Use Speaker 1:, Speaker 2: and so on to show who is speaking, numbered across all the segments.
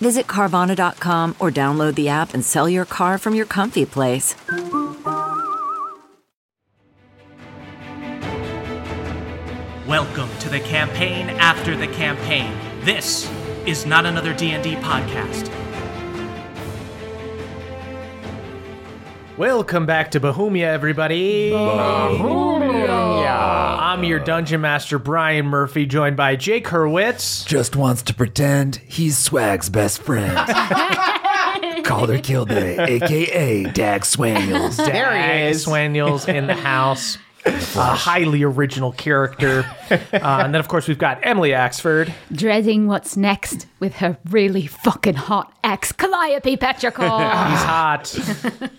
Speaker 1: Visit Carvana.com or download the app and sell your car from your comfy place.
Speaker 2: Welcome to the campaign after the campaign. This is not another D&D podcast. Welcome back to Bohemia, everybody. I'm your dungeon master, Brian Murphy, joined by Jake Hurwitz.
Speaker 3: just wants to pretend he's Swag's best friend. Calder Kilday, aka Dag Swaniels.
Speaker 2: Dag Swaniels in the house. A highly original character. Uh, and then, of course, we've got Emily Axford.
Speaker 4: dreading what's next with her really fucking hot ex, Calliope Petrichor.
Speaker 2: He's hot.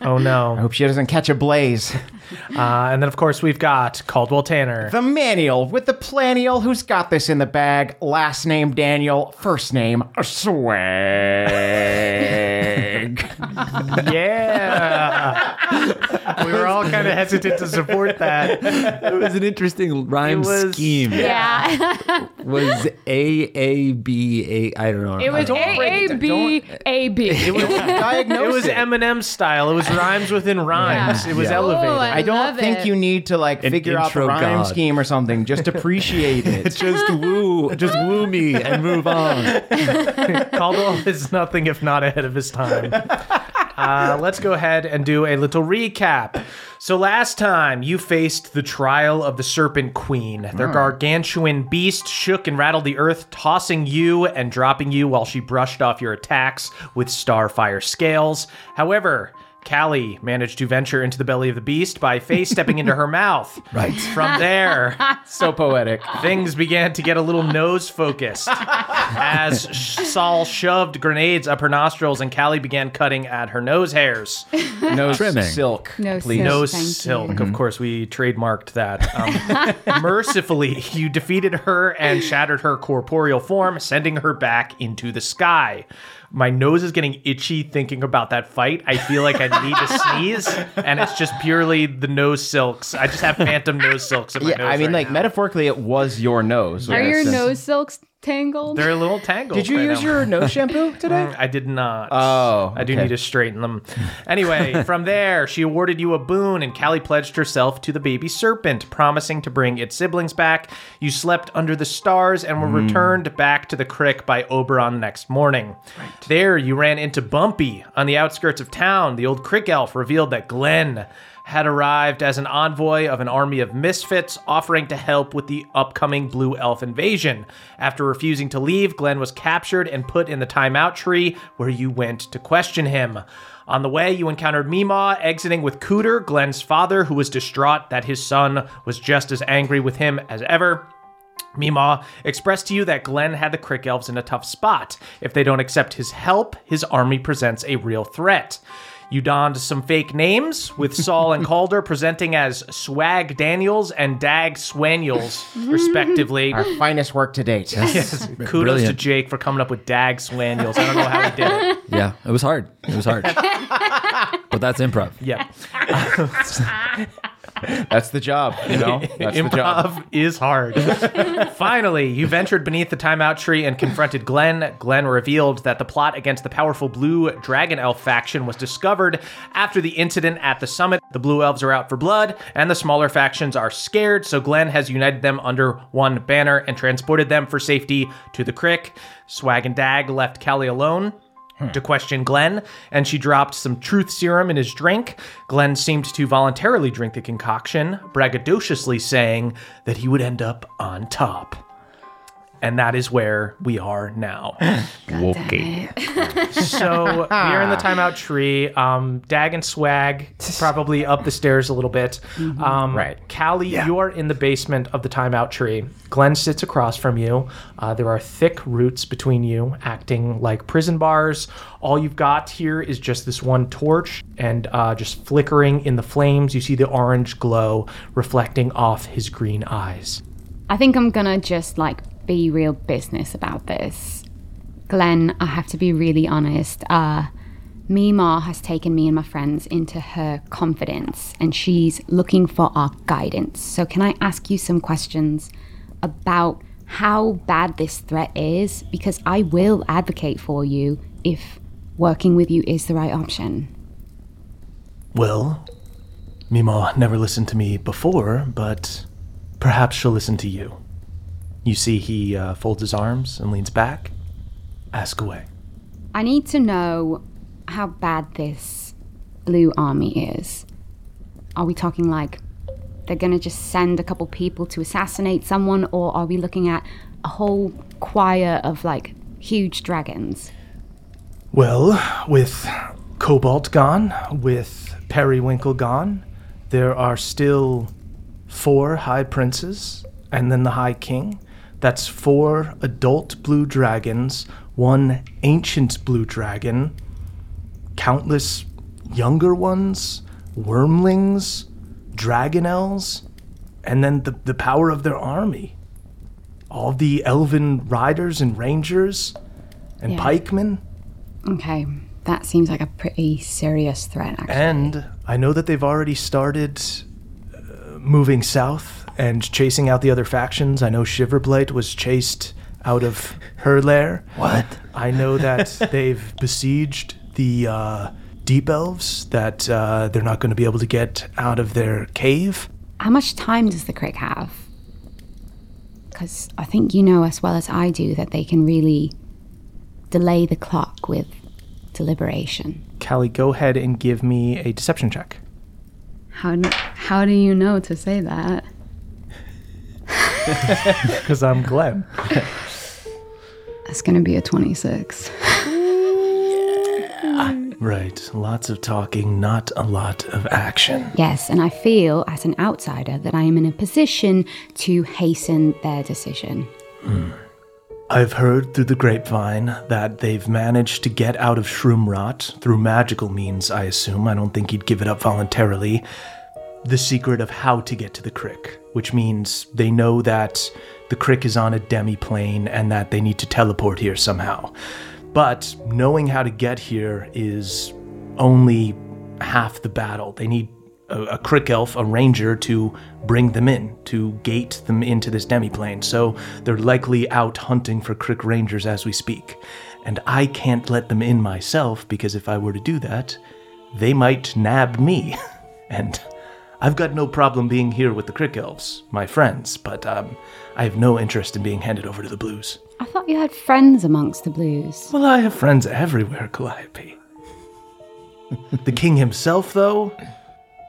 Speaker 2: Oh, no.
Speaker 5: Ah. Hope she doesn't catch a blaze.
Speaker 2: Uh, and then, of course, we've got Caldwell Tanner.
Speaker 5: The manial with the planial who's got this in the bag. Last name Daniel, first name Swag.
Speaker 2: Yeah. we were all kind of hesitant to support that.
Speaker 6: It was an interesting rhyme
Speaker 2: was-
Speaker 6: scheme.
Speaker 5: Ah,
Speaker 4: yeah.
Speaker 6: Was A A B A I don't know.
Speaker 4: It was A A B A B.
Speaker 2: It was
Speaker 5: Diagnosis.
Speaker 2: Eminem style. It was rhymes within rhymes. It was
Speaker 6: Yeah.
Speaker 2: elevated.
Speaker 4: Oh, I
Speaker 5: I don't
Speaker 4: love
Speaker 5: think
Speaker 4: it.
Speaker 5: you need to like
Speaker 6: An
Speaker 5: figure out the
Speaker 6: intro
Speaker 5: rhyme
Speaker 6: god.
Speaker 5: scheme or something. Just appreciate it.
Speaker 6: just woo, just woo me and move on.
Speaker 2: Caldwell is nothing if not ahead of his time. Uh, let's go ahead and do a little recap. So, last time you faced the trial of the Serpent Queen. Their gargantuan beast shook and rattled the earth, tossing you and dropping you while she brushed off your attacks with starfire scales. However, Callie managed to venture into the belly of the beast by face stepping into her mouth. Right. From there,
Speaker 5: so poetic.
Speaker 2: things began to get a little nose focused as Sh- Saul shoved grenades up her nostrils and Callie began cutting at her nose hairs.
Speaker 5: No
Speaker 6: Trimming.
Speaker 5: silk.
Speaker 4: No
Speaker 5: please.
Speaker 4: silk.
Speaker 2: Nose
Speaker 4: Thank you.
Speaker 2: silk,
Speaker 5: Mm-hmm.
Speaker 2: of course, we trademarked that. Um, mercifully, you defeated her and shattered her corporeal form, sending her back into the sky. My nose is getting itchy thinking about that fight. I feel like I need to sneeze, and it's just purely the nose silks. I just have phantom nose silks in my
Speaker 5: Yeah,
Speaker 2: nose.
Speaker 5: I mean,
Speaker 2: right
Speaker 5: like
Speaker 2: now.
Speaker 5: metaphorically, it was your nose.
Speaker 4: Are
Speaker 5: Yes.
Speaker 4: your nose silks tangled?
Speaker 2: They're a little tangled.
Speaker 5: Did you
Speaker 2: right
Speaker 5: use
Speaker 2: now.
Speaker 5: your nose shampoo today?
Speaker 2: I did not.
Speaker 5: Oh,
Speaker 2: I do
Speaker 5: okay.
Speaker 2: need to straighten them. Anyway, from there, she awarded you a boon, and Callie pledged herself to the baby serpent, promising to bring its siblings back. You slept under the stars and were
Speaker 5: Hmm.
Speaker 2: returned back to the crick by Oberon next morning. There, you ran into Bumpy on the outskirts of town. The old crick elf revealed that Glenn had arrived as an envoy of an army of misfits offering to help with the upcoming Blue Elf invasion. After refusing to leave, Glenn was captured and put in the timeout tree where you went to question him. On the way, you encountered Mima exiting with Cooter, Glenn's father, who was distraught that his son was just as angry with him as ever. Mima expressed to you that Glenn had the Crick Elves in a tough spot. If they don't accept his help, his army presents a real threat. You donned some fake names, with Saul and Calder presenting as Swag Daniels and Dag Swaniels, respectively.
Speaker 5: Our finest work to date.
Speaker 2: Yes, Kudos to
Speaker 6: Brilliant.
Speaker 2: Jake for coming up with Dag Swaniels. I don't know how he did it.
Speaker 6: Yeah, it was hard. It was hard. but that's improv.
Speaker 2: Yeah.
Speaker 5: That's the job, you know? That's the job.
Speaker 2: Improv is hard. Finally, you ventured beneath the timeout tree and confronted Glenn. Glenn revealed that the plot against the powerful Blue Dragon Elf faction was discovered after the incident at the summit. The Blue Elves are out for blood, and the smaller factions are scared, so Glenn has united them under one banner and transported them for safety to the crick. Swag and Dag left Callie alone to question Glenn, and she dropped some truth serum in his drink. Glenn seemed to voluntarily drink the concoction, braggadociously saying that he would end up on top. And that is where we are now.
Speaker 6: Okay.
Speaker 2: So we are in the timeout tree. Um, Dag and Swag probably up the stairs a little bit. Um, right. Callie, you are in the basement of the timeout tree. Glenn sits across from you. Uh, there are thick roots between you, acting like prison bars. All you've got here is just this one torch, and uh, just flickering in the flames, you see the orange glow reflecting off his green eyes.
Speaker 4: I think I'm gonna just like be real business about this. Glenn, I have to be really honest. Uh, Mima has taken me and my friends into her confidence, and she's looking for our guidance. So, can I ask you some questions about how bad this threat is? Because I will advocate for you if working with you is the right option.
Speaker 2: Well, Mima never listened to me before, but perhaps she'll listen to you. You see, he uh, folds his arms and leans back. Ask away.
Speaker 4: I need to know how bad this blue army is. Are we talking like they're gonna just send a couple people to assassinate someone, or are we looking at a whole choir of like huge dragons?
Speaker 2: Well, with Cobalt gone, with Periwinkle gone, there are still four High Princes and then the High King. That's four adult blue dragons, one ancient blue dragon, countless younger ones, wormlings, dragonels, and then the, the power of their army. All the elven riders and rangers and
Speaker 4: Yeah.
Speaker 2: pikemen.
Speaker 4: Okay, that seems like a pretty serious threat, actually.
Speaker 2: And I know that they've already started uh, moving south and chasing out the other factions. I know Shiverblade was chased out of her lair.
Speaker 3: What?
Speaker 2: I know that they've besieged the uh, deep elves, that uh, they're not going to be able to get out of their cave.
Speaker 4: How much time does the crick have? Because I think you know as well as I do that they can really delay the clock with deliberation.
Speaker 2: Callie, go ahead and give me a deception check.
Speaker 4: How, how do you know to say that?
Speaker 2: Because I'm Glenn.
Speaker 4: That's going to be a 26.
Speaker 2: Right. Lots of talking, not a lot of action.
Speaker 4: Yes, and I feel as an outsider that I am in a position to hasten their decision.
Speaker 2: I've heard through the grapevine that they've managed to get out of Shroomrot through magical means, I assume. I don't think he'd give it up voluntarily. The secret of how to get to the Crick, which means they know that the Crick is on a demiplane and that they need to teleport here somehow. But knowing how to get here is only half the battle. They need a, a crick elf, a ranger, to bring them in, to gate them into this demiplane. So they're likely out hunting for crick rangers as we speak. And I can't let them in myself because if I were to do that, they might nab me. And I've got no problem being here with the crick elves, my friends, but um, I have no interest in being handed over to the blues.
Speaker 4: I thought you had friends amongst the blues.
Speaker 2: Well, I have friends everywhere, Calliope. the king himself, though,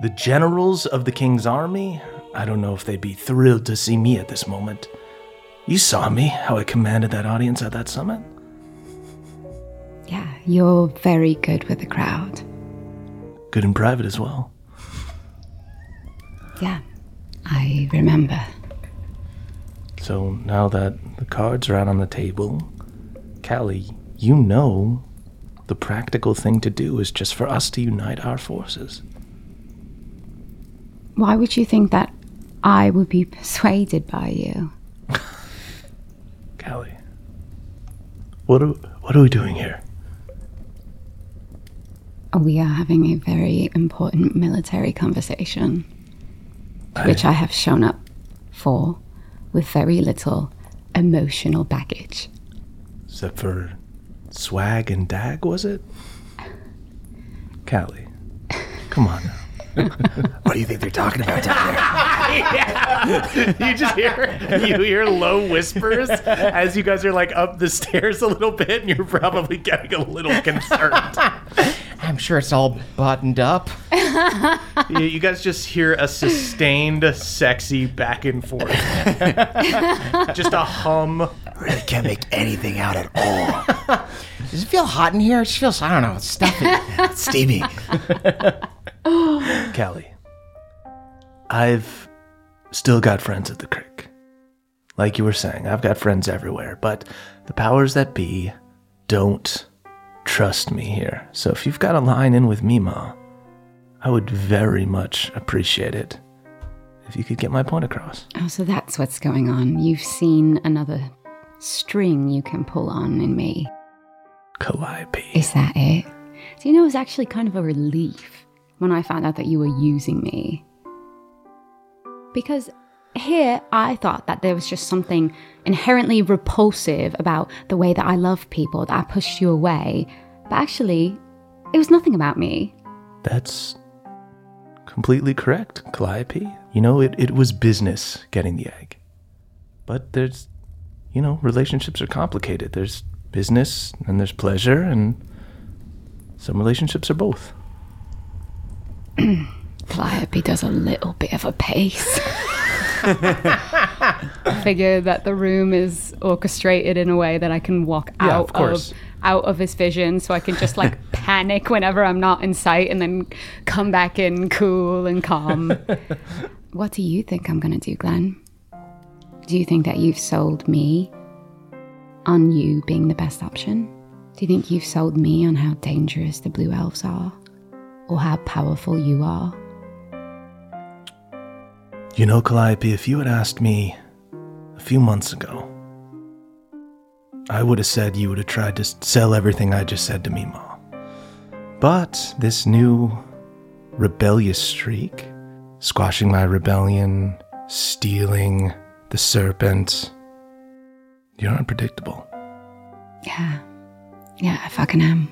Speaker 2: the generals of the king's army, I don't know if they'd be thrilled to see me at this moment. You saw me, how I commanded that audience at that summit.
Speaker 4: Yeah, you're very good with the crowd.
Speaker 2: Good in private as well.
Speaker 4: Yeah, I remember.
Speaker 2: So now that the cards are out on the table, Callie, you know the practical thing to do is just for us to unite our forces.
Speaker 4: Why would you think that I would be persuaded by you?
Speaker 2: Callie, what are, what are we doing here?
Speaker 4: We are having a very important military conversation, which I have shown up for with very little emotional baggage.
Speaker 2: Except for swag and dag, was it? Callie, come on now.
Speaker 3: What do you think they're talking about down there?
Speaker 2: You just hear you hear low whispers as you guys are like up the stairs a little bit, and you're probably getting a little concerned.
Speaker 5: I'm sure it's all buttoned up.
Speaker 2: you, you guys just hear a sustained, sexy back and forth, just a hum
Speaker 3: Really can't make anything out at all.
Speaker 5: Does it feel hot in here? It just feels, I don't know, it's stuffy.
Speaker 3: It's steamy.
Speaker 7: Callie, I've still got friends at the creek. Like you were saying, I've got friends everywhere, but the powers that be don't trust me here. So if you've got a line in with me, Ma, I would very much appreciate it if you could get my point across.
Speaker 4: Oh, so that's what's going on. You've seen another string you can pull on in me.
Speaker 7: Calliope.
Speaker 4: Is that it? So, you know, it was actually kind of a relief when I found out that you were using me. Because here I thought that there was just something inherently repulsive about the way that I love people, that I pushed you away. But actually, it was nothing about me.
Speaker 7: That's completely correct, Calliope. You know, it, it was business getting the egg. But there's, you know, relationships are complicated. There's business and there's pleasure, and some relationships are both.
Speaker 4: Calliope does a little bit of a pace. I figure that the room is orchestrated in a way that I can walk
Speaker 7: Yeah,
Speaker 4: out
Speaker 7: of course.
Speaker 4: out of his vision, so I can just like panic whenever I'm not in sight, and then come back in cool and calm. what do you think I'm gonna do, Glenn? Do you think that you've sold me on you being the best option? Do you think you've sold me on how dangerous the blue elves are, or how powerful you are?
Speaker 7: You know, Calliope, if you had asked me a few months ago, I would have said you would have tried to s- sell everything I just said to me, Ma. But this new rebellious streak, squashing my rebellion, stealing the serpent, you're unpredictable.
Speaker 4: Yeah. Yeah, I fucking am.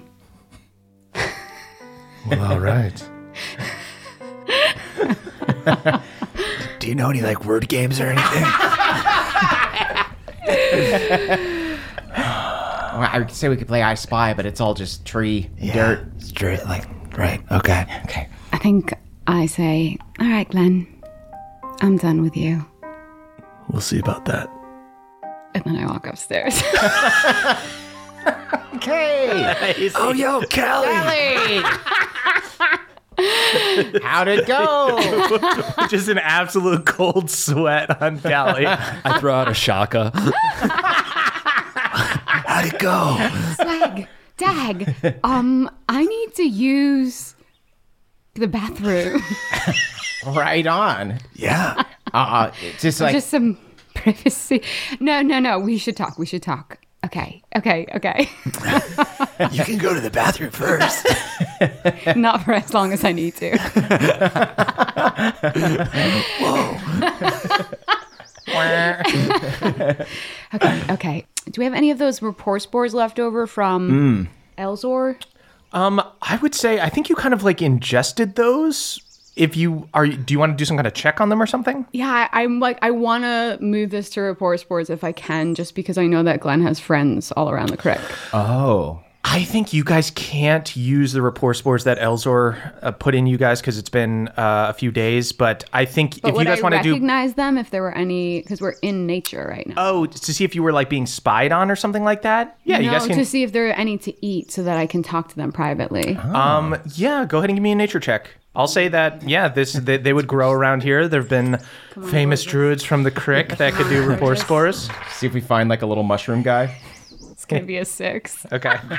Speaker 7: Well, all right.
Speaker 3: Do you know any like word games or anything?
Speaker 5: Well, I would say we could play I Spy, but it's all just tree, dirt.
Speaker 3: Straight like right. Okay. Okay.
Speaker 4: I think I say, all right, Glenn, I'm done with you.
Speaker 7: We'll see about that.
Speaker 4: And then I walk upstairs.
Speaker 5: Okay.
Speaker 3: Oh yo, Callie.
Speaker 5: How'd it go?
Speaker 2: Just an absolute cold sweat on Callie.
Speaker 6: I throw out a shaka.
Speaker 3: How'd it go?
Speaker 4: Swag, dag, um, I need to use the bathroom.
Speaker 5: right on.
Speaker 3: Yeah.
Speaker 5: Uh, it's just like
Speaker 4: Just some privacy. No, no, no, we should talk. We should talk. Okay, okay, okay.
Speaker 3: You can go to the bathroom first.
Speaker 4: Not for as long as I need to. Okay, okay. Do we have any of those rapport spores left over from
Speaker 3: Hmm.
Speaker 4: Elzor?
Speaker 2: Um, I would say I think you kind of like ingested those. If you are, do you want to do some kind of check on them or something?
Speaker 4: Yeah, I, I'm like, I want to move this to rapport spores if I can, just because I know that Glenn has friends all around the creek.
Speaker 2: Oh, I think you guys can't use the rapport spores that Elzor uh, put in you guys because it's been uh, a few days. But I think
Speaker 4: But
Speaker 2: if you
Speaker 4: would
Speaker 2: guys
Speaker 4: I
Speaker 2: want to do,
Speaker 4: recognize them if there were any? Because we're in nature right now.
Speaker 2: oh, to see if you were like being spied on or something like that. Yeah, you
Speaker 4: No,
Speaker 2: guys can.
Speaker 4: to see if there are any to eat, so that I can talk to them privately.
Speaker 2: Um, yeah, go ahead and give me a nature check. I'll say that yeah, this they, they would grow around here. There have been famous druids from the crick that could do rapport spores.
Speaker 5: see if we find like a little mushroom guy.
Speaker 4: It's gonna be a six.
Speaker 2: Okay.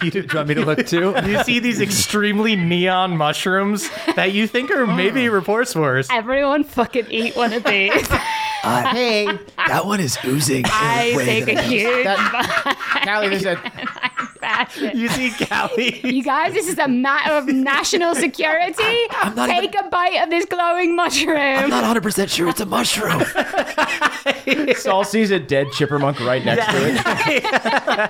Speaker 6: you want me to look too?
Speaker 2: you see these extremely neon mushrooms that you think are maybe rapport spores.
Speaker 4: Everyone fucking eat one of these.
Speaker 5: Hey,
Speaker 3: That one is oozing. in a
Speaker 4: I
Speaker 3: way
Speaker 4: take a
Speaker 3: that-
Speaker 4: huge
Speaker 5: Callie, there's a
Speaker 4: basket.
Speaker 2: You see Callie.
Speaker 4: You guys, this is a matter of national security.
Speaker 3: not
Speaker 4: Take a bite of this glowing
Speaker 3: I'm
Speaker 4: mushroom.
Speaker 3: not 100 percent sure it's a mushroom.
Speaker 5: Saul sees a dead chippermunk right next to it.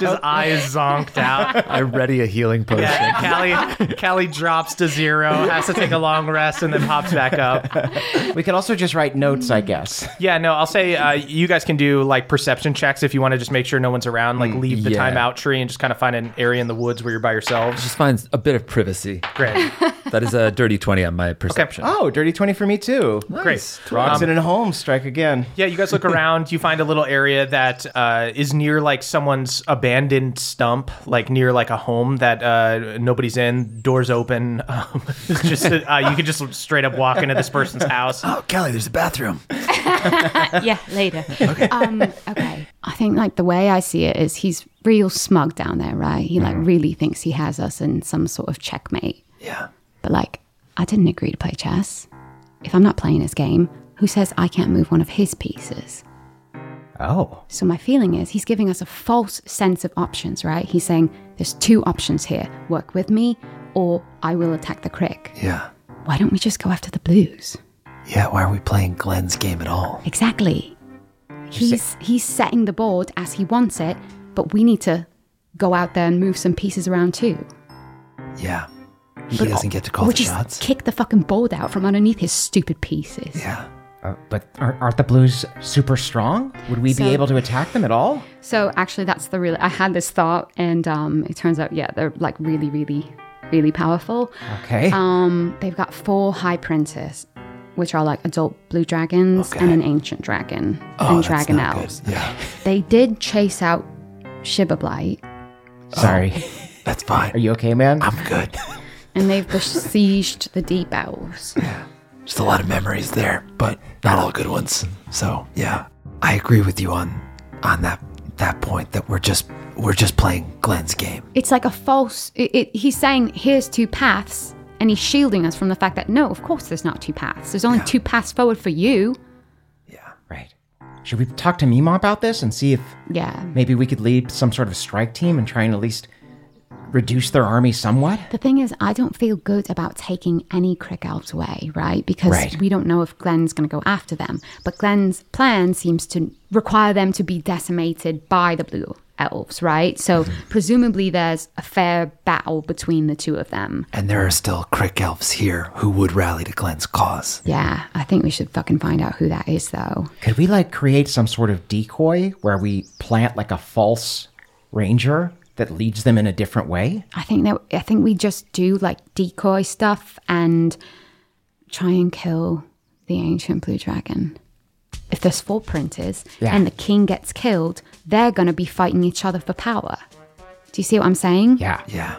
Speaker 2: Just eyes zonked out.
Speaker 6: I ready a healing potion.
Speaker 2: Yeah, Callie, Callie drops to zero, has to take a long rest, and then pops back up.
Speaker 5: We could also just write notes, I guess.
Speaker 2: Yeah, no, I'll say uh, you guys can do like perception checks if you want to just make sure no one's around, like leave the
Speaker 6: yeah.
Speaker 2: time out tree and just kind of find an area in the woods where you're by yourselves?
Speaker 6: Just finds a bit of privacy.
Speaker 2: Great.
Speaker 6: That is a dirty 20 on my perception.
Speaker 5: Oh, dirty 20 for me too.
Speaker 2: Great.
Speaker 5: Roxon and Holmes strike again.
Speaker 2: Yeah, you guys look around. You find a little area that uh, is near like someone's abandoned stump, like near like a home that uh, nobody's in. Doors open. Um, it's just uh, you can just straight up walk into this person's house.
Speaker 3: Oh, Kelly, there's a bathroom.
Speaker 4: yeah, later. Okay. Um, okay. I think like the way I see it is he's real smug down there, right? He
Speaker 2: Mm-hmm.
Speaker 4: like really thinks he has us in some sort of checkmate.
Speaker 3: Yeah.
Speaker 4: But like, I didn't agree to play chess. If I'm not playing his game, who says I can't move one of his pieces?
Speaker 6: Oh.
Speaker 4: So my feeling is he's giving us a false sense of options, right? He's saying there's two options here: work with me, or I will attack the crick.
Speaker 3: Yeah.
Speaker 4: Why don't we just go after the blues?
Speaker 3: Yeah, why are we playing Glenn's game at all?
Speaker 4: Exactly. He's he's setting the board as he wants it, but we need to go out there and move some pieces around too.
Speaker 3: Yeah. He
Speaker 4: But-
Speaker 3: doesn't get to call
Speaker 4: or
Speaker 3: the
Speaker 4: just
Speaker 3: shots.
Speaker 4: Kick the fucking board out from underneath his stupid pieces.
Speaker 3: yeah.
Speaker 5: Uh, but aren't, aren't the blues super strong? Would we
Speaker 4: So-
Speaker 5: be able to attack them at all?
Speaker 4: So actually, that's the really I had this thought, and um, it turns out yeah, they're like really, really, really powerful.
Speaker 5: Okay.
Speaker 4: Um, they've got four high princes, which are like adult blue dragons and an ancient dragon
Speaker 3: Oh,
Speaker 4: and
Speaker 3: that's
Speaker 4: dragon
Speaker 3: not
Speaker 4: elves.
Speaker 3: good. Yeah.
Speaker 4: They did chase out Shiba Blight,
Speaker 5: Sorry.
Speaker 3: Oh, That's fine.
Speaker 5: Are you okay, man?
Speaker 3: I'm good.
Speaker 4: and they've besieged the deep elves.
Speaker 3: Just a lot of memories there, but not all good ones. So yeah, I agree with you on on that that point that we're just we're just playing Glenn's game.
Speaker 4: it's like a false it, it, he's saying here's two paths and he's shielding us from the fact that no of course there's not two paths there's only two paths forward for you
Speaker 5: right. Should we talk to Mima about this and see if
Speaker 4: yeah
Speaker 5: maybe we could lead some sort of strike team and try and at least reduce their army somewhat?
Speaker 4: the thing is i don't feel good about taking any crick elves away right because
Speaker 5: Right.
Speaker 4: we don't know if glenn's going to go after them but glenn's plan seems to require them to be decimated by the blue elves right so presumably there's a fair battle between the two of them
Speaker 3: And there are still Crick elves here who would rally to Glenn's cause.
Speaker 4: yeah i think we should fucking find out who that is though
Speaker 5: Could we like create some sort of decoy where we plant like a false ranger that leads them in a different way?
Speaker 4: I think that I think we just do like decoy stuff and try and kill the ancient blue dragon. If there's four printers
Speaker 5: Yeah.
Speaker 4: and the king gets killed, they're gonna be fighting each other for power. Do you see what I'm saying?
Speaker 5: Yeah.
Speaker 3: Yeah.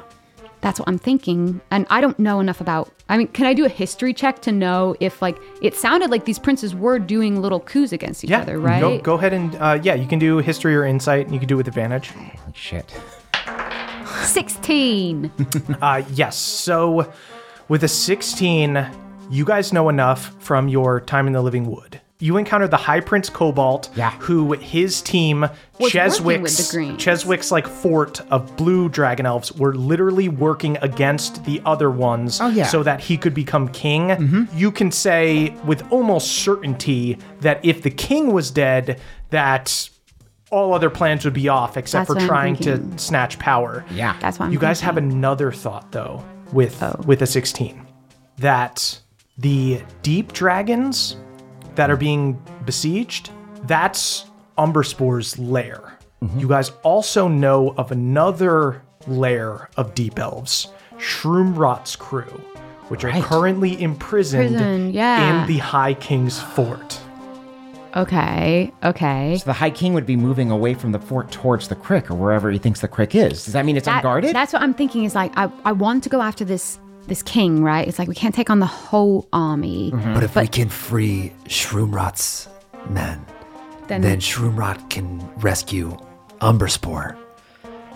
Speaker 4: That's what I'm thinking. And I don't know enough about I mean, can I do a history check to know if like it sounded like these princes were doing little coups against each
Speaker 2: Yeah,
Speaker 4: other, right?
Speaker 2: Go, go ahead and uh, yeah, you can do history or insight. And you can do it with advantage.
Speaker 5: Holy shit.
Speaker 4: Sixteen.
Speaker 2: Uh, yes. So, with a 16, you guys know enough from your time in the Living Wood. You encountered the High Prince Cobalt,
Speaker 5: Yeah.
Speaker 2: who his team,
Speaker 4: with the
Speaker 2: Cheswick's,
Speaker 4: Greens.
Speaker 2: Cheswick's like fort of blue dragon elves, were literally working against the other ones
Speaker 5: Oh, yeah. Mm-hmm.
Speaker 2: so that he could become king. You can say with almost certainty that if the king was dead, that all other plans would be off except
Speaker 4: That's what
Speaker 2: for
Speaker 4: I'm
Speaker 2: trying to
Speaker 4: thinking.
Speaker 2: snatch power.
Speaker 5: Yeah.
Speaker 4: That's what I'm
Speaker 2: You guys
Speaker 4: thinking.
Speaker 2: have another thought though with
Speaker 4: Oh.
Speaker 2: with a 16 that the deep dragons that are being besieged that's Umberspor's lair.
Speaker 4: Mm-hmm.
Speaker 2: You guys also know of another lair of deep elves, Shroomrot's crew, which are currently imprisoned
Speaker 4: Prison, yeah.
Speaker 2: in the High King's fort.
Speaker 4: Okay, okay.
Speaker 5: So the High King would be moving away from the fort towards the crick or wherever he thinks the crick is. Does that mean it's
Speaker 4: That-
Speaker 5: unguarded?
Speaker 4: That's what I'm thinking. Is like I, I want to go after this this king, right? It's like we can't take on the whole army.
Speaker 5: Mm-hmm.
Speaker 3: But if we can free Shroomrot's men,
Speaker 4: Then,
Speaker 3: then Shroomrot can rescue Umberspore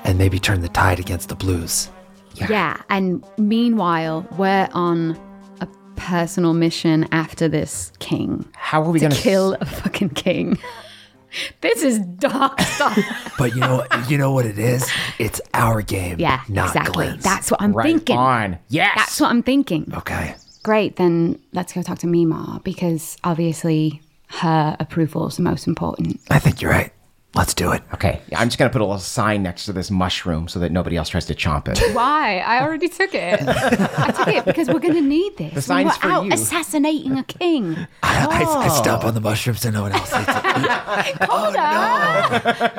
Speaker 3: and maybe turn the tide against the blues.
Speaker 4: yeah. And meanwhile, we're on a personal mission after this king
Speaker 5: How are we
Speaker 4: to
Speaker 5: going
Speaker 4: kill a fucking king. this is dark stuff.
Speaker 3: But you know you know what it is? It's our game,
Speaker 4: yeah,
Speaker 3: not
Speaker 4: exactly.
Speaker 3: Glenn's.
Speaker 4: That's what I'm
Speaker 5: right
Speaker 4: thinking.
Speaker 5: on? Yes.
Speaker 4: That's what I'm thinking.
Speaker 3: okay.
Speaker 4: Great, then let's go talk to Mima because obviously her approval is the most important.
Speaker 3: I think you're right. Let's do it.
Speaker 5: Okay, yeah, I'm just gonna put a little sign next to this mushroom so that nobody else tries to chomp it.
Speaker 4: Why? I already took it. I took it because we're going to need this.
Speaker 5: The sign's
Speaker 4: we were
Speaker 5: for
Speaker 4: out
Speaker 5: you.
Speaker 4: assassinating a king.
Speaker 3: I, I, I
Speaker 4: Oh.
Speaker 3: stomp on the mushrooms and no one else eats it.
Speaker 2: Oh,
Speaker 4: Hold on.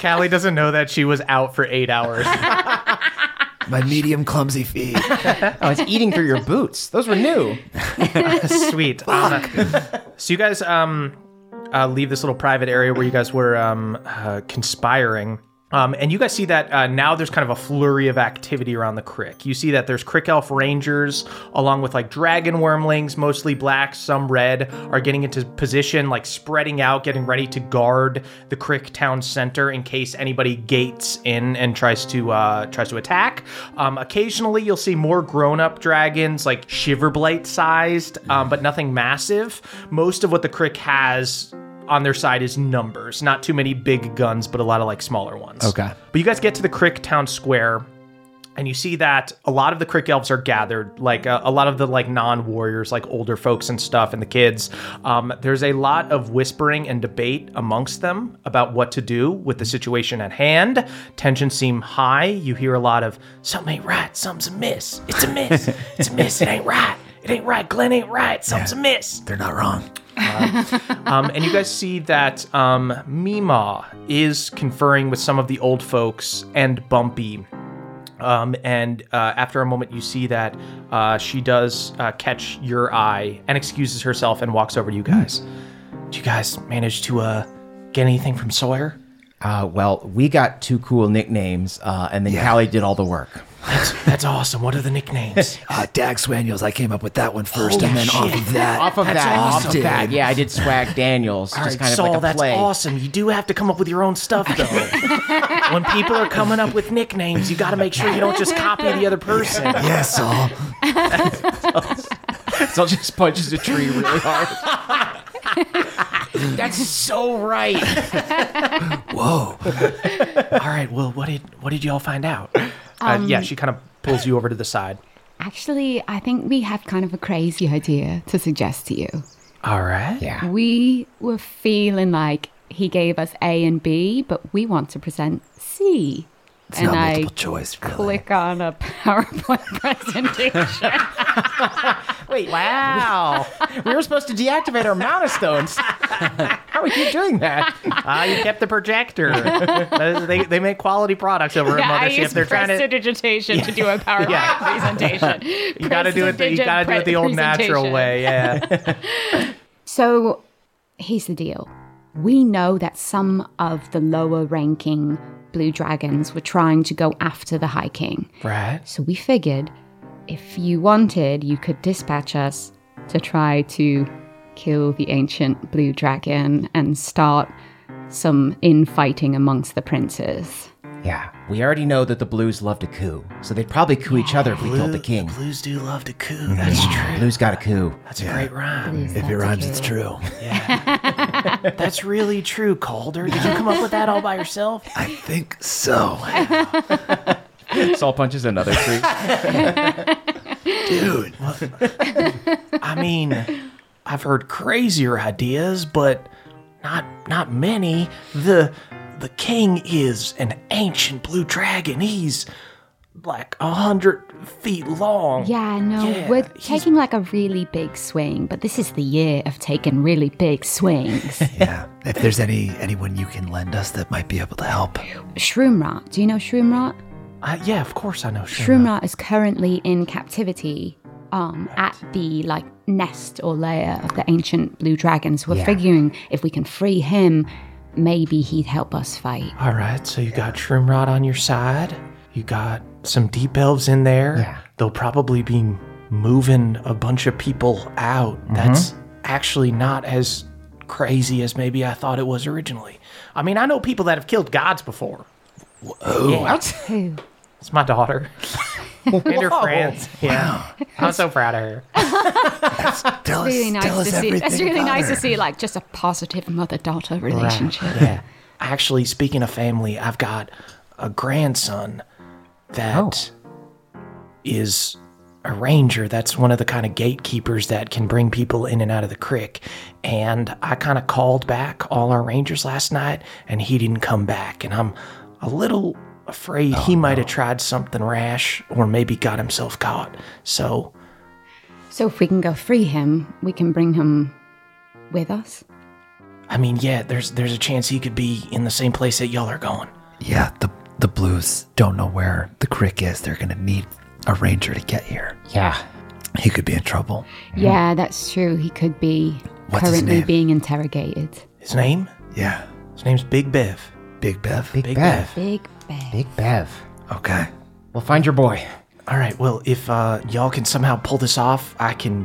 Speaker 2: Callie doesn't know that she was out for eight hours.
Speaker 3: My medium clumsy feet.
Speaker 5: Oh, it's eating through your boots. Those were new.
Speaker 2: Sweet. Um, so you guys um, uh, leave this little private area where you guys were um, uh, conspiring. Um, and you guys see that uh, now there's kind of a flurry of activity around the crick. You see that there's crick elf rangers, along with like dragon wormlings, mostly black, some red, are getting into position, like spreading out, getting ready to guard the crick town center in case anybody gates in and tries to uh, tries to attack. Um, occasionally, you'll see more grown-up dragons, like shiverblight sized, um, but nothing massive. Most of what the crick has on their side is numbers. Not too many big guns, but a lot of like smaller ones.
Speaker 3: Okay.
Speaker 2: But you guys get to the Crick Town Square, and you see that a lot of the Crick Elves are gathered, like uh, a lot of the like non-warriors, like older folks and stuff, and the kids. Um, there's a lot of whispering and debate amongst them about what to do with the situation at hand. Tensions seem high. You hear a lot of "something ain't right, something's amiss. It's a miss. it's a miss. It ain't right. It ain't right. Glenn ain't right. Something's amiss."
Speaker 3: They're not wrong.
Speaker 2: Um, and you guys see that um, Mima is conferring with some of the old folks and Bumpy. Um, and uh, after a moment, you see that uh, she does uh, catch your eye and excuses herself and walks over to you guys. Do you guys manage to uh, get anything from Sawyer?
Speaker 5: Uh, well, we got two cool nicknames, uh, and then Callie did all the work.
Speaker 2: That's, that's awesome. What are the nicknames?
Speaker 3: Uh, Dag Swanuels, I came up with that one first,
Speaker 4: Oh,
Speaker 3: and then off of that.
Speaker 5: Off of that, off
Speaker 3: awesome.
Speaker 5: of that. Yeah, I did swag Daniels,
Speaker 2: All
Speaker 5: just
Speaker 2: right,
Speaker 5: kind of
Speaker 2: Saul,
Speaker 5: like a
Speaker 2: that's
Speaker 5: play.
Speaker 2: awesome. You do have to come up with your own stuff, though. when people are coming up with nicknames, you got to make sure you don't just copy the other person.
Speaker 3: Yes, all.
Speaker 5: So just punches a tree really hard. that's so right.
Speaker 3: Whoa.
Speaker 2: All right. Well, what did what did y'all find out?
Speaker 5: Um,
Speaker 2: uh, yeah, she kind of pulls you over to the side.
Speaker 4: Actually, I think we have kind of a crazy idea to suggest to you.
Speaker 2: All right. Yeah.
Speaker 4: We were feeling like he gave us A and B, but we want to present C.
Speaker 3: It's
Speaker 4: and
Speaker 3: not
Speaker 4: I
Speaker 3: multiple choice, really.
Speaker 4: click on a PowerPoint presentation.
Speaker 5: Wait, wow. we were supposed to deactivate our mana stones. How are you doing that?
Speaker 2: Ah, you kept the projector. Those- they, they make quality products over at
Speaker 4: I
Speaker 2: Mothership.
Speaker 4: use
Speaker 2: They're trying to.
Speaker 4: prestidigitation to do a PowerPoint
Speaker 2: Yeah.
Speaker 4: presentation.
Speaker 2: You gotta do it. The, you gotta do it the old natural way. Yeah.
Speaker 4: So here's the deal. We know that some of the lower ranking blue dragons were trying to go after the High King.
Speaker 2: right.
Speaker 4: So we figured if you wanted, you could dispatch us to try to kill the ancient blue dragon and start some infighting amongst the princes.
Speaker 5: Yeah, we already know that the blues love to coup, so they'd probably coup each other if we killed the king.
Speaker 2: Blues do love to coo. That's true.
Speaker 5: Blues got a coup.
Speaker 2: That's a great rhyme.
Speaker 3: Mm-hmm. If it rhymes, it's true.
Speaker 2: That's really true, Calder. Did you come up with that all by yourself?
Speaker 3: I think so.
Speaker 5: Saul punches another tree.
Speaker 3: Dude.
Speaker 2: I mean, I've heard crazier ideas, but not not many. The the king is an ancient blue dragon. He's like a hundred feet long.
Speaker 4: Yeah, no,
Speaker 2: Yeah,
Speaker 4: we're
Speaker 2: he's-
Speaker 4: taking like a really big swing, but this is the year of taking really big swings.
Speaker 3: Yeah. If there's any anyone you can lend us that might be able to help.
Speaker 4: Shroomrot, do you know Shroomrot?
Speaker 2: Uh, yeah, of course I know. Shroom.
Speaker 4: Shroomrot is currently in captivity um, at the like nest or lair of the ancient blue dragons. We're figuring if we can free him, maybe he'd help us fight.
Speaker 2: All right, so you got Shroomrod on your side. You got some deep elves in there.
Speaker 5: Yeah.
Speaker 2: They'll probably be moving a bunch of people out. That's actually not as crazy as maybe I thought it was originally. I mean, I know people that have killed gods before.
Speaker 5: What?
Speaker 4: Who?
Speaker 2: It's my daughter. and her friends. Yeah. I'm so proud of her.
Speaker 3: Tell
Speaker 4: Really
Speaker 3: us,
Speaker 4: nice
Speaker 3: tell
Speaker 4: to
Speaker 3: us
Speaker 4: see.
Speaker 3: everything.
Speaker 4: It's really
Speaker 3: about
Speaker 4: nice
Speaker 3: her.
Speaker 4: to see like just a positive mother-daughter relationship.
Speaker 2: Yeah. Actually, speaking of family, I've got a grandson that is a ranger that's one of the kind of gatekeepers that can bring people in and out of the crick. And I kind of called back all our rangers last night, and he didn't come back. And I'm a little afraid he might have tried something rash or maybe got himself caught. So
Speaker 4: So if we can go free him, we can bring him with us.
Speaker 2: I mean, yeah, there's there's a chance he could be in the same place that y'all are going.
Speaker 3: Yeah, the the blues don't know where the crick is. They're gonna need a ranger to get here.
Speaker 5: Yeah.
Speaker 3: He could be in trouble.
Speaker 4: Yeah, that's true. He could be
Speaker 3: Hmm. What's his
Speaker 4: currently
Speaker 3: name?
Speaker 4: being interrogated.
Speaker 2: His name?
Speaker 3: Yeah.
Speaker 2: His name's Big Bev.
Speaker 3: Big Bev.
Speaker 5: Big,
Speaker 2: Big
Speaker 5: Bev.
Speaker 4: Big Bear.
Speaker 5: Big Bev.
Speaker 3: Okay.
Speaker 5: We'll find your boy.
Speaker 2: All right. Well, if uh, y'all can somehow pull this off, I can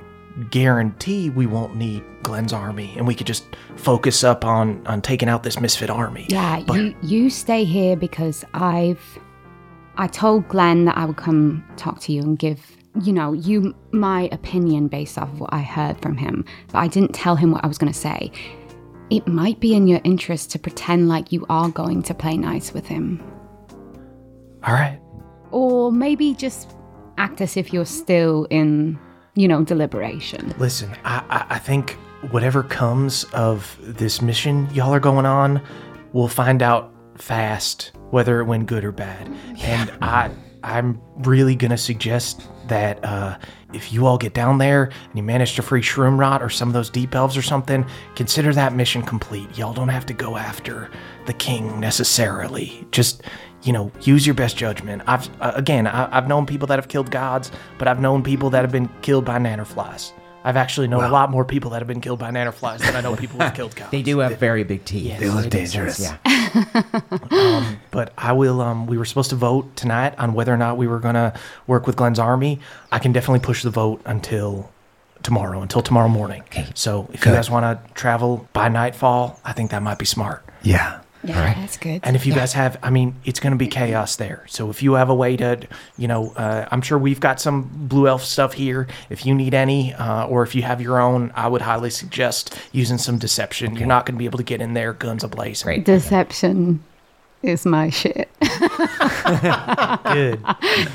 Speaker 2: guarantee we won't need Glenn's army, and we could just focus up on on taking out this misfit army.
Speaker 4: Yeah, you you stay here because I've I told Glenn that I would come talk to you and give you know you my opinion based off of what I heard from him, but I didn't tell him what I was going to say. It might be in your interest to pretend like you are going to play nice with him,
Speaker 2: All right.
Speaker 4: or maybe just act as if you're still in you know deliberation.
Speaker 2: Listen, I, I I think whatever comes of this mission y'all are going on, we'll find out fast whether it went good or bad. And I I'm really gonna suggest that uh, if you all get down there and you manage to free Shroomrot or some of those deep elves or something, consider that mission complete. Y'all don't have to go after the king necessarily. Just you know, use your best judgment. I've uh, again, I, I've known people that have killed gods, but I've known people that have been killed by nannerflies. I've actually known a lot more people that have been killed by nannerflies than I know people who've killed gods.
Speaker 5: They do have very big teeth.
Speaker 3: They look dangerous.
Speaker 5: Yeah.
Speaker 2: But I will. Um, we were supposed to vote tonight on whether or not we were gonna work with Glenn's army. I can definitely push the vote until tomorrow, until tomorrow morning. So if you
Speaker 3: Good.
Speaker 2: guys want to travel by nightfall, I think that might be smart.
Speaker 3: Yeah.
Speaker 4: Yeah, that's good.
Speaker 2: And if you guys have, I mean, it's going to be chaos there. So if you have a way to, you know, uh, I'm sure we've got some blue elf stuff here. If you need any, uh, or if you have your own, I would highly suggest using some deception. You're not going to be able to get in there guns ablaze.
Speaker 5: Great.
Speaker 4: Deception is my shit.
Speaker 2: Good.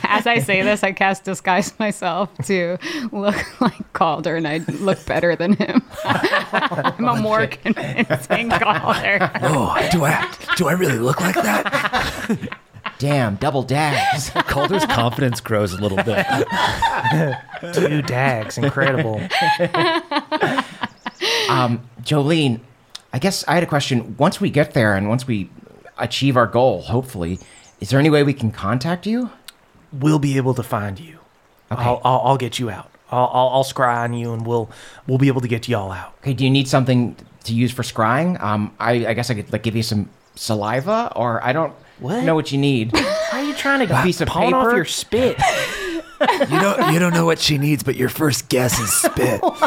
Speaker 4: As I say this, I cast disguise myself to look like Calder, and I look better than him. I'm a more convincing Calder.
Speaker 3: Oh, do I do I really look like that?
Speaker 5: Damn, double dabs.
Speaker 6: Calder's confidence grows a little bit.
Speaker 2: Two dags. Incredible.
Speaker 5: um, Jolene, I guess I had a question. Once we get there and once we achieve our goal, hopefully, is there any way we can contact you?
Speaker 2: we'll be able to find you. I'll, I'll, I'll get you out. I'll, I'll, I'll scry on you, and we'll we'll be able to get y'all out.
Speaker 5: Okay, do you need something to use for scrying? Um, I, I guess I could like give you some saliva, or I don't
Speaker 2: What?
Speaker 5: know what you need.
Speaker 2: Why are you trying to
Speaker 5: A piece of
Speaker 2: pawn off
Speaker 5: paper?
Speaker 2: your spit?
Speaker 3: You don't you don't know what she needs, but your first guess is spit.
Speaker 4: Oh,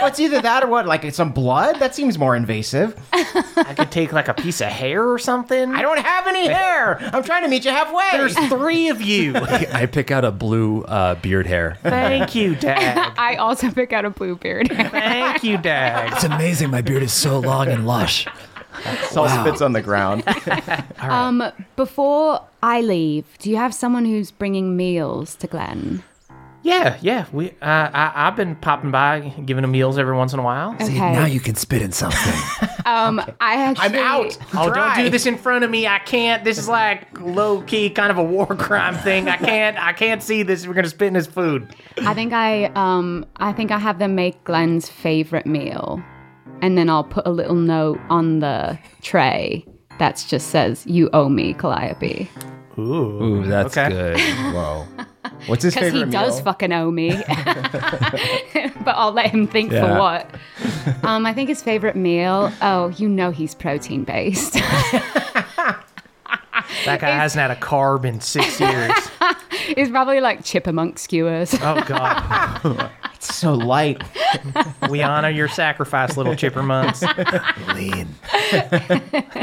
Speaker 5: well, it's either that or what? Like some blood? That seems more invasive.
Speaker 2: I could take like a piece of hair or something.
Speaker 5: I don't have any hair. I'm trying to meet you halfway.
Speaker 2: There's three of you.
Speaker 6: I pick out a blue uh, beard hair.
Speaker 2: Thank you, Dag.
Speaker 4: I also pick out a blue beard.
Speaker 2: Thank you, Dag.
Speaker 3: It's amazing. My beard is so long and lush.
Speaker 5: all spits on the ground.
Speaker 4: Um, before I leave, do you have someone who's bringing meals to Glenn?
Speaker 2: Yeah, yeah. We uh, I, I've been popping by, giving him meals every once in a while.
Speaker 4: Okay.
Speaker 3: Now you can spit in something.
Speaker 4: um, I actually,
Speaker 2: Oh,
Speaker 5: Try.
Speaker 2: don't do this in front of me. I can't. This is like low key kind of a war crime thing. I can't. I can't see this. We're gonna spit in his food.
Speaker 4: I think I um I think I have them make Glenn's favorite meal, and then I'll put a little note on the tray that just says "You owe me, Calliope,"
Speaker 6: Ooh, that's
Speaker 2: Okay.
Speaker 6: good. Whoa.
Speaker 5: What's his
Speaker 4: because
Speaker 5: favorite
Speaker 4: he does
Speaker 5: meal?
Speaker 4: fucking owe me. but I'll let him think for
Speaker 6: Yeah.
Speaker 4: what. Um, I think his favorite meal. Oh, you know he's protein based.
Speaker 2: That guy hasn't had a carb in six years.
Speaker 4: it's probably like chipmunk skewers.
Speaker 2: Oh God.
Speaker 5: It's so light.
Speaker 2: We honor your sacrifice, little chipper months. All
Speaker 3: Lean.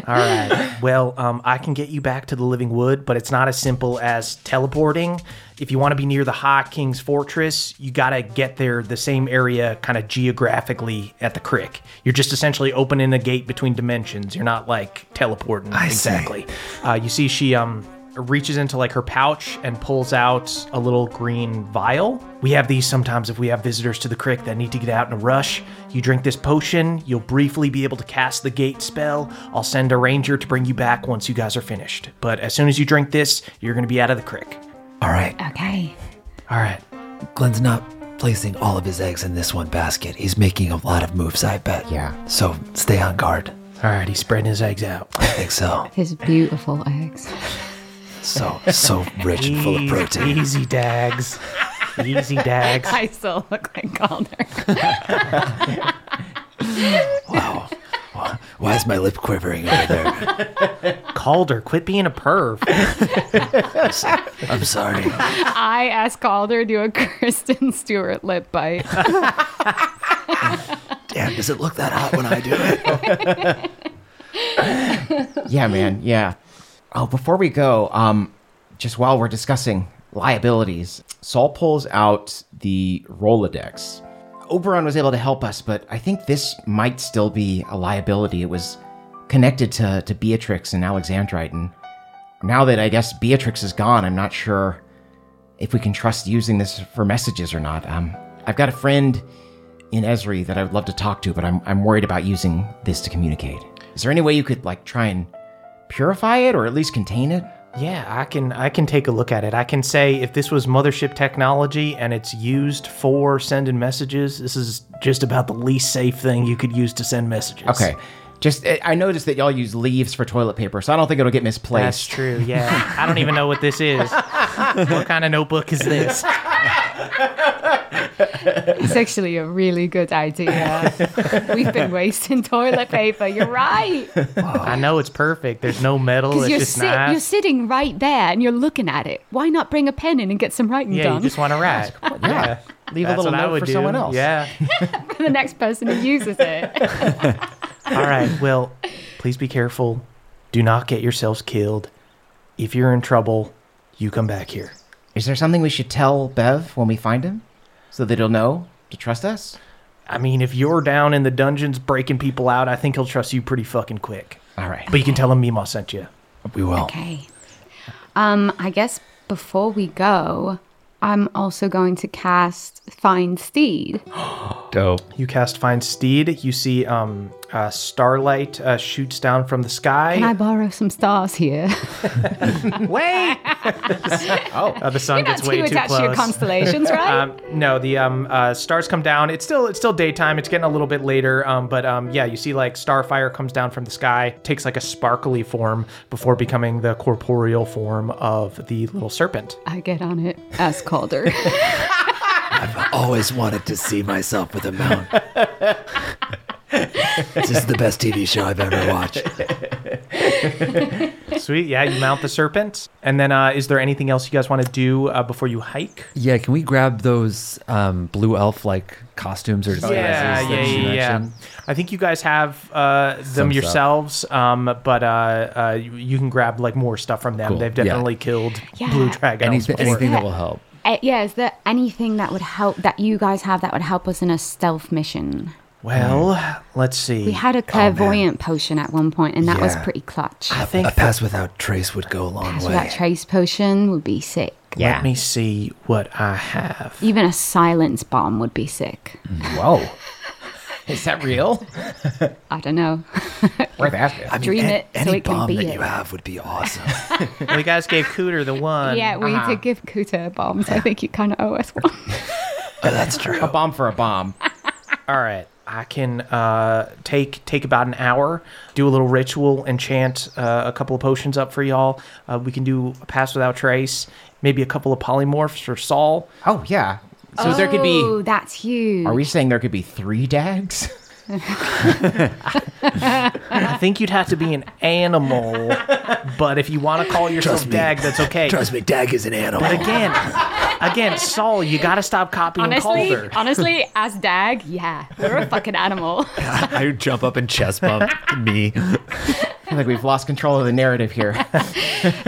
Speaker 2: right. Well, um, I can get you back to the living wood, but it's not as simple as teleporting. If you want to be near the High King's fortress, you got to get there the same area, kind of geographically at the crick. You're just essentially opening a gate between dimensions. You're not like teleporting
Speaker 3: I see.
Speaker 2: exactly. Uh, you see, she um reaches into like her pouch and pulls out a little green vial. We have these sometimes if we have visitors to the crick that need to get out in a rush. You drink this potion, you'll briefly be able to cast the gate spell. I'll send a ranger to bring you back once you guys are finished. But as soon as you drink this, you're going to be out of the crick.
Speaker 3: All right.
Speaker 4: Okay.
Speaker 3: All right. Glenn's not placing all of his eggs in this one basket. He's making a lot of moves, I bet.
Speaker 5: Yeah.
Speaker 3: So stay on guard.
Speaker 2: All right, he's spreading his eggs out.
Speaker 3: I think so.
Speaker 4: His beautiful eggs.
Speaker 3: So, so rich and full of protein.
Speaker 2: Easy dags. Easy dags.
Speaker 4: I still look like Calder.
Speaker 3: Wow. Why- Why is my lip quivering over there?
Speaker 2: Calder, quit being a perv.
Speaker 3: I'm sorry.
Speaker 4: I asked Calder to do a Kristen Stewart lip bite.
Speaker 3: Damn, does it look that hot when I do it?
Speaker 5: Yeah, man. Yeah. Oh, before we go, um, just while we're discussing liabilities, Saul pulls out the Rolodex. Oberon was able to help us, but I think this might still be a liability. It was connected to, to Beatrix and Alexandrite, and now that I guess Beatrix is gone, I'm not sure if we can trust using this for messages or not. Um, I've got a friend in Esri that I would love to talk to, but I'm, I'm worried about using this to communicate. Is there any way you could like try and purify it or at least contain it?
Speaker 2: Yeah, I can I can take a look at it. I can say if this was mothership technology and it's used for sending messages, this is just about the least safe thing you could use to send messages.
Speaker 5: Okay. Just eh, I- I noticed that y'all use leaves for toilet paper, so I don't think it'll get misplaced.
Speaker 2: That's true. Yeah. I don't even know what this is. what kind of notebook is this?
Speaker 4: It's actually a really good idea. We've been wasting toilet paper. You're right.
Speaker 2: I know it's perfect. There's no metal.
Speaker 4: Because
Speaker 2: Oh, It's
Speaker 4: you're,
Speaker 2: just
Speaker 4: sit- you're
Speaker 2: nice.
Speaker 4: sitting right there and you're looking at it. Why not bring a pen in and get some writing
Speaker 2: Yeah, you
Speaker 4: done
Speaker 2: just want to write.
Speaker 5: Yeah. Leave
Speaker 2: That's
Speaker 5: a little
Speaker 2: what I
Speaker 5: note
Speaker 2: would
Speaker 5: for
Speaker 2: do.
Speaker 5: someone else.
Speaker 2: Yeah.
Speaker 4: for the next person who uses it?
Speaker 2: All right. Well, please be careful. Do not get yourselves killed. If you're in trouble, you come back here.
Speaker 5: Is there something we should tell Bev when we find him, so that he'll know to trust us?
Speaker 2: I mean, if you're down in the dungeons breaking people out, I think he'll trust you pretty fucking quick.
Speaker 5: All right.
Speaker 2: But you can tell him Mima sent you.
Speaker 3: We will.
Speaker 4: Okay. Um, I guess before we go, I'm also going to cast Find Steed.
Speaker 6: Dope.
Speaker 2: You cast Find Steed. You see um, uh, starlight uh, shoots down from the sky.
Speaker 4: Can I borrow some stars here?
Speaker 2: Wait! Uh, the sun
Speaker 4: You're not
Speaker 2: gets way
Speaker 4: too
Speaker 2: too
Speaker 4: attached to your
Speaker 2: close.
Speaker 4: constellations, right?
Speaker 2: um, no, the um, uh, stars come down. It's still it's still daytime. It's getting a little bit later. Um, but um, yeah, you see like starfire comes down from the sky, takes like a sparkly form before becoming the corporeal form of the little serpent.
Speaker 4: I get on it as Calder.
Speaker 3: I've always wanted to see myself with a mount. this is the best TV show I've ever watched.
Speaker 2: Sweet. Yeah, you mount the serpent. And then uh, is there anything else you guys want to do uh, before you hike?
Speaker 6: Yeah, can we grab those um, blue elf like costumes or disguises? that she mentioned?
Speaker 2: I think you guys have uh, them
Speaker 6: Some stuff.
Speaker 2: yourselves, um, but uh, uh, you, you can grab like more stuff from them.
Speaker 6: Cool.
Speaker 2: They've
Speaker 6: Yeah.
Speaker 2: definitely killed
Speaker 4: Yeah.
Speaker 2: blue dragons.
Speaker 6: Anything,
Speaker 2: before.
Speaker 6: anything that will help.
Speaker 4: Uh, yeah, is there anything that would help that you guys have that would help us in a stealth mission?
Speaker 6: Mm.
Speaker 2: Well, let's see.
Speaker 5: Mm.
Speaker 4: We
Speaker 5: Oh,
Speaker 4: had a clairvoyant potion at one point, and that was
Speaker 3: Yeah.
Speaker 4: pretty clutch.
Speaker 5: Oh,
Speaker 2: I think
Speaker 3: a pass without trace would go a long
Speaker 4: So
Speaker 3: way.
Speaker 4: that trace potion would be sick.
Speaker 2: Let me see what I have.
Speaker 4: Even a silence bomb would be sick.
Speaker 5: Whoa. Is that real?
Speaker 4: I don't know.
Speaker 5: Worth asking.
Speaker 3: I mean,
Speaker 4: Dream
Speaker 3: an-
Speaker 4: it so
Speaker 3: any
Speaker 4: it can
Speaker 3: bomb
Speaker 4: be
Speaker 3: that
Speaker 4: it.
Speaker 3: you have would be awesome. Oh,
Speaker 2: well, you guys gave Cooter the one.
Speaker 4: yeah, we
Speaker 5: Uh-huh.
Speaker 4: did give Kuta bombs. I think you kind of owe us one.
Speaker 3: oh, that's true.
Speaker 5: A bomb for a bomb.
Speaker 2: All right. I can uh, take take about an hour, do a little ritual, and chant uh, a couple of potions up for y'all. Uh, we can do a pass without trace, maybe a couple of polymorphs for Saul.
Speaker 5: Oh yeah. So there could be.
Speaker 4: Oh, that's huge.
Speaker 5: Are we saying there could be three dags?
Speaker 2: I think you'd have to be an animal, but if you want to call yourself
Speaker 3: Trust me.
Speaker 2: Dag, that's okay.
Speaker 3: Trust me, Dag is an animal.
Speaker 2: But again, again, Saul, you got to stop copying
Speaker 4: Honestly,
Speaker 2: Calder.
Speaker 4: honestly, as Dag, yeah, we're a fucking animal.
Speaker 6: I jump up and chest bump me.
Speaker 5: I feel like we've lost control of the narrative here.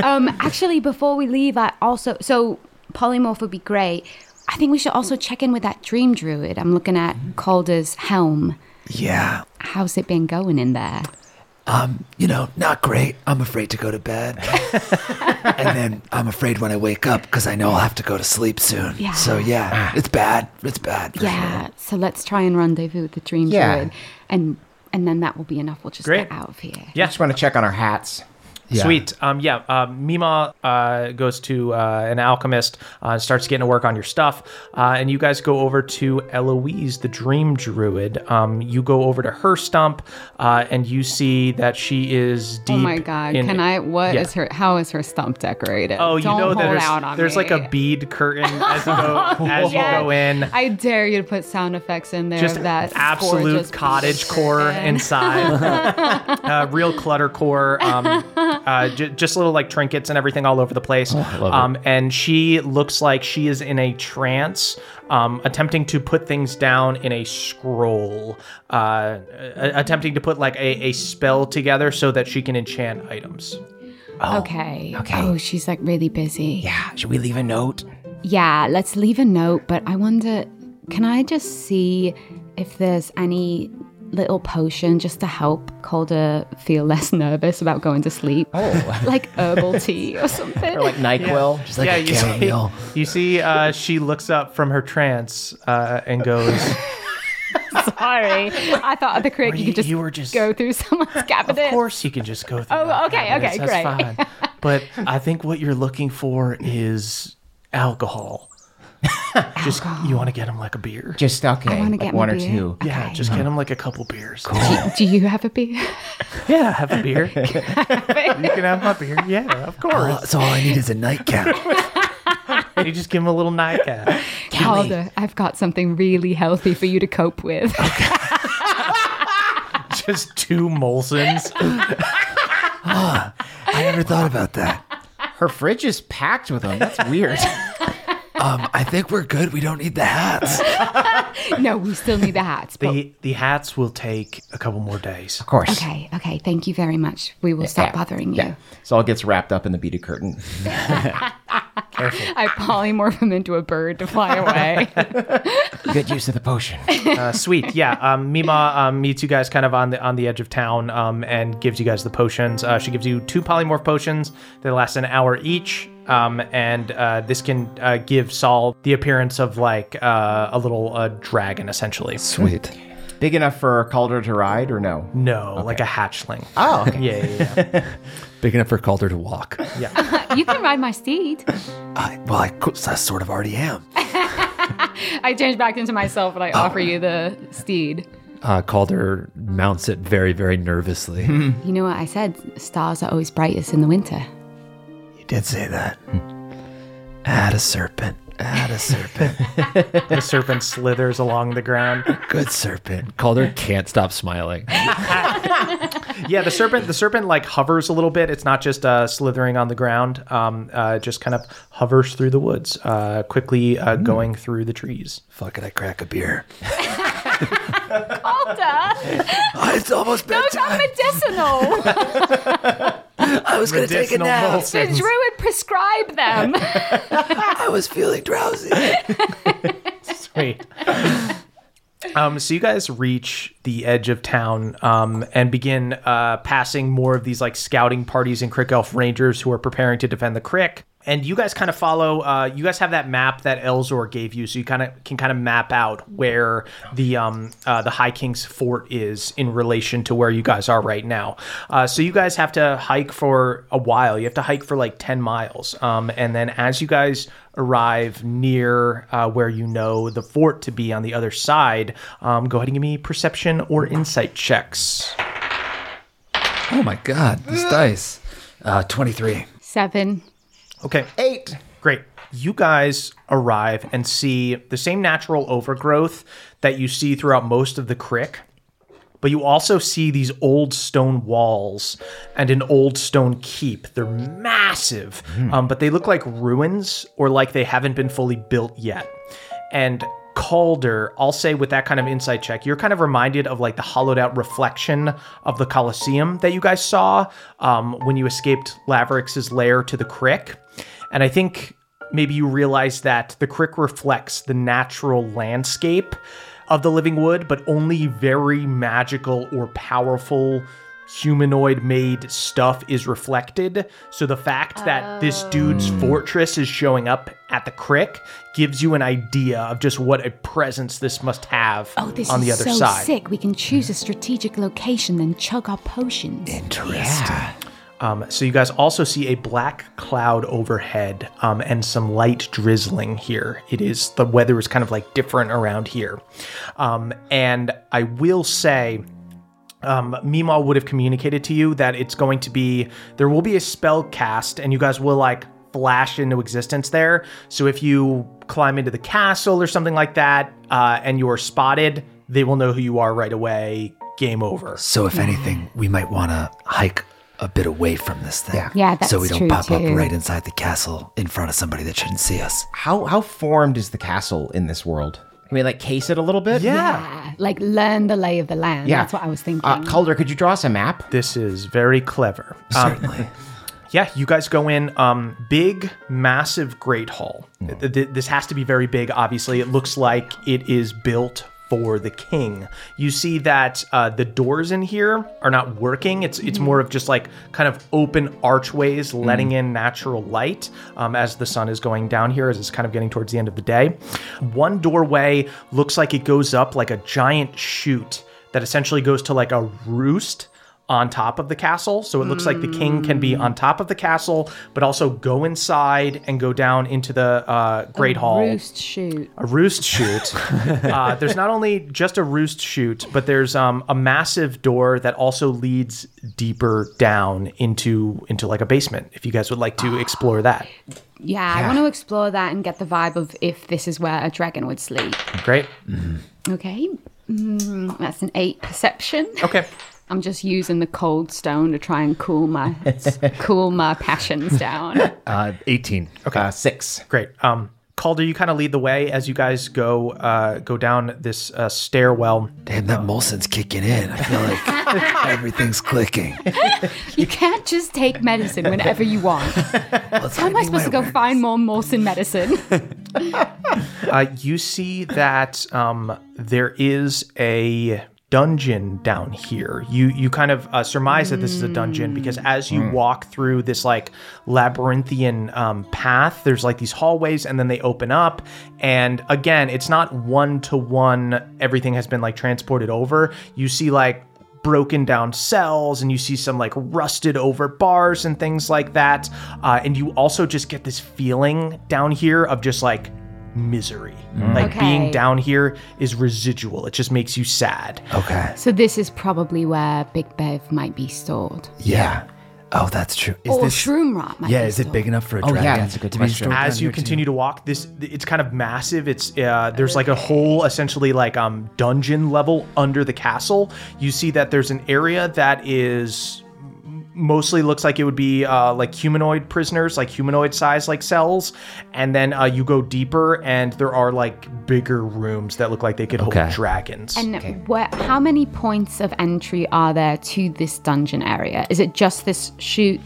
Speaker 4: Um, actually, before we leave, I also so polymorph would be great. I think we should also check in with that dream druid.
Speaker 5: Mm-hmm.
Speaker 4: I'm looking at Calder's helm.
Speaker 3: yeah.
Speaker 4: How's it been going in there?
Speaker 3: um, you know, not great. I'm afraid to go to bed. and then I'm afraid when I wake up because I know I'll have to go to sleep soon.
Speaker 4: Yeah.
Speaker 3: So,
Speaker 6: Ah.
Speaker 3: yeah, it's bad. It's bad. for
Speaker 4: Yeah. So let's try and rendezvous with the dream
Speaker 5: Yeah.
Speaker 4: druid, and and then that will be enough. We'll just
Speaker 2: Great.
Speaker 4: get out of here.
Speaker 2: Yeah.
Speaker 5: Just want to check on our hats.
Speaker 3: Yeah.
Speaker 2: Sweet. Um, yeah. Um, Mima uh, goes to uh, an alchemist, uh, starts getting to work on your stuff, uh, and you guys go over to Eloise, the dream druid. Um, you go over to her stump, uh, and you see that she is deep.
Speaker 4: Oh my god!
Speaker 2: in-
Speaker 4: Can I? What is
Speaker 2: Yeah.
Speaker 4: her? How is her stump decorated?
Speaker 2: Oh, you
Speaker 4: Don't
Speaker 2: know that
Speaker 4: hold
Speaker 2: there's,
Speaker 4: out on
Speaker 2: there's like
Speaker 4: me.
Speaker 2: a bead curtain as you go, as you go in.
Speaker 4: I dare you to put sound effects in there.
Speaker 2: just
Speaker 4: of that gorgeous
Speaker 2: absolute cottage
Speaker 4: picture.
Speaker 2: core
Speaker 4: Yeah.
Speaker 2: inside uh, real clutter core um, uh, j- just little like trinkets and everything all over the place um, and she looks like she is in a trance um, attempting to put things down in a scroll uh, a- attempting to put like a, a spell together so that she can enchant items
Speaker 4: Okay.
Speaker 5: okay.
Speaker 4: Oh, she's like really busy.
Speaker 5: Yeah. Should we leave a note?
Speaker 4: Yeah, let's leave a note, but I wonder can I just see if there's any little potion just to help Calder feel less nervous about going to sleep? Oh. like herbal tea or something.
Speaker 5: Or like Nyquil?
Speaker 3: Just like a
Speaker 2: you see,
Speaker 3: chamomile.
Speaker 2: you see uh, she looks up from her trance uh, and goes
Speaker 4: Sorry. I thought at the crick you could just,
Speaker 2: you were just-
Speaker 4: go through someone's cabinet.
Speaker 2: Of course, you can just go through.
Speaker 4: Oh,
Speaker 2: that
Speaker 4: okay,
Speaker 2: cabinet.
Speaker 4: okay,
Speaker 2: That's
Speaker 4: great.
Speaker 2: fine. But I think what you're looking for is alcohol. just you want to get him like a beer.
Speaker 5: Just okay.
Speaker 4: wanna
Speaker 5: Like
Speaker 4: get my
Speaker 5: one or
Speaker 4: beer.
Speaker 5: two.
Speaker 2: Yeah, just get him like a couple beers.
Speaker 4: Do you have a beer?
Speaker 2: Yeah, have a beer. you can have my beer. Yeah, of
Speaker 3: All,
Speaker 2: course.
Speaker 3: so, all I need is a nightcap.
Speaker 2: And you just give him a little nightcap.
Speaker 4: Calder, I've got something really healthy for you to cope with.
Speaker 2: Just two Molsons.
Speaker 3: I never thought about that.
Speaker 5: Her fridge is packed with them. That's weird.
Speaker 3: Um, I think we're good. We don't need the hats.
Speaker 4: no, we still need the hats. But
Speaker 2: The the hats will take a couple more days.
Speaker 5: of course.
Speaker 4: Okay, okay. Thank you very much. We will stop
Speaker 5: Yeah.
Speaker 4: bothering you.
Speaker 5: Yeah. So all gets wrapped up in the beaded curtain.
Speaker 4: I polymorph him into a bird to fly away.
Speaker 5: Good use of the potion.
Speaker 2: Uh, sweet, yeah. Um, Mima um, meets you guys kind of on the on the edge of town um, and gives you guys the potions. Uh, she gives you two polymorph potions. They last an hour each, um, and uh, this can uh, give Saul the appearance of like uh, a little uh, dragon, essentially.
Speaker 3: Sweet.
Speaker 5: Big enough for Calder to ride or no?
Speaker 2: No, like a hatchling.
Speaker 5: Oh, okay.
Speaker 2: Yeah, yeah, yeah.
Speaker 6: Big enough for Calder to walk.
Speaker 4: you can ride my steed.
Speaker 3: I, well, I, co- I sort of already am.
Speaker 4: I change back into myself and I
Speaker 2: Oh.
Speaker 4: offer you the steed.
Speaker 6: Uh, Calder mounts it very, very nervously.
Speaker 4: You know what I said? Stars are always brightest in the winter.
Speaker 3: You did say that.
Speaker 6: Hmm.
Speaker 3: Add a serpent. Add a serpent.
Speaker 2: the serpent slithers along the ground.
Speaker 3: Good serpent.
Speaker 6: Calder can't stop smiling.
Speaker 2: Yeah, the serpent. The serpent like hovers a little bit. It's not just uh, slithering on the ground. Um, uh, just kind of hovers through the woods, uh, quickly uh,
Speaker 5: Hmm.
Speaker 2: going through the trees.
Speaker 3: Fuck it, I crack a beer.
Speaker 4: Alda,
Speaker 3: Ah, it's almost
Speaker 4: those are
Speaker 3: bedtime.
Speaker 4: medicinal.
Speaker 3: I was going to take a
Speaker 2: Medicinal
Speaker 3: nap.
Speaker 4: the druid prescribed them.
Speaker 3: I was feeling drowsy.
Speaker 2: Sweet. Um, so you guys reach the edge of town um, and begin uh, passing more of these like scouting parties and Crick Elf Rangers who are preparing to defend the Crick. And you guys kind of follow. Uh, you guys have that map that Elzor gave you, so you kind of can kind of map out where the um, uh, the High King's fort is in relation to where you guys are right now. Uh, so you guys have to hike for a while. You have to hike for like ten miles, um, and then as you guys arrive near uh, where you know the fort to be on the other side, um, go ahead and give me perception or insight checks.
Speaker 6: oh my God, these dice.
Speaker 3: Uh, 23.
Speaker 4: Seven.
Speaker 2: Okay.
Speaker 5: Eight.
Speaker 2: Great. You guys arrive and see the same natural overgrowth that you see throughout most of the crick, but you also see these old stone walls and an old stone keep. They're massive, um, but they look like ruins or like they haven't been fully built yet. And Calder, I'll say with that kind of insight check, you're kind of reminded of like the hollowed out reflection of the Colosseum that you guys saw um, when you escaped Laverick's lair to the crick. And I think maybe you realize that the crick reflects the natural landscape of the living wood, but only very magical or powerful humanoid made stuff is reflected. So the fact that
Speaker 4: Oh.
Speaker 2: this dude's fortress is showing up at the crick gives you an idea of just what a presence this must have
Speaker 4: Oh, this
Speaker 2: on
Speaker 4: is
Speaker 2: the other
Speaker 4: so
Speaker 2: side.
Speaker 4: sick. We can choose a strategic location, then chug our potions.
Speaker 3: Interesting.
Speaker 2: Um, so you guys also see a black cloud overhead um, and some light drizzling here. It is the weather is kind of like different around here, um, and I will say. Um, Mima would have communicated to you that it's going to be there will be a spell cast, and you guys will like flash into existence there. So if you climb into the castle or something like that, uh, and you are spotted, they will know who you are right away. Game over.
Speaker 3: So if anything, we might want to hike a bit away from this thing. Yeah,
Speaker 4: Yeah,
Speaker 3: So
Speaker 4: that's
Speaker 3: we don't
Speaker 4: true,
Speaker 3: pop
Speaker 4: too.
Speaker 3: up right inside the castle in front of somebody that shouldn't see us.
Speaker 5: How how formed is the castle in this world? Can we like case it a little bit?
Speaker 4: Yeah, uh, like learn the lay of the land. That's what I was thinking.
Speaker 5: Uh, Calder, could you draw us a map?
Speaker 2: This is very clever. Um,
Speaker 3: Certainly.
Speaker 2: Yeah, you guys go in. Um, big, massive, great hall. Th- th- this has to be very big. Obviously, it looks like it is built for the king. You see that uh, the doors in here are not working. It's it's more of just like kind of open archways letting in natural light um, as the sun is going down here. As it's kind of getting towards the end of the day, one doorway looks like it goes up like a giant chute that essentially goes to like a roost on top of the castle. So it looks like the king can be on top of the castle, but also go inside and go down into the uh, Great Hall.
Speaker 4: Roost shoot.
Speaker 2: A roost chute. uh, there's not only just a roost chute, but there's um, a massive door that also leads deeper down into into like a basement. If you guys would like to explore that,
Speaker 4: Yeah, I want to explore that and get the vibe of if this is where a dragon would sleep.
Speaker 2: great.
Speaker 4: Okay, mm, that's an eight perception.
Speaker 2: Okay.
Speaker 4: I'm just using the cold stone to try and cool my cool my passions down.
Speaker 6: Uh, 18.
Speaker 5: Okay. Uh, six.
Speaker 2: Great. Um, Calder, you kind of lead the way as you guys go uh, go down this uh, stairwell.
Speaker 3: Damn, that Molson's kicking in. I feel like everything's clicking.
Speaker 4: You can't just take medicine whenever you want. How am I supposed to go find more Mawson medicine?
Speaker 2: Uh, you see that um, there is a dungeon down here. You you kind of uh, surmise that this is a dungeon because as you walk through this like labyrinthian um, path, there's like these hallways, and then they open up. And again, it's not one to one. Everything has been like transported over. You see like broken down cells and you see some like rusted over bars and things like that uh, and you also just get this feeling down here of just like misery like being
Speaker 4: Okay.
Speaker 2: down here is residual it just makes you sad
Speaker 3: Okay.
Speaker 4: so this is probably where Big Bev might be stored,
Speaker 3: Yeah. Oh, that's true. Is
Speaker 4: or
Speaker 3: this?
Speaker 4: Shroom Rot might.
Speaker 3: Oh, yeah,
Speaker 4: be
Speaker 3: is it
Speaker 4: stored.
Speaker 3: big enough for a
Speaker 5: yeah,
Speaker 3: dragon?
Speaker 5: that's a good
Speaker 3: to be
Speaker 5: question.
Speaker 3: stored
Speaker 2: as
Speaker 3: down
Speaker 2: you
Speaker 3: here, too?
Speaker 2: continue to walk this it's kind of massive it's uh there's like a whole essentially like um dungeon level under the castle you see that there's an area that is m- mostly looks like it would be uh like humanoid prisoners like humanoid size like cells and then uh you go deeper and there are like bigger rooms that look like they could
Speaker 6: Okay.
Speaker 2: hold dragons
Speaker 4: And where, how many points of entry are there to this dungeon area? Is it just this chute?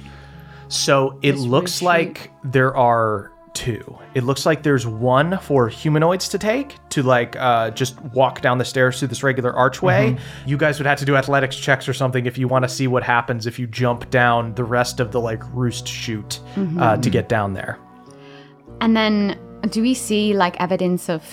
Speaker 2: So it
Speaker 4: This
Speaker 2: looks
Speaker 4: retreat-
Speaker 2: like there are two. It looks like there's one for humanoids to take to like uh, just walk down the stairs through this regular archway. You guys would have to do athletics checks or something if you want to see what happens if you jump down the rest of the like roost chute uh, to get down there.
Speaker 4: And then, do we see like evidence of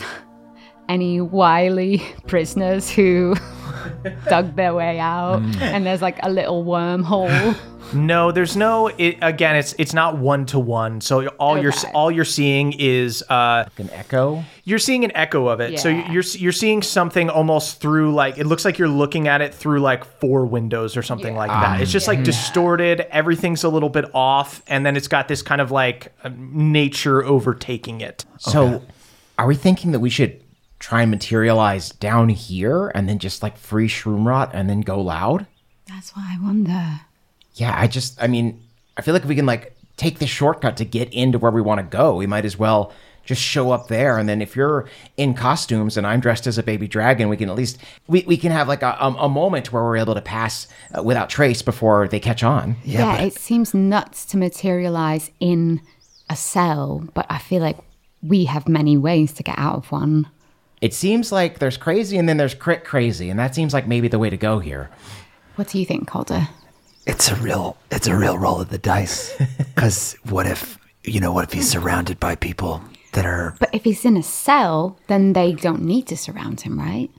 Speaker 4: any wily prisoners who dug their way out? And there's like a little wormhole.
Speaker 2: No, there's no. It, again, it's it's not one to one. So all you're
Speaker 4: Okay.
Speaker 2: all you're seeing is uh,
Speaker 5: An echo.
Speaker 2: you're seeing an echo of it. So
Speaker 4: Yeah.
Speaker 2: you're you're seeing something almost through like it looks like you're looking at it through like four windows or something like that. It's just
Speaker 5: Mm-hmm.
Speaker 2: like distorted. Everything's a little bit off, and then it's got this kind of like um, nature overtaking it.
Speaker 5: So, are we thinking that we should try and materialize down here and then just like free shroom rot and then go loud?
Speaker 4: That's why I wonder.
Speaker 5: Yeah, I just, I mean, I feel like if we can like take the shortcut to get into where we want to go, we might as well just show up there. And then if you're in costumes and I'm dressed as a baby dragon, we can at least, we, we can have like a, um, a moment where we're able to pass uh, without trace before they catch on.
Speaker 4: Yeah, it seems nuts to materialize in a cell, but I feel like we have many ways to get out of one.
Speaker 5: It seems like there's crazy and then there's crit crazy. And that seems like maybe the way to go here.
Speaker 4: What do you think, Calder?
Speaker 3: It's a real it's a real roll of the dice. Cause what if you know, what if he's surrounded by people that are
Speaker 4: But if he's in a cell, then they don't need to surround him, right?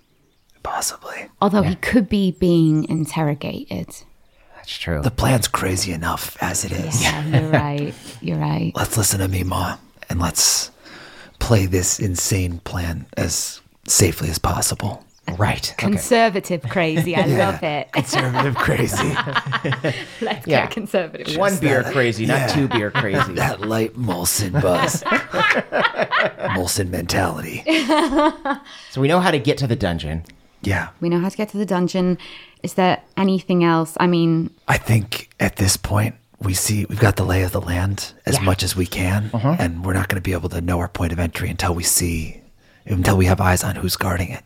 Speaker 3: possibly
Speaker 4: Although he could be being interrogated.
Speaker 5: That's true.
Speaker 3: the plan's crazy enough as it is.
Speaker 4: Yeah, you're right. You're right.
Speaker 3: Let's listen to me, Ma, and let's play this insane plan as safely as possible.
Speaker 5: right. Okay.
Speaker 4: Conservative crazy. I love it.
Speaker 3: Conservative crazy.
Speaker 5: Yeah.
Speaker 4: Let's get conservative.
Speaker 5: One beer crazy, not two beer crazy.
Speaker 3: That light Molson buzz. Molson mentality.
Speaker 5: so we know how to get to the dungeon.
Speaker 3: Yeah.
Speaker 4: We know how to get to the dungeon. Is there anything else? I mean,
Speaker 3: I think at this point, we see we've got the lay of the land as much as we can,
Speaker 6: Uh-huh.
Speaker 3: and we're not going to be able to know our point of entry until we see, until we have eyes on who's guarding it.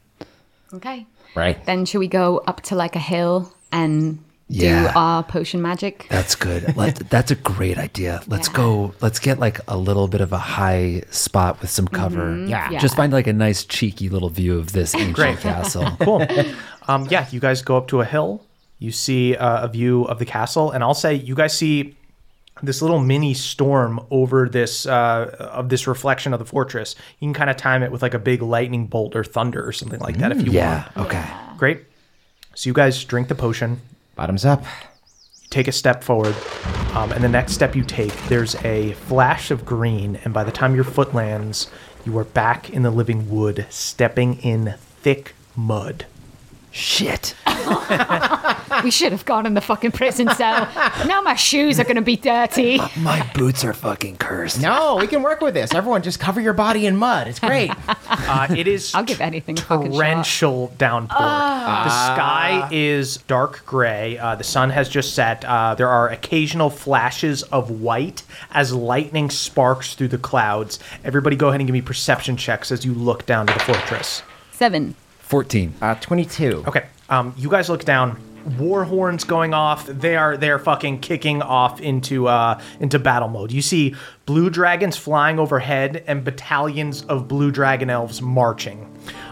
Speaker 4: okay.
Speaker 5: Right.
Speaker 4: Then should we go up to like a hill and
Speaker 3: Yeah.
Speaker 4: do our potion magic?
Speaker 3: That's good. Let, that's a great idea.
Speaker 6: Let's go. Let's get like a little bit of a high spot with some cover. Just find like a nice cheeky little view of this ancient castle.
Speaker 2: cool. Um, yeah, you guys go up to a hill. You see uh, a view of the castle, and I'll say you guys see this little mini storm over this uh, of this reflection of the fortress. You can kind of time it with like a big lightning bolt or thunder or something like that if you
Speaker 3: Yeah. Okay.
Speaker 2: want. Great. So you guys drink the potion,
Speaker 5: Bottoms up.
Speaker 2: take a step forward, um, and the next step you take, there's a flash of green, and by the time your foot lands, you are back in the living wood, stepping in thick mud.
Speaker 3: Shit.
Speaker 5: Ah.
Speaker 4: We should have gone in the fucking prison cell. now my shoes are going to be dirty.
Speaker 3: My boots are fucking cursed.
Speaker 5: No, we can work with this. Everyone, just cover your body in mud. It's great.
Speaker 2: Uh, it is
Speaker 4: I'll give anything a fucking shot.
Speaker 2: torrential downpour. the sky is dark gray. Uh, the sun has just set. Uh, there are occasional flashes of white as lightning sparks through the clouds. Everybody, go ahead and give me perception checks as you look down to the fortress.
Speaker 4: Seven.
Speaker 6: 14.
Speaker 5: Uh, 22.
Speaker 2: Okay, um, you guys look down. War horns going off. They are they are fucking kicking off into uh, into battle mode. You see blue dragons flying overhead and battalions of blue dragon elves marching.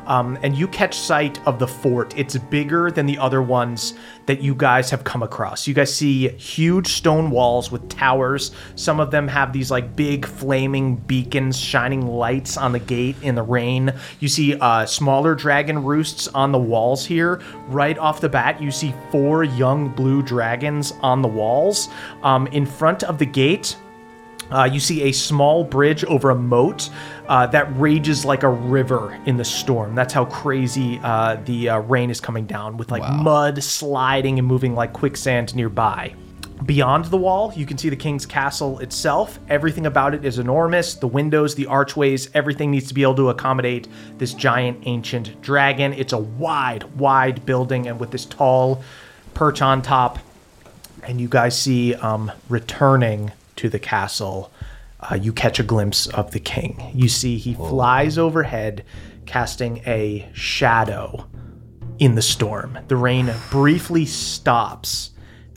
Speaker 2: Um, and you catch sight of the fort. It's bigger than the other ones that you guys have come across. You guys see huge stone walls with towers. Some of them have these like big flaming beacons shining lights on the gate in the rain. You see uh, smaller dragon roosts on the walls here. Right off the bat, you see four young blue dragons on the walls. Um, in front of the gate, uh, you see a small bridge over a moat uh, that rages like a river in the storm. That's how crazy uh, the uh, rain is coming down, with like mud sliding and moving like quicksand nearby. Beyond the wall, you can see the king's castle itself. Everything about it is enormous. The windows, the archways, everything needs to be able to accommodate this giant ancient dragon. It's a wide, wide building, and with this tall perch on top, and you guys see um, returning to the castle. Uh, you catch a glimpse of the king. You see he flies overhead, casting a shadow in the storm. The rain briefly stops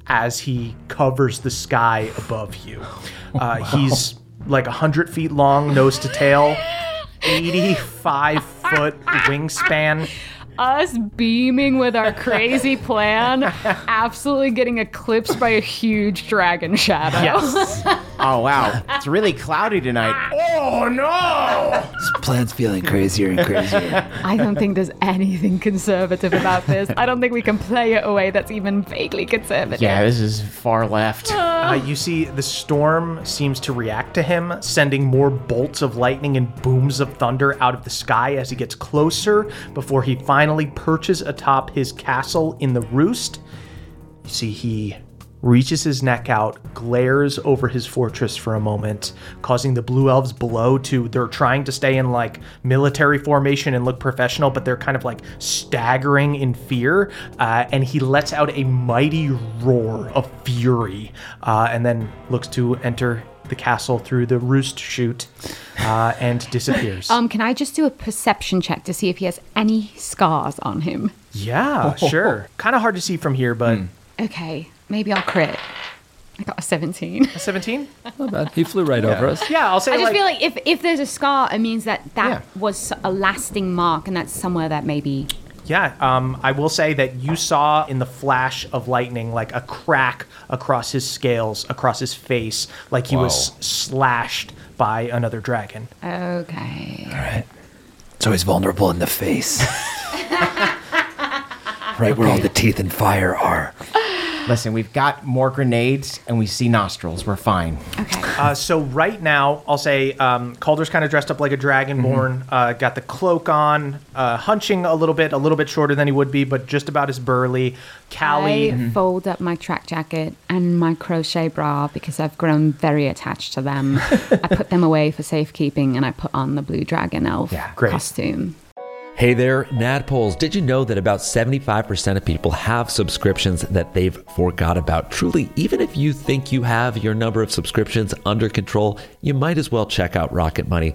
Speaker 2: as he covers the sky above you. Uh, he's like 100 feet long, nose to tail, 85 foot wingspan.
Speaker 4: Us beaming with our crazy plan, absolutely getting eclipsed by a huge dragon shadow.
Speaker 2: Yes.
Speaker 5: Oh, wow. It's really cloudy tonight.
Speaker 2: oh no!
Speaker 3: This plan's feeling crazier and crazier.
Speaker 4: I don't think there's anything conservative about this. I don't think we can play it away that's even vaguely conservative.
Speaker 5: Yeah, this is far left.
Speaker 2: Uh, you see, the storm seems to react to him, sending more bolts of lightning and booms of thunder out of the sky as he gets closer before he finally perches atop his castle in the roost. You see, he reaches his neck out, glares over his fortress for a moment, causing the blue elves below to. They're trying to stay in like military formation and look professional, but they're kind of like staggering in fear. Uh, and he lets out a mighty roar of fury uh, and then looks to enter the castle through the roost chute uh, and disappears.
Speaker 4: Um, can I just do a perception check to see if he has any scars on him?
Speaker 2: yeah, sure. Kind of hard to see from here, but.
Speaker 4: Okay, maybe I'll crit. I got a 17.
Speaker 2: 17?
Speaker 6: Not bad. He flew right over us.
Speaker 2: Yeah, I'll say
Speaker 4: I just
Speaker 2: like,
Speaker 4: feel like if, if there's a scar, it means that that
Speaker 5: Yeah.
Speaker 4: was a lasting mark and that's somewhere that maybe
Speaker 2: Yeah, um, I will say that you saw in the flash of lightning like a crack across his scales, across his face, like he was slashed by another dragon.
Speaker 4: Okay.
Speaker 3: It's always vulnerable in the face. right where all the teeth and fire are.
Speaker 5: Listen, we've got more grenades and we see nostrils. We're fine.
Speaker 4: Okay.
Speaker 2: Uh, so right now, I'll say um, Calder's kind of dressed up like a dragonborn, uh, got the cloak on, uh, hunching a little bit, a little bit shorter than he would be, but just about as burly. Callie, Mm-hmm.
Speaker 4: I fold up my track jacket and my crochet bra because I've grown very attached to them. I put them away for safekeeping and I put on the blue dragon elf
Speaker 2: great.
Speaker 4: costume.
Speaker 8: Hey there, Nadpoles. Did you know that about 75% of people have subscriptions that they've forgot about? Truly, even if you think you have your number of subscriptions under control, you might as well check out Rocket Money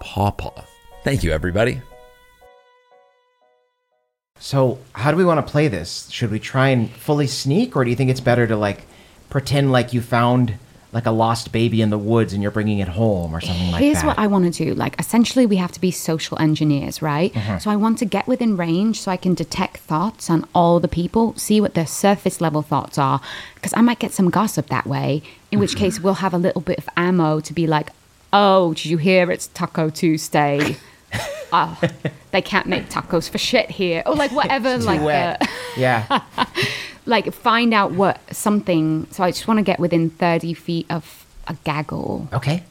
Speaker 8: pawpaw. Thank you, everybody.
Speaker 5: So, how do we want to play this? Should we try and fully sneak, or do you think it's better to like pretend like you found like a lost baby in the woods and you're bringing it home or something like
Speaker 4: Here's
Speaker 5: that?
Speaker 4: what I want to do. Like, essentially, we have to be social engineers, right?
Speaker 5: Uh-huh.
Speaker 4: So I want to get within range so I can detect thoughts on all the people, see what their surface level thoughts are, because I might get some gossip that way, in which case we'll have a little bit of ammo to be like, oh, did you hear it's Taco Tuesday? oh, they can't make tacos for shit here. Or like whatever, like
Speaker 5: Duet.
Speaker 4: the-
Speaker 5: yeah.
Speaker 4: like find out what something. So I just want to get within 30 feet of a gaggle.
Speaker 5: Okay.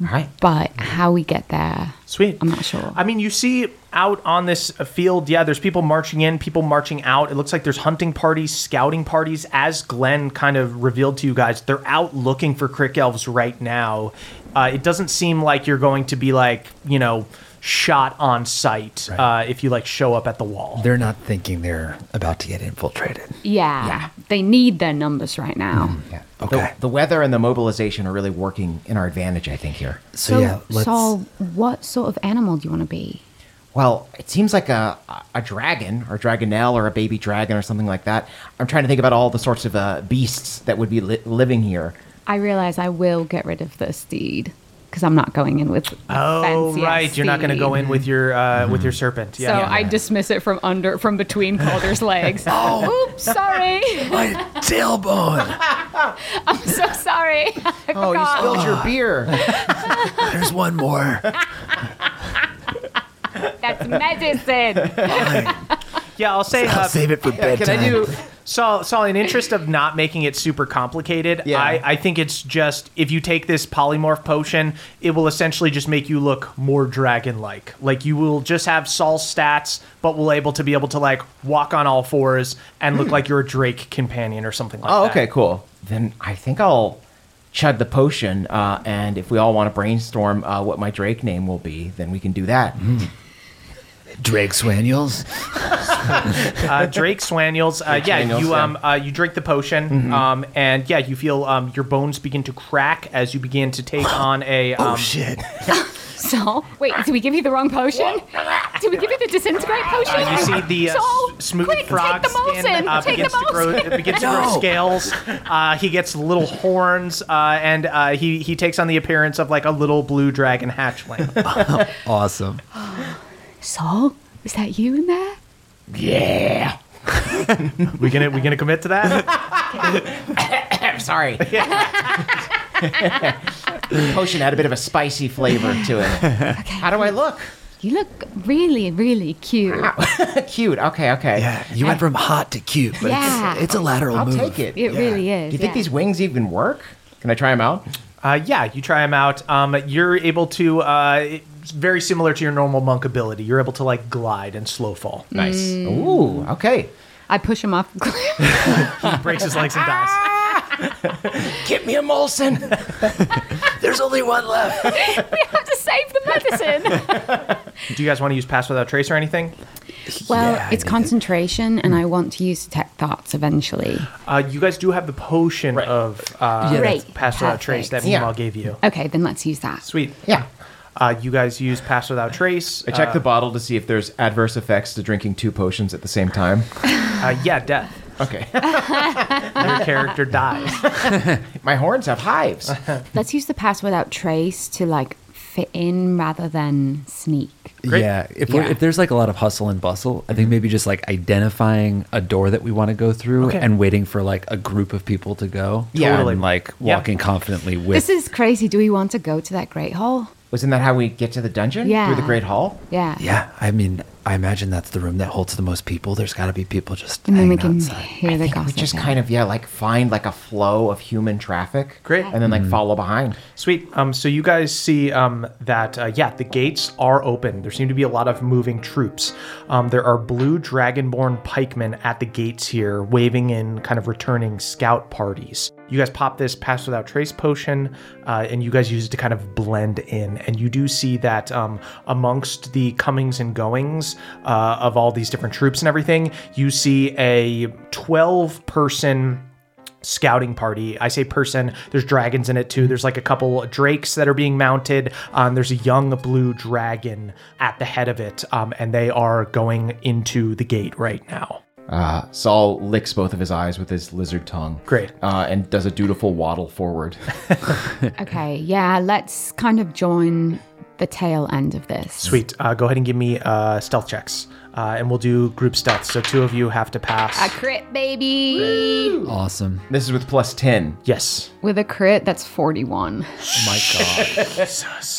Speaker 5: All right.
Speaker 4: But how we get there,
Speaker 2: Sweet.
Speaker 4: I'm not sure.
Speaker 2: I mean, you see out on this uh, field, yeah, there's people marching in, people marching out. It looks like there's hunting parties, scouting parties. As Glenn kind of revealed to you guys, they're out looking for crick elves right now. Uh, it doesn't seem like you're going to be like, you know, shot on sight uh, if you like show up at the wall.
Speaker 3: They're not thinking they're about to get infiltrated.
Speaker 4: yeah, they need their numbers right now.
Speaker 2: Mm,
Speaker 5: Yeah.
Speaker 3: Okay.
Speaker 5: The, the weather and the mobilization are really working in our advantage, I think, here.
Speaker 3: So, yeah, let's.
Speaker 4: Saul, what sort of animal do you want to be?
Speaker 5: Well, it seems like a, a dragon or a dragonelle or a baby dragon or something like that. I'm trying to think about all the sorts of uh, beasts that would be li- living here.
Speaker 4: I realize I will get rid of the steed because I'm not going in with. the
Speaker 2: Oh,
Speaker 4: fanciest
Speaker 2: right. You're not going to go in with your uh,
Speaker 3: Mm-hmm.
Speaker 2: with your serpent.
Speaker 4: steed.
Speaker 2: Yeah.
Speaker 4: So I dismiss it from under, from between Calder's legs. oh, oops, sorry.
Speaker 3: My tailbone!
Speaker 4: I'm so sorry. I
Speaker 5: Oh, you
Speaker 4: forgot.
Speaker 5: spilled your
Speaker 3: Ah.
Speaker 5: beer.
Speaker 3: There's one more.
Speaker 4: That's medicine.
Speaker 2: yeah, I'll say. Uh,
Speaker 3: I'll save it for
Speaker 5: Can
Speaker 3: bedtime.
Speaker 5: I do
Speaker 2: So, so in interest of not making it super complicated,
Speaker 5: Yeah.
Speaker 2: I, I think it's just if you take this polymorph potion, it will essentially just make you look more dragon-like. Like you will just have Saul's stats, but will able to be able to like walk on all fours and look like you're a Drake companion or something like
Speaker 5: Hmm. Oh,
Speaker 2: that.
Speaker 5: okay, cool. Then I think I'll chug the potion, uh, and if we all want to brainstorm uh, what my Drake name will be, then we can do that.
Speaker 3: Mm-hmm. Drake Swanuels.
Speaker 2: uh, Drake Swanuels. Uh, yeah,
Speaker 5: Drake Swanuels,
Speaker 2: you
Speaker 5: yeah. Mm-hmm.
Speaker 2: um uh, you drink the potion, um, and yeah, you feel um your bones begin to crack as you begin to take on a
Speaker 5: Oh,
Speaker 2: um,
Speaker 3: Shit.
Speaker 4: Saul, wait, did we give you the wrong potion? Did we give you the disintegrate potion?
Speaker 2: Uh, you see the uh,
Speaker 4: Saul,
Speaker 2: s- smooth
Speaker 4: quick,
Speaker 2: frog
Speaker 4: take the
Speaker 2: skin
Speaker 4: Molson.
Speaker 2: uh,
Speaker 4: take the
Speaker 2: begins to grow.
Speaker 4: Molson.
Speaker 2: It begins to grow scales. Uh, he gets little horns, uh, and uh, he he takes on the appearance of like a little blue dragon hatchling.
Speaker 6: Awesome.
Speaker 4: Saul, was that you in there?
Speaker 5: Yeah.
Speaker 2: we gonna we gonna commit to that?
Speaker 5: I'm sorry. potion had a bit of a spicy flavor to it. How do I look?
Speaker 4: You look really, really cute.
Speaker 5: Cute. Okay, okay.
Speaker 3: Yeah, you went from hot to cute, but
Speaker 4: Yeah.
Speaker 3: it's, it's a lateral
Speaker 5: I'll
Speaker 3: move.
Speaker 5: take it.
Speaker 4: It really
Speaker 5: Do
Speaker 4: is.
Speaker 5: you think
Speaker 4: yeah.
Speaker 5: these wings even work? Can I try them out?
Speaker 2: Uh, yeah, you try him out. Um, you're able to. Uh, it's very similar to your normal monk ability. You're able to like glide and slow fall.
Speaker 5: Nice. Mm. Ooh, okay.
Speaker 4: I push him off.
Speaker 2: He breaks his legs and dies.
Speaker 5: Get me a Molson.
Speaker 3: There's only one left.
Speaker 4: have to save the medicine.
Speaker 2: Do you guys want to use pass without trace or anything?
Speaker 4: well, it's concentration, and
Speaker 5: Mm.
Speaker 4: I want to use detect thoughts eventually.
Speaker 2: Uh, you guys do have the potion of uh,
Speaker 4: Great.
Speaker 2: pass without trace that
Speaker 4: Perfect.
Speaker 2: Meemaw
Speaker 5: Yeah.
Speaker 2: gave you.
Speaker 4: Okay, then let's use that.
Speaker 2: Sweet.
Speaker 5: Yeah. Uh,
Speaker 2: Uh, you guys use pass without trace.
Speaker 5: I check the bottle to see if there's adverse effects to drinking two potions at the same time.
Speaker 2: Uh, yeah, death.
Speaker 5: Okay.
Speaker 2: Your character dies.
Speaker 5: My horns have hives.
Speaker 4: Let's use the pass without trace to like fit in rather than sneak.
Speaker 6: Yeah. If, We're,
Speaker 4: Yeah.
Speaker 6: if there's like a lot of hustle and bustle, I think maybe just like identifying a door that we want to go through and waiting for like a group of people to go.
Speaker 5: Yeah.
Speaker 6: And like
Speaker 2: Yeah.
Speaker 6: walking confidently with.
Speaker 4: This is crazy. Do we want to go to that great hall?
Speaker 5: Wasn't that how we get to the dungeon?
Speaker 4: Yeah.
Speaker 5: Through the Great Hall?
Speaker 4: Yeah.
Speaker 3: Yeah, I mean, I imagine that's the room that holds the most people. There's got to be people just
Speaker 4: And then we
Speaker 3: hanging
Speaker 4: can
Speaker 3: outside.
Speaker 4: hear the
Speaker 5: I think we
Speaker 4: gossip.
Speaker 5: just kind of, yeah, like find like a flow of human traffic.
Speaker 2: Great.
Speaker 5: And then like follow behind.
Speaker 2: Sweet. Um, so you guys see um, that, uh, yeah, the gates are open. There seem to be a lot of moving troops. Um, there are blue dragonborn pikemen at the gates here, waving in kind of returning scout parties. You guys pop this Pass Without Trace potion, uh, and you guys use it to kind of blend in. And you do see that um, amongst the comings and goings uh, of all these different troops and everything, you see a 12 person scouting party. I say person, there's dragons in it too. There's like a couple drakes that are being mounted. Um, there's a young blue dragon at the head of it, um, and they are going into the gate right now.
Speaker 5: Uh, Saul licks both of his eyes with his lizard tongue.
Speaker 2: Great.
Speaker 5: Uh, and does a dutiful waddle forward.
Speaker 4: okay, yeah, let's kind of join the tail end of this.
Speaker 2: Sweet. Uh, go ahead and give me uh, stealth checks, uh, and we'll do group stealth. So two of you have to pass.
Speaker 4: A crit, baby!
Speaker 6: awesome.
Speaker 5: this is with plus 10.
Speaker 2: yes.
Speaker 4: With a crit, that's 41.
Speaker 6: My God.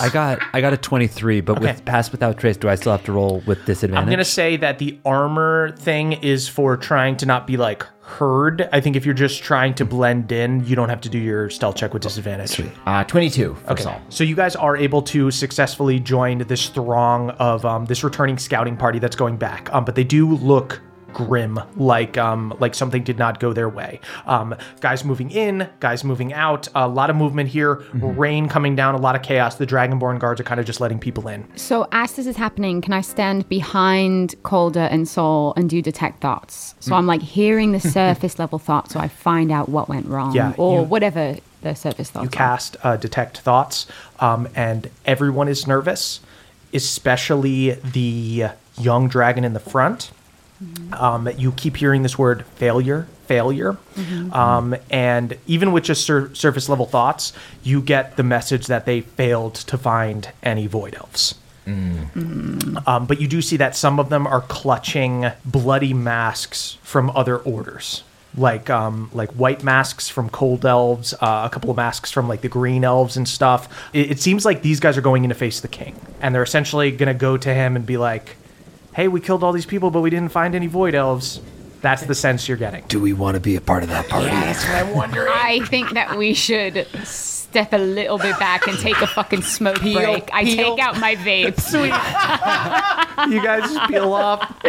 Speaker 6: I got I got a 23, but with pass without trace, do I still have to roll with disadvantage?
Speaker 2: I'm gonna say that the armor thing is for trying to not be like heard. I think if you're just trying to blend in, you don't have to do your stealth check with disadvantage.
Speaker 5: Uh, 22 for Saul.
Speaker 2: So you guys are able to successfully join this throng of um, this returning scouting party that's going back. Um, but they do look grim, like um, like something did not go their way. Um, guys moving in, guys moving out. A lot of movement here. Rain coming down. A lot of chaos. The Dragonborn guards are kind of just letting people in.
Speaker 4: So, as this is happening, can I stand behind Calder and Saul and do detect thoughts?
Speaker 2: Hmm.
Speaker 4: So, I'm like hearing the surface level thoughts, so I find out what went wrong
Speaker 2: Yeah,
Speaker 4: or
Speaker 2: you-
Speaker 4: whatever the surface thoughts
Speaker 2: You
Speaker 4: are.
Speaker 2: cast uh, detect thoughts, um, and everyone is nervous, especially the young dragon in the front. Um, you keep hearing this word failure, failure, um, and even with just sur- surface level thoughts, you get the message that they failed to find any void elves. Um, but you do see that some of them are clutching bloody masks from other orders, like um, like white masks from cold elves, uh, a couple of masks from like the green elves and stuff. It, it seems like these guys are going in to face the king, and they're essentially going to go to him and be like, "Hey, we killed all these people, but we didn't find any void elves. That's the sense you're getting.
Speaker 3: Do we want to be a part of that party?
Speaker 4: I think that we should step a little bit back and take a fucking smoke break. I
Speaker 5: peel.
Speaker 4: take out my vape.
Speaker 2: You guys just peel off.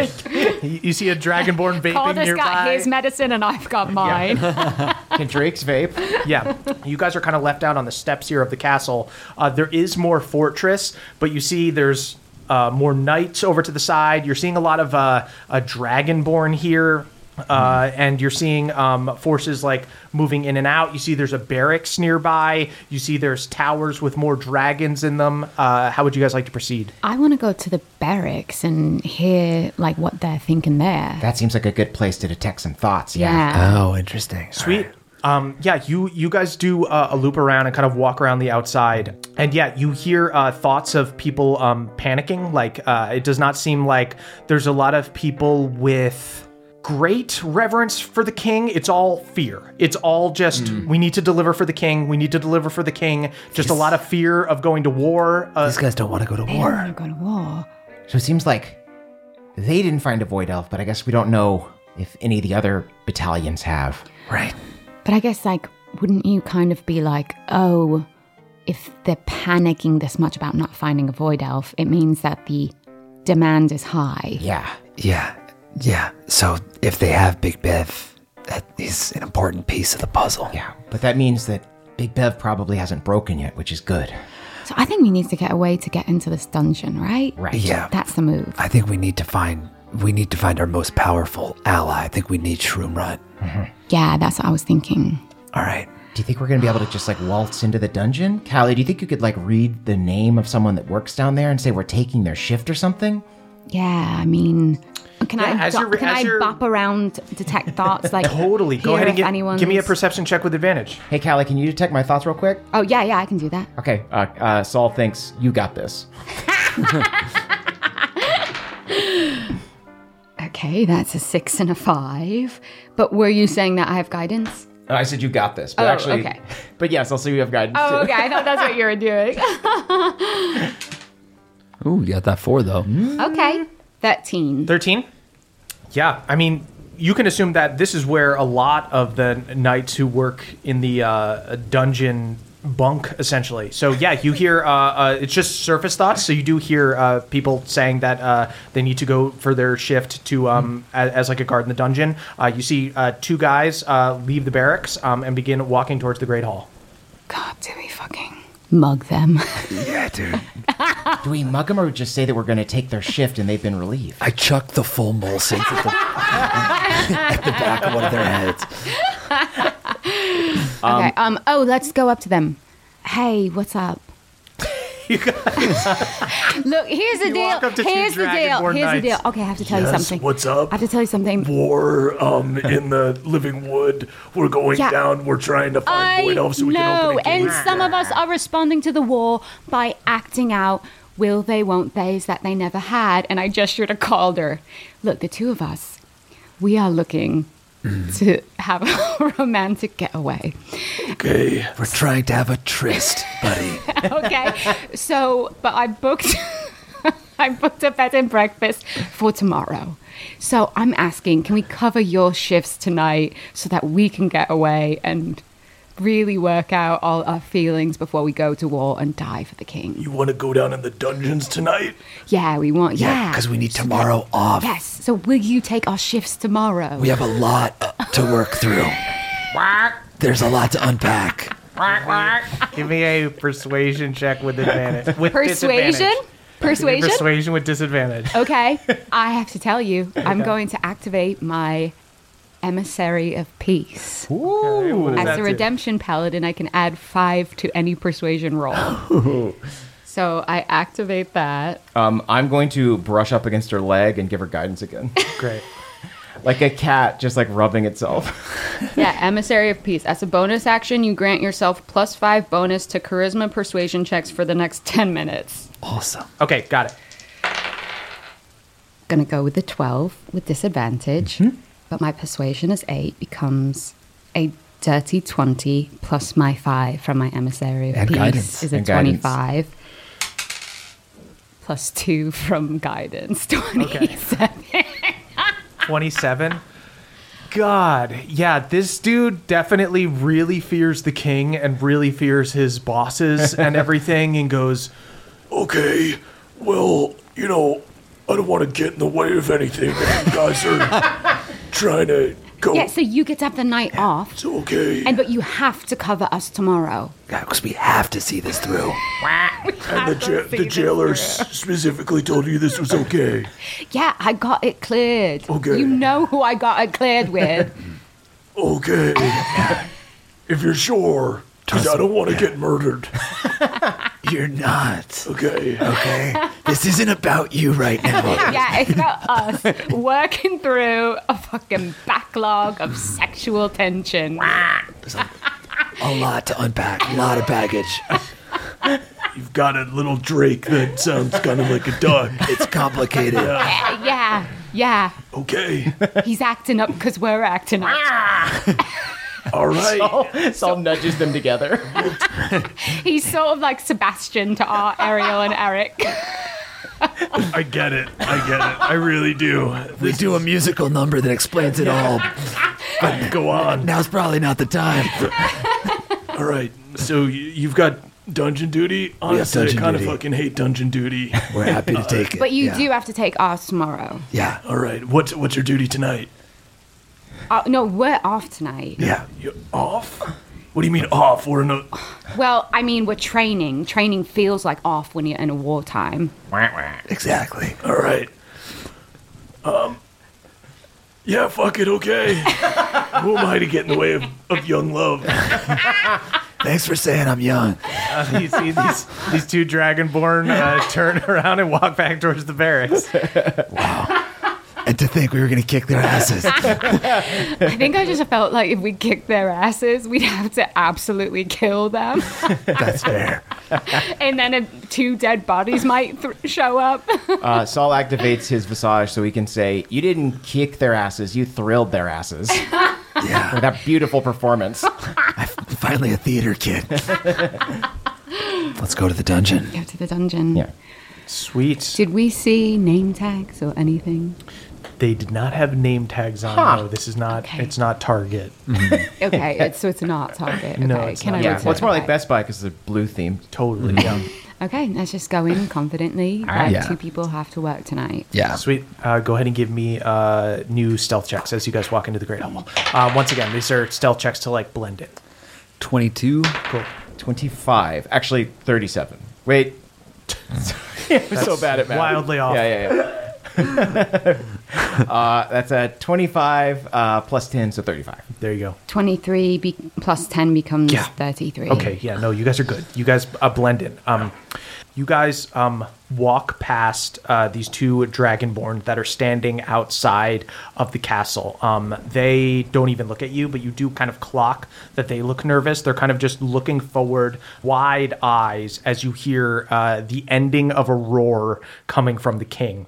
Speaker 2: you you see a dragonborn vaping
Speaker 4: Calder's
Speaker 2: nearby.
Speaker 4: got his medicine and I've got mine.
Speaker 5: Can Drake's vape?
Speaker 2: yeah, you guys are kind of left out on the steps here of the castle. Uh, there is more fortress, but you see there's uh, more knights over to the side. You're seeing a lot of uh, a dragonborn here. Uh, and you're seeing um, forces like moving in and out. You see, there's a barracks nearby. You see, there's towers with more dragons in them. Uh, how would you guys like to proceed?
Speaker 4: I want to go to the barracks and hear like what they're thinking there.
Speaker 5: That seems like a good place to detect some thoughts. Yeah.
Speaker 3: Oh, interesting.
Speaker 2: Sweet. Um, yeah, you you guys do uh, a loop around and kind of walk around the outside, and yeah, you hear uh, thoughts of people um, panicking. Like uh, it does not seem like there's a lot of people with great reverence for the king. It's all fear. It's all just we need to deliver for the king. We need to deliver for the king. Just a lot of fear of going to war. Uh,
Speaker 3: These guys don't want to go to
Speaker 4: They don't wanna
Speaker 3: war.
Speaker 4: go to war.
Speaker 5: So it seems like they didn't find a void elf, but I guess we don't know if any of the other battalions have.
Speaker 3: Right.
Speaker 4: But I guess like wouldn't you kind of be like, oh, if they're panicking this much about not finding a void elf, it means that the demand is high.
Speaker 5: Yeah.
Speaker 3: Yeah. Yeah. So if they have Big Bev, that is an important piece of the puzzle.
Speaker 5: Yeah. But that means that Big Bev probably hasn't broken yet, which is good.
Speaker 4: So I think we need to get a way to get into this dungeon, right?
Speaker 5: Right.
Speaker 3: Yeah.
Speaker 4: That's the move.
Speaker 3: I think we need to find we need to find our most powerful ally. I think we need Shroom Run.
Speaker 4: Yeah, that's what I was thinking.
Speaker 3: All right.
Speaker 5: Do you think we're going to be able to just like waltz into the dungeon? Callie, do you think you could like read the name of someone that works down there and say we're taking their shift or something?
Speaker 4: Yeah, I mean, can
Speaker 2: Yeah,
Speaker 4: I
Speaker 2: as
Speaker 4: do-
Speaker 2: you're-
Speaker 4: can
Speaker 2: as
Speaker 4: I
Speaker 2: you're-
Speaker 4: bop around, detect thoughts, like
Speaker 2: totally. Go
Speaker 4: hear
Speaker 2: ahead and
Speaker 4: if
Speaker 2: get,
Speaker 4: anyone's...
Speaker 2: give me a perception check with advantage.
Speaker 5: Hey, Callie, can you detect my thoughts real quick?
Speaker 4: Oh yeah, yeah, I can do that.
Speaker 5: Okay. Uh, uh, Saul thinks you got this.
Speaker 4: Okay, that's a six and a five. But were you saying that I have guidance?
Speaker 5: I said you got this, but
Speaker 4: Oh,
Speaker 5: actually,
Speaker 4: okay.
Speaker 5: but yes, I'll say you have guidance
Speaker 4: Oh,
Speaker 5: too.
Speaker 4: okay. I thought that's what you were doing.
Speaker 6: Ooh, you got that four though. Hmm?
Speaker 4: okay, thirteen.
Speaker 2: 13 yeah i mean you can assume that this is where a lot of the knights who work in the uh, dungeon bunk essentially so yeah you hear uh, uh, it's just surface thoughts so you do hear uh, people saying that uh, they need to go for their shift to um, as, as like a guard in the dungeon uh, you see uh, two guys uh, leave the barracks um, and begin walking towards the great hall
Speaker 4: God, do we fucking mug them?
Speaker 3: Yeah, dude.
Speaker 5: Do we mug them or just say that we're going to take their shift and they've been relieved?
Speaker 3: I chucked the full Molson at the, at the back of one of their heads.
Speaker 4: okay. Um. Oh, let's go up to them. Hey, what's up? you guys. Look, here's the
Speaker 2: You
Speaker 4: deal.
Speaker 2: walk up to two
Speaker 4: here's the deal.
Speaker 2: Dragonborn
Speaker 4: Here's the deal.
Speaker 2: knights.
Speaker 4: Okay, I have to tell you
Speaker 9: Yes,
Speaker 4: something.
Speaker 9: what's up?
Speaker 4: I have to tell you something.
Speaker 9: War um, in the living wood. We're going
Speaker 4: Yeah.
Speaker 9: down. We're trying to find
Speaker 4: I
Speaker 9: void elves so we can
Speaker 4: know,
Speaker 9: open a
Speaker 4: and
Speaker 9: gate.
Speaker 4: some of us are responding to the war by acting out will they, won't they's that they never had. And I gesture to Calder. Look, the two of us, we are looking
Speaker 9: Mm.
Speaker 4: to have a romantic getaway.
Speaker 9: Okay.
Speaker 3: We're trying to have a tryst, buddy.
Speaker 4: Okay, so but I booked, I booked a bed and breakfast for tomorrow. So I'm asking, can we cover your shifts tonight so that we can get away and really work out all our feelings before we go to war and die for the king?
Speaker 9: You want to go down in the dungeons tonight?
Speaker 4: Yeah, we want. Yeah,
Speaker 3: Yeah, because we need tomorrow off.
Speaker 4: Yes. So will you take our shifts tomorrow?
Speaker 3: We have a lot uh, to work through. There's a lot to unpack.
Speaker 2: give me a persuasion check with advantage with
Speaker 4: Persuasion.
Speaker 2: disadvantage.
Speaker 4: Persuasion.
Speaker 2: persuasion with disadvantage
Speaker 4: Okay, I have to tell you, I'm going to activate my emissary of peace.
Speaker 2: What does that
Speaker 4: As a
Speaker 2: do?
Speaker 4: redemption paladin, I can add five to any persuasion roll. so I activate that.
Speaker 5: Um, I'm going to brush up against her leg and give her guidance again.
Speaker 2: great
Speaker 5: like a cat just like rubbing itself.
Speaker 4: yeah, emissary of peace. As a bonus action, you grant yourself plus five bonus to charisma persuasion checks for the next ten minutes.
Speaker 3: Awesome.
Speaker 2: okay got it
Speaker 4: Gonna go with the twelve with disadvantage, but my persuasion is eight becomes a dirty twenty plus my five from my emissary of
Speaker 3: And
Speaker 4: peace
Speaker 3: guidance.
Speaker 4: is a
Speaker 5: And guidance.
Speaker 4: twenty-five. Plus two from guidance, twenty-seven.
Speaker 2: 27 God. Yeah, this dude definitely really fears the king and really fears his bosses and everything and goes,
Speaker 9: Okay, well, you know, I don't want to get in the way of anything. If you guys are trying to go.
Speaker 4: Yeah, so you get to have the night off. It's
Speaker 9: okay.
Speaker 4: And but you have to cover us tomorrow.
Speaker 3: Because we have to see this through.
Speaker 9: and the, ja- the jailer s- specifically told you this was okay.
Speaker 4: Yeah, I got it cleared. Okay. You know who I got it cleared with.
Speaker 9: Okay. if you're sure, because I don't want to get murdered.
Speaker 3: You're not.
Speaker 9: Okay.
Speaker 3: Okay. this isn't about you right now.
Speaker 4: yeah, it's about us working through a fucking backlog of sexual tension.
Speaker 3: A lot to unpack, a lot of baggage.
Speaker 9: You've got a little Drake that sounds kind of like a dog.
Speaker 3: It's complicated.
Speaker 4: Uh, yeah, yeah.
Speaker 9: Okay.
Speaker 4: He's acting up because we're acting up.
Speaker 9: All right.
Speaker 5: Saul, Saul nudges them together.
Speaker 4: He's sort of like Sebastian to our Ariel and Eric.
Speaker 9: I get it. I get it. I really do.
Speaker 3: We
Speaker 9: This
Speaker 3: do a musical number that explains it all.
Speaker 9: could go on.
Speaker 3: Now's probably not the time.
Speaker 9: All right. So y- you've got dungeon duty. Honestly,
Speaker 3: dungeon
Speaker 9: I kind
Speaker 3: duty.
Speaker 9: of fucking hate dungeon duty.
Speaker 3: We're happy to take it.
Speaker 4: But you
Speaker 3: yeah.
Speaker 4: do have to take ours tomorrow.
Speaker 3: Yeah.
Speaker 9: All right. What's what's your duty tonight?
Speaker 4: Uh, no, we're off tonight.
Speaker 3: Yeah.
Speaker 9: You're off? What do you mean off? We're in a.
Speaker 4: Well, I mean, we're training. Training feels like off when you're in a wartime.
Speaker 3: Exactly.
Speaker 9: All right. Um. Yeah. Fuck it. Okay. Who am I to get in the way of, of young love?
Speaker 3: Thanks for saying I'm young.
Speaker 2: you see these, these two dragonborn uh, turn around and walk back towards the barracks.
Speaker 3: And to think we were going to kick their asses.
Speaker 4: I think I just felt like if we kicked their asses, we'd have to absolutely kill them.
Speaker 3: That's fair.
Speaker 4: and then uh, two dead bodies might th- show up.
Speaker 5: Uh, Saul activates his visage so he can say, "You didn't kick their asses. You thrilled their asses."
Speaker 3: Yeah.
Speaker 5: With that beautiful performance.
Speaker 3: I'm finally a theater kid. Let's go to the dungeon.
Speaker 4: Go to the dungeon.
Speaker 5: Yeah.
Speaker 2: Sweet.
Speaker 4: Did we see name tags or anything?
Speaker 2: They did not have name tags on.
Speaker 5: Huh.
Speaker 2: No, this is not.
Speaker 4: Okay.
Speaker 2: It's not Target.
Speaker 4: Okay, it's, so it's not Target. Okay.
Speaker 2: No, it's
Speaker 4: Can
Speaker 2: not.
Speaker 4: I
Speaker 5: Yeah.
Speaker 4: return
Speaker 5: Well, it's more
Speaker 4: it
Speaker 5: like
Speaker 4: back?
Speaker 5: Best Buy because they're blue themed.
Speaker 2: Totally. Yeah.
Speaker 4: Okay, let's just go in confidently. Uh,
Speaker 3: Yeah.
Speaker 4: Two people have to work tonight.
Speaker 3: Yeah.
Speaker 2: Sweet. Uh, go ahead and give me uh, new stealth checks as you guys walk into the Great Hall. Uh, once again, these are stealth checks to like blend in.
Speaker 6: 22.
Speaker 2: Cool.
Speaker 5: Twenty-five, actually thirty-seven. Wait. I'm so bad at math.
Speaker 2: wildly off.
Speaker 5: Yeah, yeah, yeah. uh, that's a 25 uh, plus 10, so 35.
Speaker 2: There you go.
Speaker 4: 23 be- plus 10 becomes
Speaker 2: Yeah.
Speaker 4: 33.
Speaker 2: Okay, yeah, no, you guys are good. You guys uh, blend in. Um, you guys um, walk past uh, these two dragonborn that are standing outside of the castle. Um, they don't even look at you, but you do kind of clock that they look nervous. They're kind of just looking forward, wide eyes, as you hear uh, the ending of a roar coming from the king.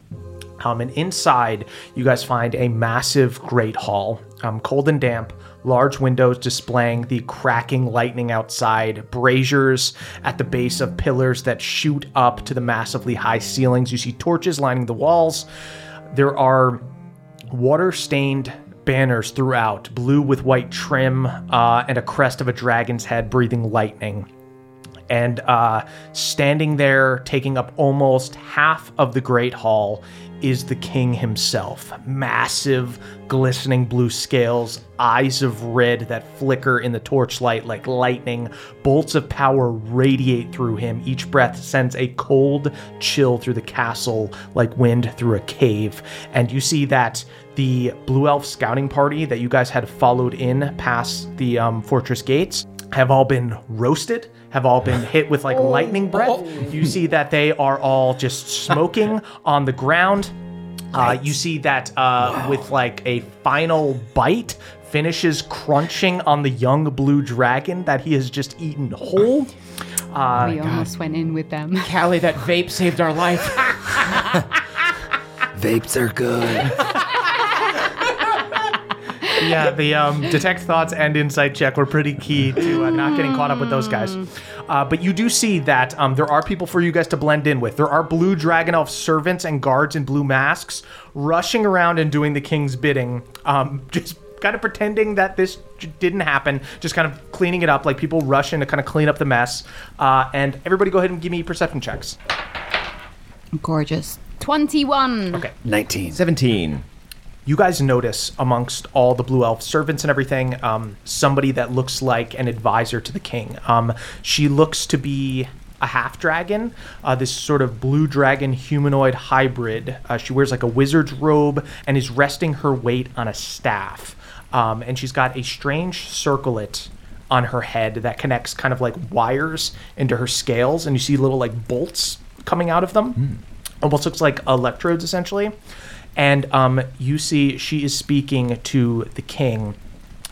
Speaker 2: Um, and inside, you guys find a massive great hall, um, cold and damp, large windows displaying the cracking lightning outside, braziers at the base of pillars that shoot up to the massively high ceilings. You see torches lining the walls. There are water stained banners throughout, blue with white trim, uh, and a crest of a dragon's head breathing lightning and uh, standing there, taking up almost half of the Great Hall, is the king himself. Massive, glistening blue scales, eyes of red that flicker in the torchlight like lightning. Bolts of power radiate through him. Each breath sends a cold chill through the castle like wind through a cave. And you see that the Blue Elf scouting party that you guys had followed in past the um, fortress gates have all been roasted, have all been hit with like lightning breath. You see that they are all just smoking on the ground. Uh, you see that uh, with like a final bite finishes crunching on the young blue dragon that he has just eaten whole.
Speaker 4: we almost went in with them.
Speaker 5: Callie, that vape saved our life.
Speaker 3: Vapes are good.
Speaker 2: yeah, the um, detect thoughts and insight check were pretty key to uh, not getting caught up with those guys. Uh, but you do see that um, there are people for you guys to blend in with. There are blue dragon elf servants and guards in blue masks rushing around and doing the king's bidding, um, just kind of pretending that this j- didn't happen, just kind of cleaning it up, like people rush in to kind of clean up the mess. Uh, and everybody, go ahead and give me perception checks.
Speaker 4: Gorgeous. 21.
Speaker 2: Okay.
Speaker 3: 19.
Speaker 5: 17.
Speaker 2: You guys notice amongst all the blue elf servants and everything, um, somebody that looks like an advisor to the king. Um, she looks to be a half dragon, uh, this sort of blue dragon humanoid hybrid. Uh, she wears like a wizard's robe and is resting her weight on a staff. Um, and she's got a strange circlet on her head that connects kind of like wires into her scales, and you see little like bolts coming out of them almost looks like electrodes essentially. And um, you see she is speaking to the king.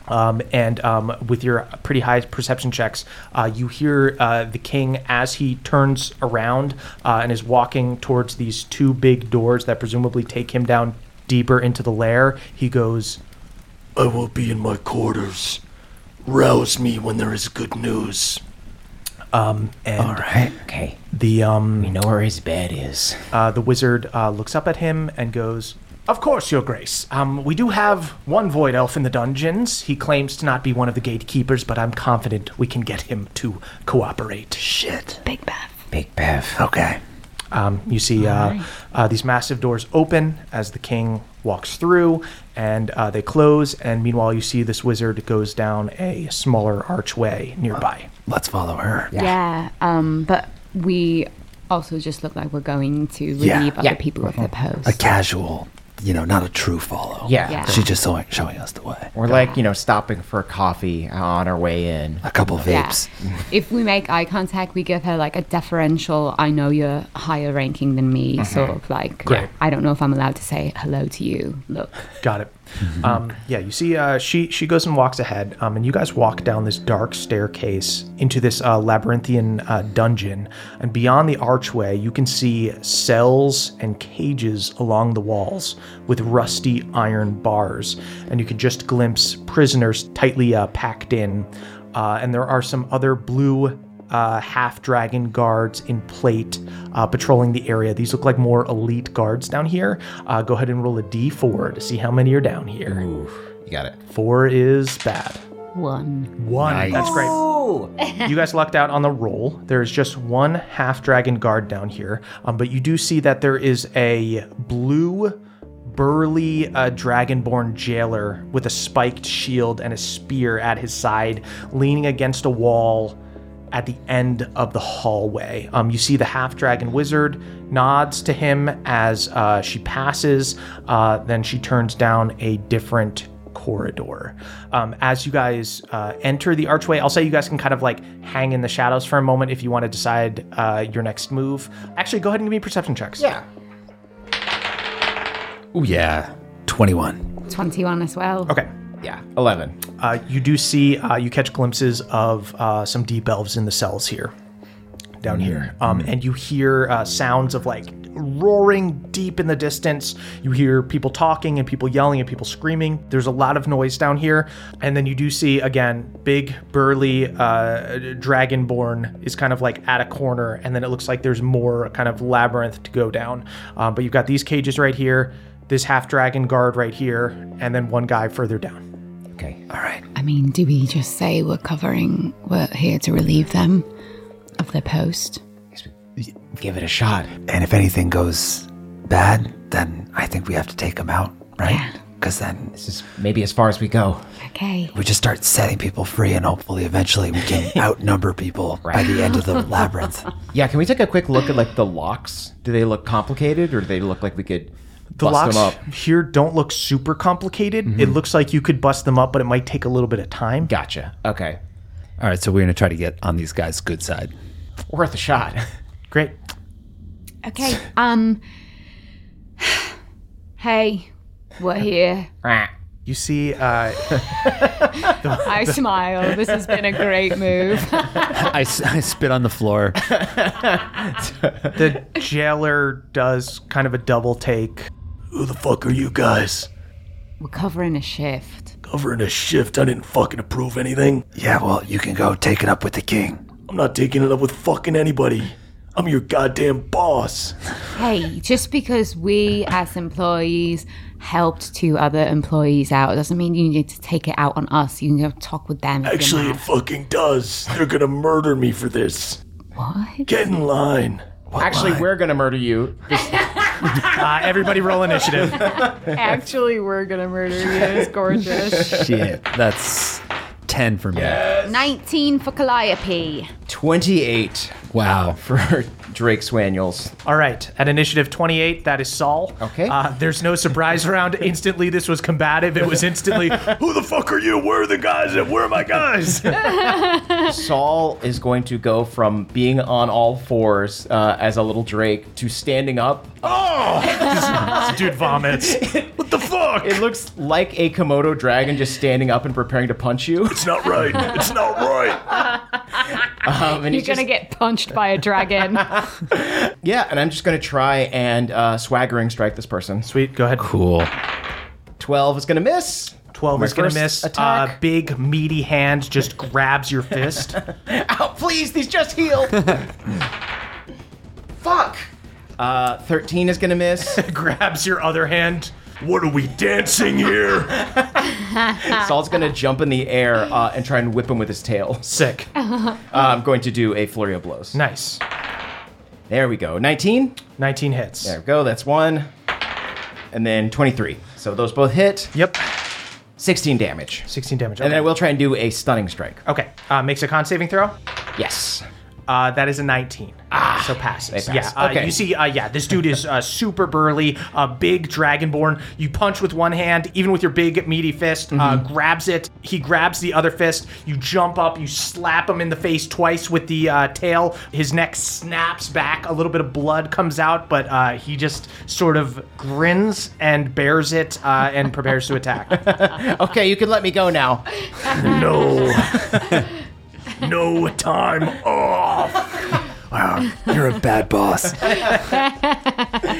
Speaker 2: Um, and um, with your pretty high perception checks, uh, you hear uh, the king as he turns around uh, and is walking towards these two big doors that presumably take him down deeper into the lair. He goes,
Speaker 9: I will be in my quarters. Rouse me when there is good news.
Speaker 2: um, and
Speaker 9: All right.
Speaker 5: Okay.
Speaker 2: the um,
Speaker 5: We know where his bed is.
Speaker 2: Uh, the wizard uh, looks up at him and goes, Of course, Your Grace. Um, we do have one void elf in the dungeons. He claims to not be one of the gatekeepers, but I'm confident we can get him to cooperate.
Speaker 3: Shit.
Speaker 4: Big Beth.
Speaker 5: Big Bev.
Speaker 3: Okay.
Speaker 2: Um, you see uh, uh, these massive doors open as the king walks through, and uh, they close. And meanwhile, you see this wizard goes down a smaller archway
Speaker 9: Uh,
Speaker 2: nearby.
Speaker 3: Let's follow her.
Speaker 4: Yeah. um, but we also just look like we're going to relieve
Speaker 3: Yeah. Uh-huh.
Speaker 4: other people of their post.
Speaker 3: A casual, you know, not a true follow.
Speaker 5: Yeah.
Speaker 4: Yeah.
Speaker 3: She's just showing, showing us the way.
Speaker 5: We're like, you know, stopping for coffee on our way in.
Speaker 3: A couple
Speaker 4: Yeah.
Speaker 3: vapes.
Speaker 4: if we make eye contact, we give her like a deferential, I know you're higher ranking than me,
Speaker 3: Uh-huh.
Speaker 4: sort of like, I don't know if I'm allowed to say hello to you. Look.
Speaker 2: Got it. Um, yeah, you see, uh, she she goes and walks ahead, um, and you guys walk down this dark staircase into this uh, labyrinthian uh, dungeon. And beyond the archway, you can see cells and cages along the walls with rusty iron bars, and you can just glimpse prisoners tightly uh, packed in. Uh, and there are some other blue uh, half dragon guards in plate uh, patrolling the area. These look like more elite guards down here. Uh, go ahead and roll a d4 to see how many are down here.
Speaker 5: You got it.
Speaker 2: Four is bad.
Speaker 4: One.
Speaker 2: One. That's great. you guys lucked out on the roll. There is just one half dragon guard down here, um, but you do see that there is a blue. Burly uh, dragonborn jailer with a spiked shield and a spear at his side, leaning against a wall at the end of the hallway. Um, you see the half dragon wizard nods to him as uh, she passes. Uh, then she turns down a different corridor. Um, as you guys uh, enter the archway, I'll say you guys can kind of like hang in the shadows for a moment if you want to decide uh, your next move. Actually, go ahead and give me perception checks.
Speaker 5: Yeah.
Speaker 3: Ooh, yeah. 21.
Speaker 4: 21 as well.
Speaker 3: Oh.
Speaker 2: Okay.
Speaker 5: Yeah. 11.
Speaker 2: Uh, you do see, uh, you catch glimpses of uh, some deep elves in the cells here, down here. Um, And you hear uh, sounds of like roaring deep in the distance. You hear people talking and people yelling and people screaming. There's a lot of noise down here. And then you do see, again, big, burly uh, dragonborn is kind of like at a corner. And then it looks like there's more kind of labyrinth to go down. Um, but you've got these cages right here, this half dragon guard right here, and then one guy further down.
Speaker 5: Okay.
Speaker 3: All right.
Speaker 4: I mean, do we just say we're covering, we're here to relieve them of their post?
Speaker 5: Give it a shot.
Speaker 3: And if anything goes bad, then I think we have to take them out, right? Because then
Speaker 5: This is maybe as far as we go.
Speaker 4: Okay.
Speaker 3: we just start setting people free, and hopefully, eventually, we can outnumber people by the end of the labyrinth.
Speaker 5: Yeah, can we take a quick look at like the locks? Do they look complicated or do they look like we could
Speaker 2: the
Speaker 5: bust
Speaker 2: locks
Speaker 5: them up? Mm-hmm.
Speaker 2: here don't look super complicated. It looks like you could bust them up, but it might take a little bit of time.
Speaker 5: Gotcha. Okay.
Speaker 6: All right, so we're going to try to get on these guys' good side.
Speaker 5: Worth a shot.
Speaker 2: Great.
Speaker 4: Okay. Um. Hey, we're here.
Speaker 2: You see, uh,
Speaker 4: I smile. This has been a great move.
Speaker 6: I, s- I spit on the floor.
Speaker 2: the jailer does kind of a double take.
Speaker 9: Who the fuck are you guys?
Speaker 4: we're covering a shift.
Speaker 9: Covering a shift. I didn't fucking approve anything.
Speaker 3: Yeah, well, you can go take it up with the king.
Speaker 9: I'm not taking it up with fucking anybody. I'm your goddamn boss.
Speaker 4: Hey, just because we as employees helped two other employees out doesn't mean you need to take it out on us. You can go talk with them. if you're
Speaker 9: Actually,
Speaker 4: mad.
Speaker 9: it fucking does. They're gonna murder me for this.
Speaker 4: What?
Speaker 9: Get in line.
Speaker 5: Actually, we're gonna murder you.
Speaker 2: Uh, everybody roll initiative.
Speaker 4: Actually, we're gonna murder you. It's gorgeous.
Speaker 6: Shit, that's 10 for me.
Speaker 4: 19 for Calliope.
Speaker 5: 28
Speaker 6: Wow.
Speaker 5: for Drake Swaniels.
Speaker 2: All right, at initiative 28, that is Saul.
Speaker 5: Okay.
Speaker 2: Uh, there's no surprise round. Instantly, this was combative. It was instantly,
Speaker 9: Who the fuck are you? Where are the guys at? Where are my guys?
Speaker 5: Saul is going to go from being on all fours uh, as a little Drake to standing up.
Speaker 2: this dude vomits.
Speaker 9: what the fuck?
Speaker 5: It looks like a Komodo dragon just standing up and preparing to punch you.
Speaker 9: It's not right. It's not right.
Speaker 5: Um, and
Speaker 4: You're
Speaker 5: he's
Speaker 4: gonna
Speaker 5: just-
Speaker 4: get punched by a dragon.
Speaker 5: yeah, and I'm just going to try and uh, swaggering strike this person.
Speaker 2: Sweet, go ahead.
Speaker 6: Cool.
Speaker 5: 12 is going to miss.
Speaker 2: 12
Speaker 5: My
Speaker 2: is going
Speaker 5: first
Speaker 2: to miss.
Speaker 5: attack.
Speaker 2: Uh, big, meaty hand just grabs your fist.
Speaker 5: Ow, please, these just healed. Fuck. Uh, 13 is going to miss.
Speaker 2: grabs your other hand.
Speaker 9: What are we dancing here?
Speaker 5: Saul's going to jump in the air uh, and try and whip him with his tail.
Speaker 2: Sick.
Speaker 5: I'm going to do a flurry of blows.
Speaker 2: Nice.
Speaker 5: There we go. 19.
Speaker 2: 19 hits.
Speaker 5: There we go. That's one. And then 23. So those both hit.
Speaker 2: Yep.
Speaker 5: 16 damage.
Speaker 2: 16 damage.
Speaker 5: And
Speaker 2: Okay.
Speaker 5: then I will try and do a stunning strike.
Speaker 2: okay. Uh, makes a con saving throw.
Speaker 5: Yes.
Speaker 2: Uh, that is a 19. Ah, so passes.
Speaker 5: they
Speaker 2: Yeah.
Speaker 5: pass.
Speaker 2: Uh,
Speaker 5: Okay.
Speaker 2: You see, uh, yeah, this dude is uh, super burly, a big dragonborn. You punch with one hand, even with your big meaty fist, uh, grabs it. He grabs the other fist. You jump up, you slap him in the face twice with the uh, tail. His neck snaps back. A little bit of blood comes out, but uh, he just sort of grins and bears it uh, and prepares to attack.
Speaker 5: Okay, you can let me go now.
Speaker 9: No. No time off.
Speaker 6: You're a bad boss.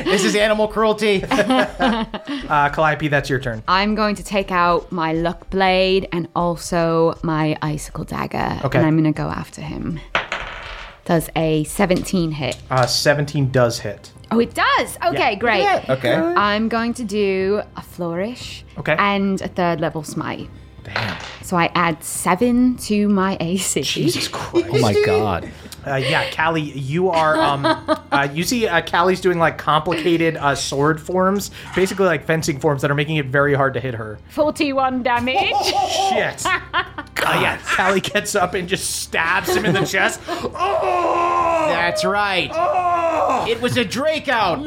Speaker 5: This is animal cruelty.
Speaker 2: Uh, Calliope, that's your turn.
Speaker 4: I'm going to take out my luck blade and also my icicle dagger.
Speaker 2: Okay.
Speaker 4: And I'm gonna go after him. Does a 17 hit?
Speaker 2: Uh, 17 does hit.
Speaker 4: Oh, it does. Okay, great.
Speaker 5: Okay.
Speaker 4: I'm going to do a flourish.
Speaker 2: Okay.
Speaker 4: And a third level smite. Damn. So I add seven to my AC.
Speaker 2: Jesus Christ.
Speaker 6: Oh my God.
Speaker 2: Uh, yeah, Callie, you are. Um, uh, you see, uh, Callie's doing like complicated uh, sword forms, basically like fencing forms that are making it very hard to hit her.
Speaker 4: 41 damage.
Speaker 2: Shit. Uh, yeah, Callie gets up and just stabs him in the chest.
Speaker 5: That's right.
Speaker 2: Oh.
Speaker 5: It was a Drake out.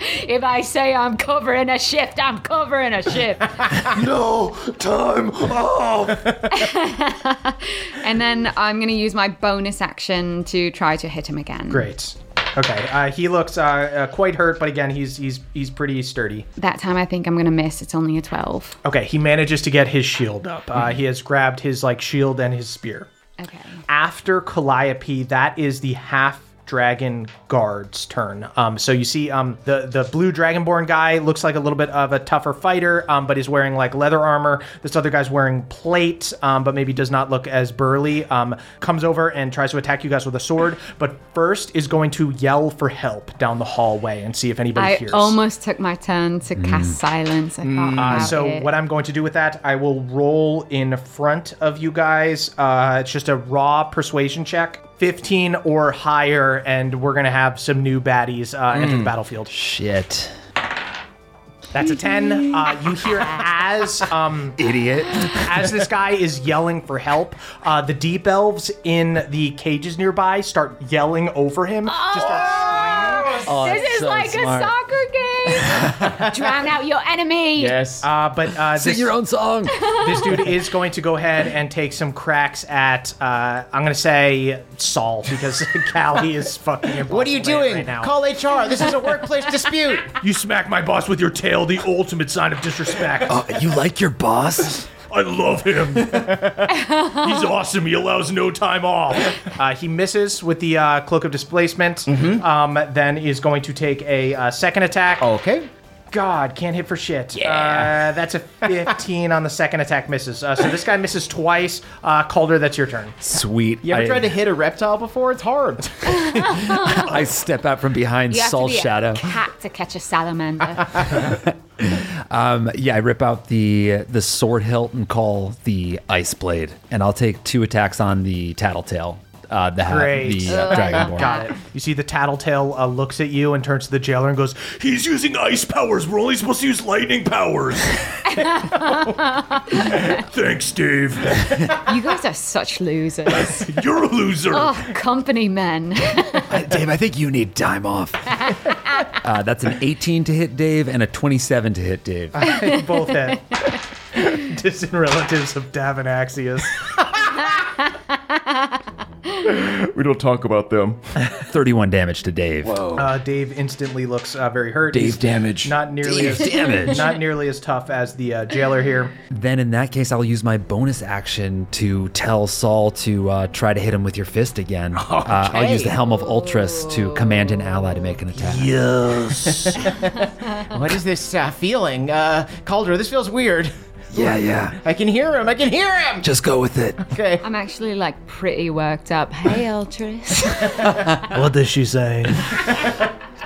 Speaker 4: if I say I'm covering a shift, I'm covering a shift.
Speaker 9: No time off.
Speaker 4: and then I'm going to use my bonus action to try to hit him again.
Speaker 2: Great. Okay, uh, he looks uh, uh, quite hurt, but again, he's he's he's pretty sturdy.
Speaker 4: That time I think I'm going to miss. It's only a 12.
Speaker 2: Okay, he manages to get his shield up. Uh, he has grabbed his like shield and his spear.
Speaker 4: Okay.
Speaker 2: after Calliope, that is the half dragon guard's turn. Um, so you see, um, the the blue dragonborn guy looks like a little bit of a tougher fighter, um, but he's wearing like leather armor. This other guy's wearing plate, um, but maybe does not look as burly. Um, comes over and tries to attack you guys with a sword, but first is going to yell for help down the hallway and see if anybody
Speaker 4: I
Speaker 2: hears.
Speaker 4: almost took my turn to cast silence. I thought about
Speaker 2: Mm. Uh, So
Speaker 4: it.
Speaker 2: what I'm going to do with that, I will roll in front of you guys. Uh, it's just a raw persuasion check, 15 or higher, and we're gonna have some new baddies uh, enter the battlefield.
Speaker 6: Shit.
Speaker 2: That's a 10. Uh, you hear as um,
Speaker 6: Idiot.
Speaker 2: as this guy is yelling for help, uh, the deep elves in the cages nearby start yelling over him. Just start screaming.
Speaker 5: Oh,
Speaker 4: this is like a soccer game. Drown out your enemy.
Speaker 5: Yes.
Speaker 2: uh, but uh,
Speaker 6: Sing
Speaker 2: this,
Speaker 6: your own song.
Speaker 2: this dude is going to go ahead and take some cracks at uh, I'm gonna say Saul because Callie is fucking.
Speaker 5: what are you doing?
Speaker 2: right now?
Speaker 5: Call HR. This is a workplace dispute.
Speaker 9: You smack my boss with your tail, the ultimate sign of disrespect.
Speaker 5: Oh,
Speaker 6: You like your boss?
Speaker 9: I love him. He's awesome. He allows no time off.
Speaker 2: uh, he misses with the
Speaker 5: Mm-hmm. Oh,
Speaker 2: uh, cloak of displacement. Um, then is going to take a uh, second attack.
Speaker 5: Okay.
Speaker 2: God, can't hit for shit. Yeah. Uh, that's a 15 on the second attack misses. Uh, so this guy misses twice. Uh, Calder, that's your turn.
Speaker 6: Sweet.
Speaker 5: You ever
Speaker 6: I,
Speaker 5: tried to hit a reptile before? It's hard.
Speaker 6: I step out from behind
Speaker 4: You have to
Speaker 6: Saul
Speaker 4: be
Speaker 6: Shadow.
Speaker 4: a cat to catch a salamander.
Speaker 6: Um, yeah, I rip out the the sword hilt and call the ice blade, and I'll take two attacks on the tattletale. Uh, the ha-
Speaker 2: Great.
Speaker 6: the uh, dragonborn.
Speaker 2: Got it. You see the tattletale uh, looks at you and turns to the jailer and goes,
Speaker 9: He's using ice powers. We're only supposed to use lightning powers. Thanks, Dave.
Speaker 4: you guys are such losers.
Speaker 9: You're a loser.
Speaker 4: Oh, company men.
Speaker 6: Uh, Dave, I think you need time off. uh, that's an 18 to hit Dave and a 27 to hit Dave.
Speaker 5: Ah.
Speaker 2: both hit. Distant relatives of Davin Axius.
Speaker 5: we don't talk about them.
Speaker 6: 31 damage to Dave.
Speaker 2: Uh, Dave instantly looks uh, very hurt.
Speaker 6: Dave
Speaker 2: He's
Speaker 6: damage.
Speaker 2: Not nearly
Speaker 6: Dave
Speaker 2: as
Speaker 6: damage.
Speaker 2: Not nearly as tough as the uh, jailer here.
Speaker 6: Then in that case, I'll use my bonus action to tell Saul to uh, try to hit him with your fist again. Uh, I'll use the Helm of Ultras to command an ally to make an attack.
Speaker 5: Yes. what is this uh, feeling? Uh, Calder, this feels weird.
Speaker 6: Yeah, yeah.
Speaker 5: I can hear him. I can hear him.
Speaker 6: Just go with it.
Speaker 5: Okay.
Speaker 4: I'm actually like pretty worked up. Hey, Ultras.
Speaker 7: What does she say?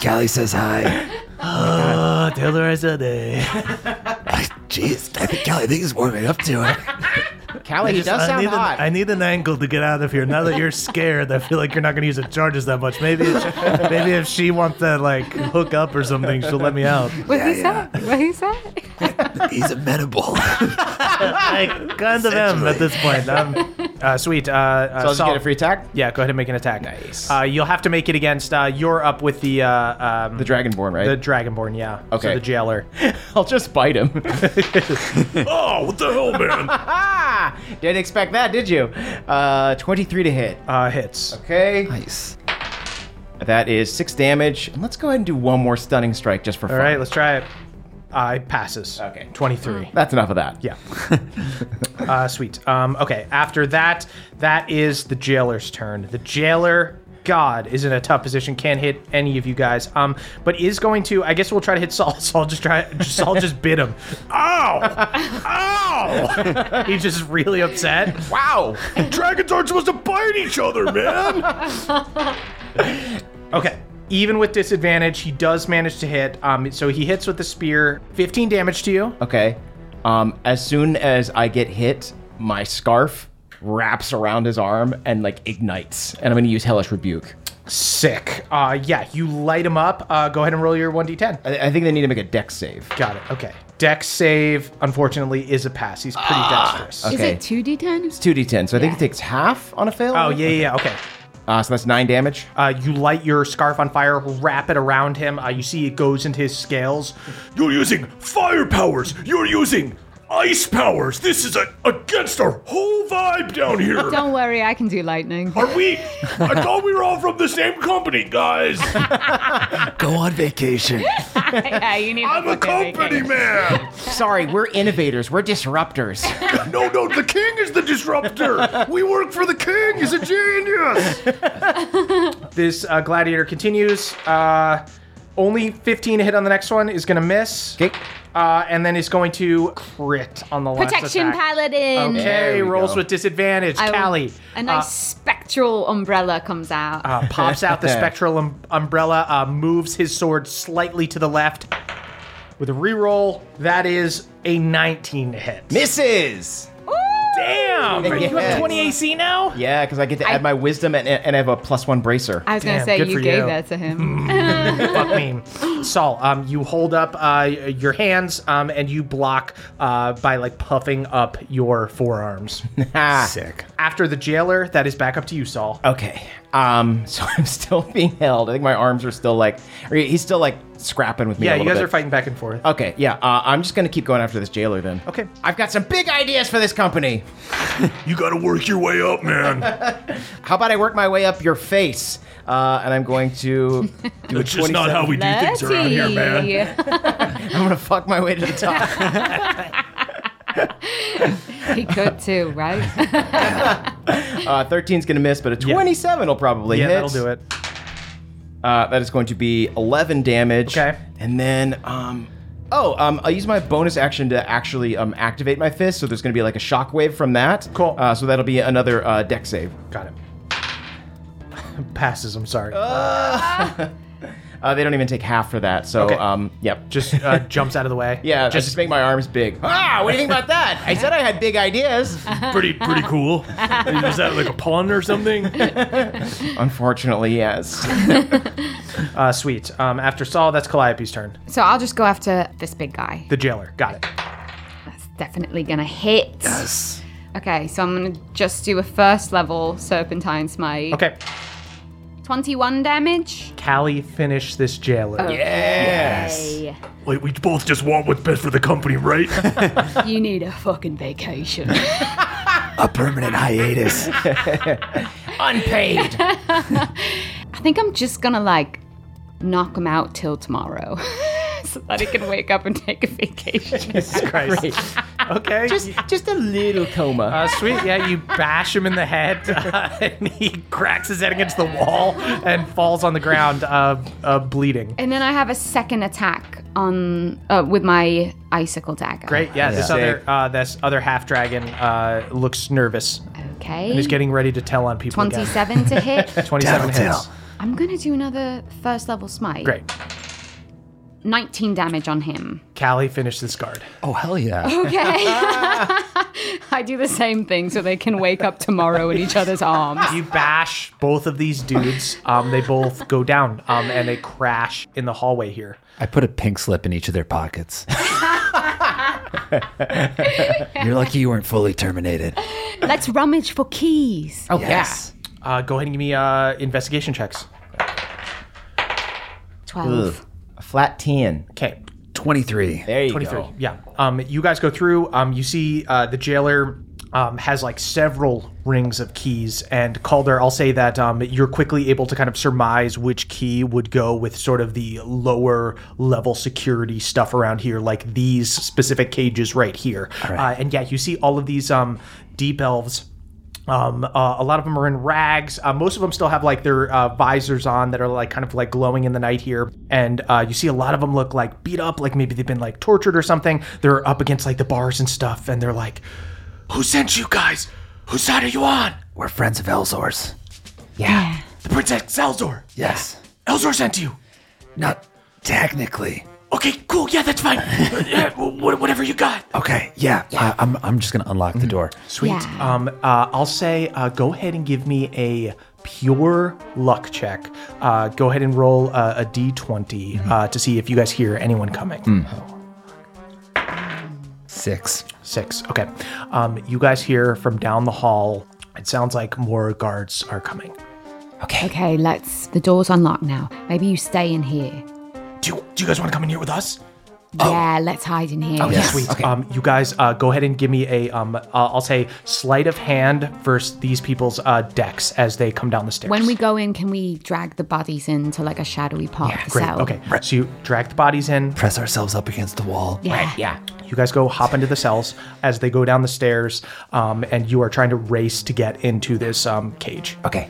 Speaker 6: Callie says hi.
Speaker 7: Oh, tell her I said hey.
Speaker 6: Jeez, I think Callie, I think he's warming up to it.
Speaker 5: Callie, he does
Speaker 7: I
Speaker 5: sound
Speaker 7: need, an,
Speaker 5: hot.
Speaker 7: I need an angle to get out of here. Now that you're scared, I feel like you're not going to use the charges that much. Maybe, if- maybe if she wants to like hook up or something, she'll let me out.
Speaker 4: What he said? What he said?
Speaker 6: He's amenable.
Speaker 7: I kind of am at this point. I'm,
Speaker 2: Uh, sweet. Uh, uh,
Speaker 5: so I'll just
Speaker 2: Saul-
Speaker 5: get a free attack.
Speaker 2: Yeah, go ahead and make an attack.
Speaker 5: Nice.
Speaker 2: Uh, you'll have to make it against. Uh, you're up with the uh, um,
Speaker 5: The Dragonborn, right?
Speaker 2: the dragonborn. Yeah.
Speaker 5: Okay.
Speaker 2: So the jailer.
Speaker 5: I'll just bite him.
Speaker 9: Oh, what the hell, man?
Speaker 5: ah! Didn't expect that, did you? Uh, 23 to hit.
Speaker 2: Uh, hits.
Speaker 5: Okay.
Speaker 6: nice.
Speaker 5: That is six damage. And let's go ahead and do one more stunning strike just for fun.
Speaker 2: All right, let's try it. Uh, it passes.
Speaker 5: Okay.
Speaker 2: Twenty-three.
Speaker 5: That's enough of that.
Speaker 2: Yeah. uh, sweet. Um, okay. After that, that is the jailer's turn. The jailer, God, is in a tough position. Can't hit any of you guys. Um, but is going to. I guess we'll try to hit Saul. Saul just try. Saul just bit him. Ow! Ow! He's just really upset.
Speaker 5: Wow.
Speaker 9: Dragons aren't supposed to bite each other, man.
Speaker 2: Okay. Even with disadvantage, he does manage to hit. Um, so he hits with the spear. 15 damage to you.
Speaker 5: Okay. Um, as soon as I get hit, my scarf wraps around his arm and like ignites. And I'm going to use Hellish Rebuke.
Speaker 2: Sick. Uh, yeah, you light him up. Uh, go ahead and roll your 1d10.
Speaker 5: I, I think they need to make a dex save.
Speaker 2: Got it. Okay. Dex save, unfortunately, is a pass. He's pretty
Speaker 9: Ah.
Speaker 2: dexterous.
Speaker 4: Is
Speaker 5: Okay.
Speaker 4: it 2d10?
Speaker 5: 2d10. So I think
Speaker 4: Yeah.
Speaker 5: it takes half on a fail.
Speaker 2: Oh, yeah, yeah, yeah. Okay.
Speaker 5: Uh, so that's nine damage.
Speaker 2: Uh, you light your scarf on fire, wrap it around him. Uh, you see it goes into his scales.
Speaker 9: You're using fire powers. You're using ice powers. This is a, against our whole vibe down here.
Speaker 4: Don't worry, I can do lightning.
Speaker 9: Are we? I thought we were all from the same company, guys.
Speaker 6: Go on vacation.
Speaker 4: yeah, you need
Speaker 9: I'm a company man.
Speaker 5: Sorry, we're innovators. We're disruptors.
Speaker 9: No, no, the king is the disruptor. We work for the king. He's a genius.
Speaker 2: This uh, gladiator continues. Uh, only 15 hit on the next one is going to miss.
Speaker 5: Okay.
Speaker 2: Uh, and then is going to crit on the last
Speaker 4: Protection
Speaker 2: attack.
Speaker 4: paladin.
Speaker 2: Okay,
Speaker 5: There we
Speaker 2: rolls
Speaker 5: go.
Speaker 2: with disadvantage.
Speaker 4: I will-
Speaker 2: Callie
Speaker 4: A nice spectral umbrella comes out.
Speaker 2: uh, pops out the spectral um- umbrella, uh, moves his sword slightly to the left. With a reroll, that is a 19 to hit.
Speaker 5: Misses.
Speaker 2: Damn!
Speaker 5: Yes.
Speaker 2: You have 20 AC now?
Speaker 5: Yeah, because I get to add my wisdom and, and I have a plus one bracer.
Speaker 4: I was going
Speaker 2: damn,
Speaker 4: to say
Speaker 2: good
Speaker 4: you
Speaker 2: for
Speaker 4: gave
Speaker 2: you.
Speaker 4: that to him.
Speaker 2: Fuck me. Saul, um, you hold up uh, your hands um, and you block uh, by like puffing up your forearms.
Speaker 5: Ah.
Speaker 6: Sick.
Speaker 2: After the jailer, that is back up to you, Saul.
Speaker 5: Okay. Um. So I'm still being held. I think my arms are still like. Or he's still like scrapping with me.
Speaker 2: yeah,
Speaker 5: a
Speaker 2: you
Speaker 5: little
Speaker 2: guys
Speaker 5: bit.
Speaker 2: are fighting back and forth.
Speaker 5: Okay. Yeah. Uh, I'm just gonna keep going after this jailer then.
Speaker 2: Okay.
Speaker 5: I've got some big ideas for this company.
Speaker 9: You gotta work your way up, man.
Speaker 5: How about I work my way up your face? Uh, and I'm going to. do a
Speaker 9: That's just not
Speaker 5: 27.
Speaker 9: how we do things around here, man.
Speaker 5: I'm gonna fuck my way to the top.
Speaker 4: he could too, right?
Speaker 5: Uh, 13's gonna miss, but a 27 will probably
Speaker 2: Yeah,
Speaker 5: hit.
Speaker 2: that'll do it.
Speaker 5: Uh, that is going to be 11 damage.
Speaker 2: Okay.
Speaker 5: And then um, Oh, um, I'll use my bonus action to actually um, activate my fist, so there's going to be like a shockwave from that. Cool. Uh, so that'll be another uh, deck save.
Speaker 2: Got it. Passes. I'm sorry.
Speaker 5: Uh, they don't even take half for that, so
Speaker 2: Okay.
Speaker 5: um, yep.
Speaker 2: Just uh, jumps out of the way.
Speaker 5: Yeah, just, just make my arms big. Ah, what do you think about that? I said I had big ideas.
Speaker 9: Pretty, pretty cool. Is that like a pun or something?
Speaker 5: Unfortunately, yes.
Speaker 2: Uh, sweet. Um, after Saul, that's Calliope's turn.
Speaker 4: So I'll just go after this big guy.
Speaker 2: The jailer. Got it.
Speaker 4: That's definitely gonna hit. Yes. Okay, so I'm gonna just do a first level serpentine smite.
Speaker 2: Okay.
Speaker 4: 21 damage.
Speaker 2: Callie, finish this jailer.
Speaker 4: Yay.
Speaker 9: Like we both just want what's best for the company, right?
Speaker 4: you need a fucking vacation.
Speaker 3: A permanent hiatus.
Speaker 5: Unpaid.
Speaker 4: I think I'm just gonna like knock him out till tomorrow. so that he can wake up and take a vacation.
Speaker 2: Jesus Christ. Okay.
Speaker 5: just, just a little coma.
Speaker 2: Uh, sweet, yeah, you bash him in the head, and he cracks his head against the wall and falls on the ground, uh, uh, bleeding.
Speaker 4: and then I have a second attack on uh, with my icicle dagger.
Speaker 2: Great, yeah. This other, uh, this other half dragon uh, looks nervous.
Speaker 4: Okay.
Speaker 2: He's getting ready to tell on people. again.
Speaker 4: 27 to hit.
Speaker 2: Twenty-seven hits.
Speaker 4: I'm gonna do another first level smite.
Speaker 2: Great.
Speaker 4: 19 damage on him.
Speaker 2: Callie, finish this guard.
Speaker 6: Oh hell yeah!
Speaker 4: Okay. I do the same thing so they can wake up tomorrow in each other's arms.
Speaker 2: You bash both of these dudes. Um, they both go down, um, and they crash in the hallway here.
Speaker 6: I put a pink slip in each of their pockets. You're lucky you weren't fully terminated.
Speaker 4: Let's rummage for keys.
Speaker 5: oh,
Speaker 2: Uh, go ahead and give me uh, investigation checks.
Speaker 4: 12.
Speaker 5: A flat 10.
Speaker 2: Okay.
Speaker 6: Twenty-three.
Speaker 5: There you
Speaker 2: 23
Speaker 5: go.
Speaker 2: yeah um, you guys go through um, you see uh, the jailer um, has like several rings of keys and calder i'll say that um, you're quickly able to kind of surmise which key would go with sort of the lower level security stuff around here like these specific cages right here uh, and yeah you see all of these um, deep elves um, uh, a lot of them are in rags. Uh, most of them still have like their uh, visors on that are like kind of like glowing in the night here. And uh, you see a lot of them look like beat up, like maybe they've been like tortured or something. They're up against like the bars and stuff, and they're like,
Speaker 9: Who sent you guys? Whose side are you on?
Speaker 3: We're friends of Elzor's.
Speaker 9: The Princess Elzor.
Speaker 3: Yes.
Speaker 9: Elzor sent you.
Speaker 3: Not technically.
Speaker 9: Okay, cool. Yeah, that's fine. Yeah, wh- whatever you got.
Speaker 3: Okay. Yeah. I, I'm. I'm just gonna unlock
Speaker 4: Mm-hmm.
Speaker 3: the door.
Speaker 2: "Sweet." Um, uh, I'll say, uh, go ahead and give me a pure luck check. Uh, go ahead and roll uh, a d20 uh, to see if you guys hear anyone coming.
Speaker 6: Six.
Speaker 2: Six. Okay. Um, you guys hear from down the hall. It sounds like more guards are coming.
Speaker 4: Okay, let's. The door's unlocked now. Maybe you stay in here.
Speaker 9: Do you, do you guys want to come in here with us?
Speaker 4: Yeah, let's hide in here.
Speaker 2: Sweet. Um, you guys, uh, go ahead and give me a, um, uh, I'll say, sleight of hand versus these people's uh, decks as they come down the stairs.
Speaker 4: When we go in, can we drag the bodies into like a shadowy part of the
Speaker 2: Great.
Speaker 4: cell?
Speaker 2: Okay. So you drag the bodies in.
Speaker 3: Press ourselves up against the wall.
Speaker 4: Yeah.
Speaker 5: Yeah.
Speaker 2: You guys go hop into the cells as they go down the stairs, um, and you are trying to race to get into this um, cage.
Speaker 5: Okay.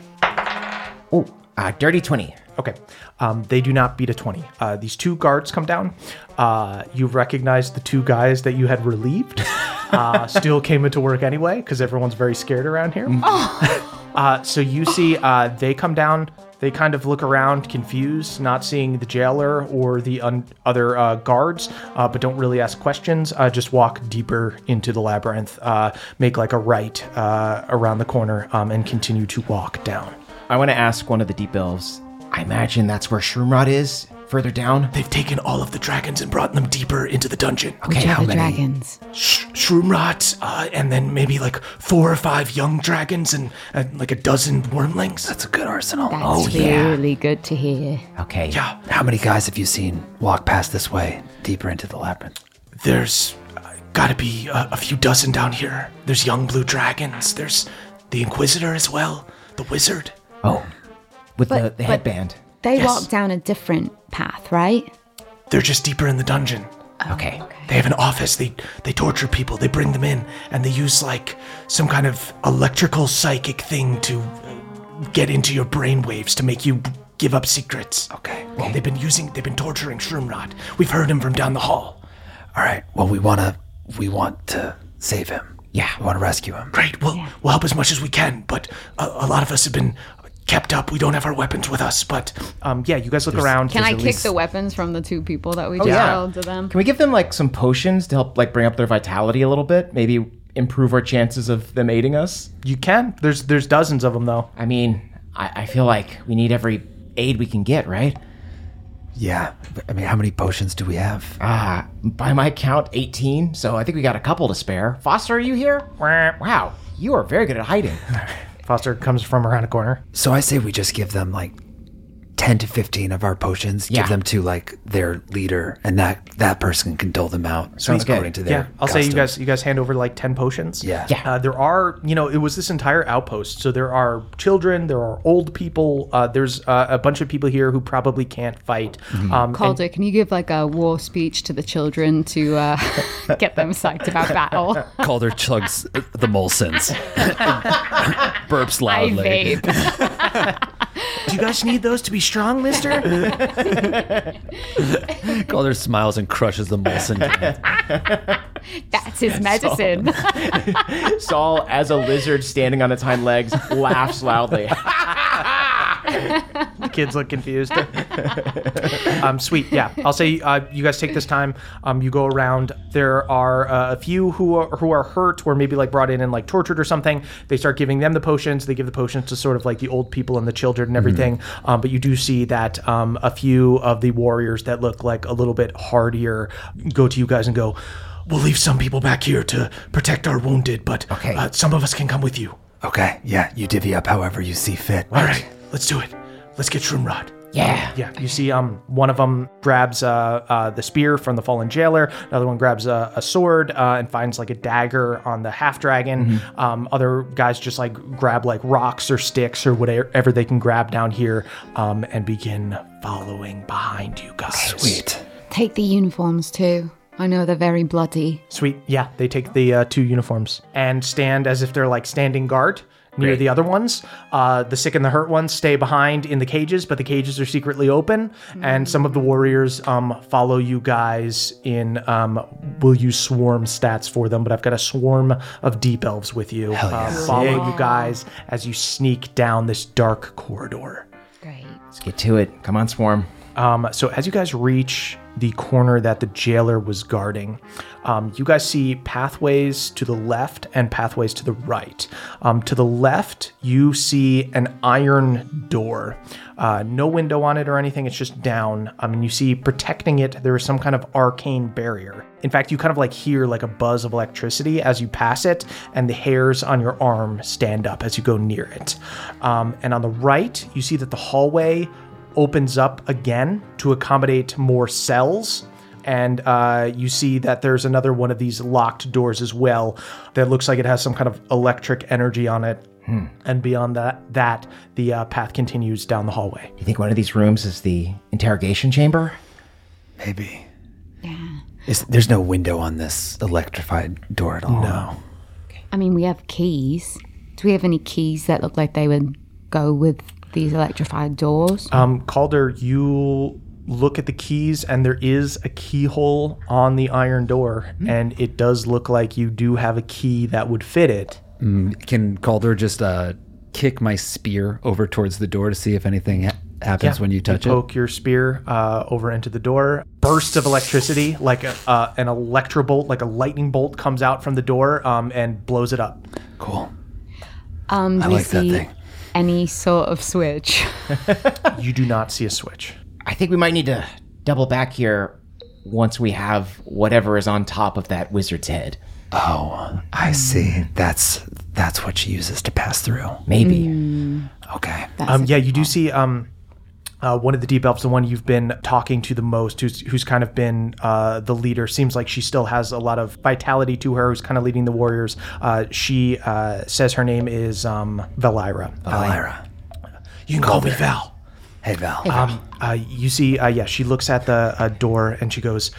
Speaker 5: Oh, uh, dirty 20.
Speaker 2: Okay. Um, they do not beat a 20. Uh, these two guards come down. Uh, you recognize the two guys that you had relieved. Uh, still came into work anyway because everyone's very scared around here. uh, so you see, uh, they come down. They kind of look around, confused, not seeing the jailer or the un- other uh, guards, uh, but don't really ask questions. Uh, just walk deeper into the labyrinth, uh, make like a right uh, around the corner, um, and continue to walk down.
Speaker 5: I want to ask one of the deep elves. I imagine that's where Shroomrod is, further down.
Speaker 9: They've taken all of the dragons and brought them deeper into the dungeon.
Speaker 4: Which are the dragons?
Speaker 9: Sh- Shroomrot, uh, and then maybe like four or five young dragons and uh, like a dozen wormlings.
Speaker 3: That's a good arsenal.
Speaker 4: That's
Speaker 3: oh yeah.
Speaker 4: really good to hear.
Speaker 5: Okay.
Speaker 9: Yeah,
Speaker 3: How many guys have you seen walk past this way, deeper into the labyrinth?
Speaker 9: there's uh, gotta be a, a few dozen down here. There's young blue dragons. There's the Inquisitor as well, the wizard.
Speaker 5: Oh, with the,
Speaker 4: But-
Speaker 5: the
Speaker 4: but-
Speaker 5: headband.
Speaker 4: They
Speaker 9: Yes.
Speaker 4: walk down a different path, right?
Speaker 9: They're just deeper in the dungeon.
Speaker 5: okay.
Speaker 9: They have an office. They they torture people. They bring them in, and they use like some kind of electrical psychic thing to uh, get into your brain waves to make you give up secrets.
Speaker 3: Okay.
Speaker 9: They've been using. They've been torturing Shroomrod. We've heard him from down the hall.
Speaker 3: All right. Well, we want to we want to save him. Yeah. We want to rescue him.
Speaker 9: Great. We'll, we'll help as much as we can, but a, a lot of us have been kept up. We don't have our weapons with us, but um, yeah, you guys look around.
Speaker 4: Can I
Speaker 5: at
Speaker 4: kick
Speaker 5: least-
Speaker 4: the weapons from the two people that we
Speaker 5: Oh,
Speaker 4: just
Speaker 5: yeah.
Speaker 4: sold to them?
Speaker 5: Can we give them like some potions to help like bring up their vitality a little bit? Maybe improve our chances of them aiding us?
Speaker 2: You can. There's there's dozens of them though.
Speaker 5: I mean, I, I feel like we need every aid we can get, right?
Speaker 3: Yeah. I mean, how many potions do we have?
Speaker 5: Ah, by my count, 18. So I think we got a couple to spare. Foster, are you here? Wow, you are very good at hiding.
Speaker 2: Foster comes from around a corner.
Speaker 3: So I say we just give them like 10 to 15 of our potions.
Speaker 5: Yeah.
Speaker 3: Give them to like their leader and that that person can dole them out
Speaker 5: Sounds good.
Speaker 3: according to their
Speaker 2: yeah, I'll say you
Speaker 3: custom.
Speaker 2: guys you guys hand over like ten potions.
Speaker 3: Yeah.
Speaker 5: Yeah.
Speaker 2: Uh, there are you know it was this entire outpost, so there are children, there are old people, uh, there's uh, a bunch of people here who probably can't fight. Um, and-
Speaker 4: Calder, can you give like a war speech to the children to uh, get them psyched about battle?
Speaker 6: Calder chugs the Molsons, burps
Speaker 4: I
Speaker 6: loudly.
Speaker 4: vape.
Speaker 9: Do you guys need those to be strong, mister?
Speaker 6: Calder smiles and crushes the Molson can.
Speaker 4: That's his medicine.
Speaker 5: Saul, as a lizard standing on its hind legs, laughs loudly.
Speaker 2: kids look confused. um, sweet, yeah. I'll say uh, you guys take this time. Um, you go around. There are uh, a few who are, who are hurt or maybe like brought in and like tortured or something. They start giving them the potions. They give the potions to sort of like the old people and the children and everything. Um, but you do see that um, a few of the warriors that look like a little bit hardier go to you guys and go,
Speaker 9: we'll leave some people back here to protect our wounded, but
Speaker 3: Okay.
Speaker 9: uh, some of us can come with you.
Speaker 3: Okay. Yeah, you divvy up however you see fit.
Speaker 9: All right, let's do it. Let's get Shroomrod.
Speaker 5: yeah.
Speaker 2: Yeah, you see, um, one of them grabs uh, uh, the spear from the fallen jailer. Another one grabs a, a sword uh, and finds like a dagger on the half dragon. Um, other guys just like grab like rocks or sticks or whatever they can grab down here, um, and begin following behind you guys.
Speaker 3: Sweet.
Speaker 4: Take the uniforms too. I know they're very bloody.
Speaker 2: Sweet. Yeah, they take the uh, two uniforms and stand as if they're like standing guard near the other ones. Uh, the sick and the hurt ones stay behind in the cages, but the cages are secretly open. And some of the warriors um, follow you guys in. Um, we'll use swarm stats for them, but I've got a swarm of deep elves with you. Uh, follow you guys as you sneak down this dark corridor.
Speaker 4: Great.
Speaker 5: Let's get to it. Come on, Swarm.
Speaker 2: Um, so as you guys reach the corner that the jailer was guarding, um, you guys see pathways to the left and pathways to the right. Um, to the left, you see an iron door, uh, no window on it or anything. It's just down. I mean, you see protecting it. There is some kind of arcane barrier. In fact, you kind of like hear like a buzz of electricity as you pass it, and the hairs on your arm stand up as you go near it. Um, and on the right, you see that the hallway opens up again to accommodate more cells. And uh, you see that there's another one of these locked doors as well that looks like it has some kind of electric energy on it. And beyond that, that the uh, path continues down the hallway.
Speaker 5: You think one of these rooms is the interrogation chamber?
Speaker 3: Maybe.
Speaker 4: Yeah.
Speaker 3: Is, there's no window on this electrified door at all. No.
Speaker 4: I mean, we have keys. Do we have any keys that look like they would go with these electrified doors?
Speaker 2: Um, Calder, you look at the keys, and there is a keyhole on the iron door, and it does look like you do have a key that would fit it.
Speaker 6: Can Calder just uh, kick my spear over towards the door to see if anything ha- happens when you touch
Speaker 3: Oh,
Speaker 6: it?
Speaker 2: poke your spear uh, over into the door. Bursts of electricity, like a, uh, an electrobolt, like a lightning bolt, comes out from the door um, and blows it up.
Speaker 3: Cool.
Speaker 4: Um, do
Speaker 3: I
Speaker 4: we
Speaker 3: like that
Speaker 4: see
Speaker 3: thing.
Speaker 4: any sort of switch?
Speaker 2: You do not see a switch.
Speaker 5: I think we might need to double back here once we have whatever is on top of that wizard's head.
Speaker 3: Oh, I see. That's that's what she uses to pass through.
Speaker 5: Maybe.
Speaker 3: Okay.
Speaker 2: Um, yeah, you do see um, uh, one of the deep elves, the one you've been talking to the most, who's who's kind of been uh, the leader. Seems like she still has a lot of vitality to her. Who's kind of leading the warriors. Uh, she uh, says her name is um, Valira.
Speaker 3: Lyra.
Speaker 9: You can call me Val.
Speaker 3: Hey Val.
Speaker 2: Um, uh, you see, uh, yeah, uh, she looks at the uh, door and she goes,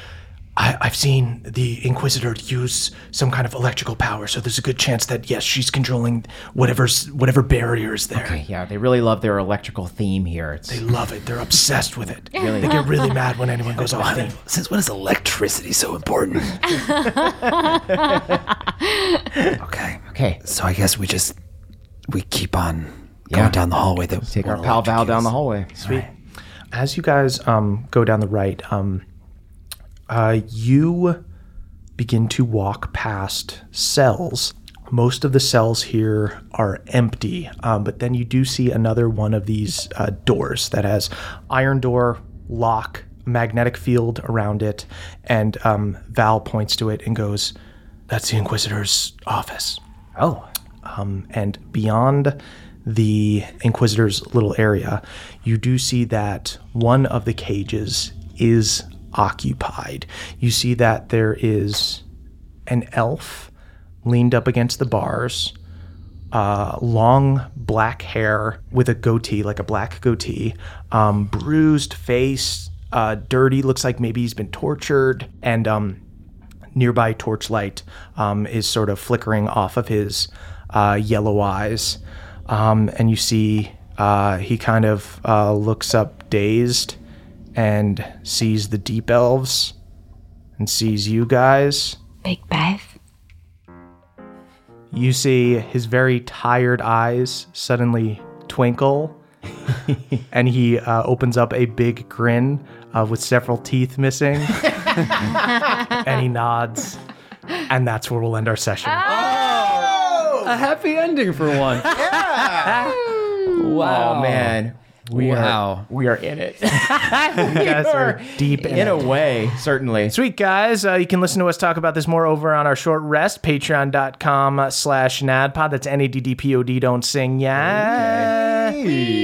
Speaker 2: I, I've seen the Inquisitor use some kind of electrical power, so there's a good chance that yes, she's controlling whatever's whatever barrier is there.
Speaker 5: Okay, yeah, they really love their electrical theme here. It's,
Speaker 2: They love it. They're obsessed with it.
Speaker 5: Really?
Speaker 2: They get really mad when anyone goes off theme.
Speaker 10: Since when is electricity so important? okay.
Speaker 5: Okay.
Speaker 10: So I guess we just we keep on going down the hallway. That
Speaker 5: Take our pal Val down the hallway.
Speaker 11: Sweet.
Speaker 2: As you guys um, go down the right, um, uh, you begin to walk past cells. Most of the cells here are empty, um, but then you do see another one of these uh, doors that has iron door, lock, magnetic field around it, and um, Val points to it and goes, "That's the Inquisitor's office."
Speaker 5: Oh,
Speaker 2: Um, and beyond the Inquisitor's little area, you do see that one of the cages is occupied. You see that there is an elf leaned up against the bars, uh, long black hair with a goatee, like a black goatee, um, bruised face, uh, dirty, looks like maybe he's been tortured, and um, nearby torchlight um, is sort of flickering off of his uh, yellow eyes. Um, and you see uh, he kind of uh, looks up dazed and sees the deep elves and sees you guys.
Speaker 4: Big Beth.
Speaker 2: You see his very tired eyes suddenly twinkle, and he uh, opens up a big grin uh, with several teeth missing, and he nods, and that's where we'll end our session.
Speaker 3: A happy ending for once.
Speaker 5: oh man, we
Speaker 3: Wow.
Speaker 5: are we are in it.
Speaker 2: You guys are deep in, it.
Speaker 5: in a way, certainly.
Speaker 2: Sweet guys, uh, you can listen to us talk about this more over on our short rest, patreon.com uh, slash nadpod. That's N-A-D-D-P-O-D. Don't sing yeah.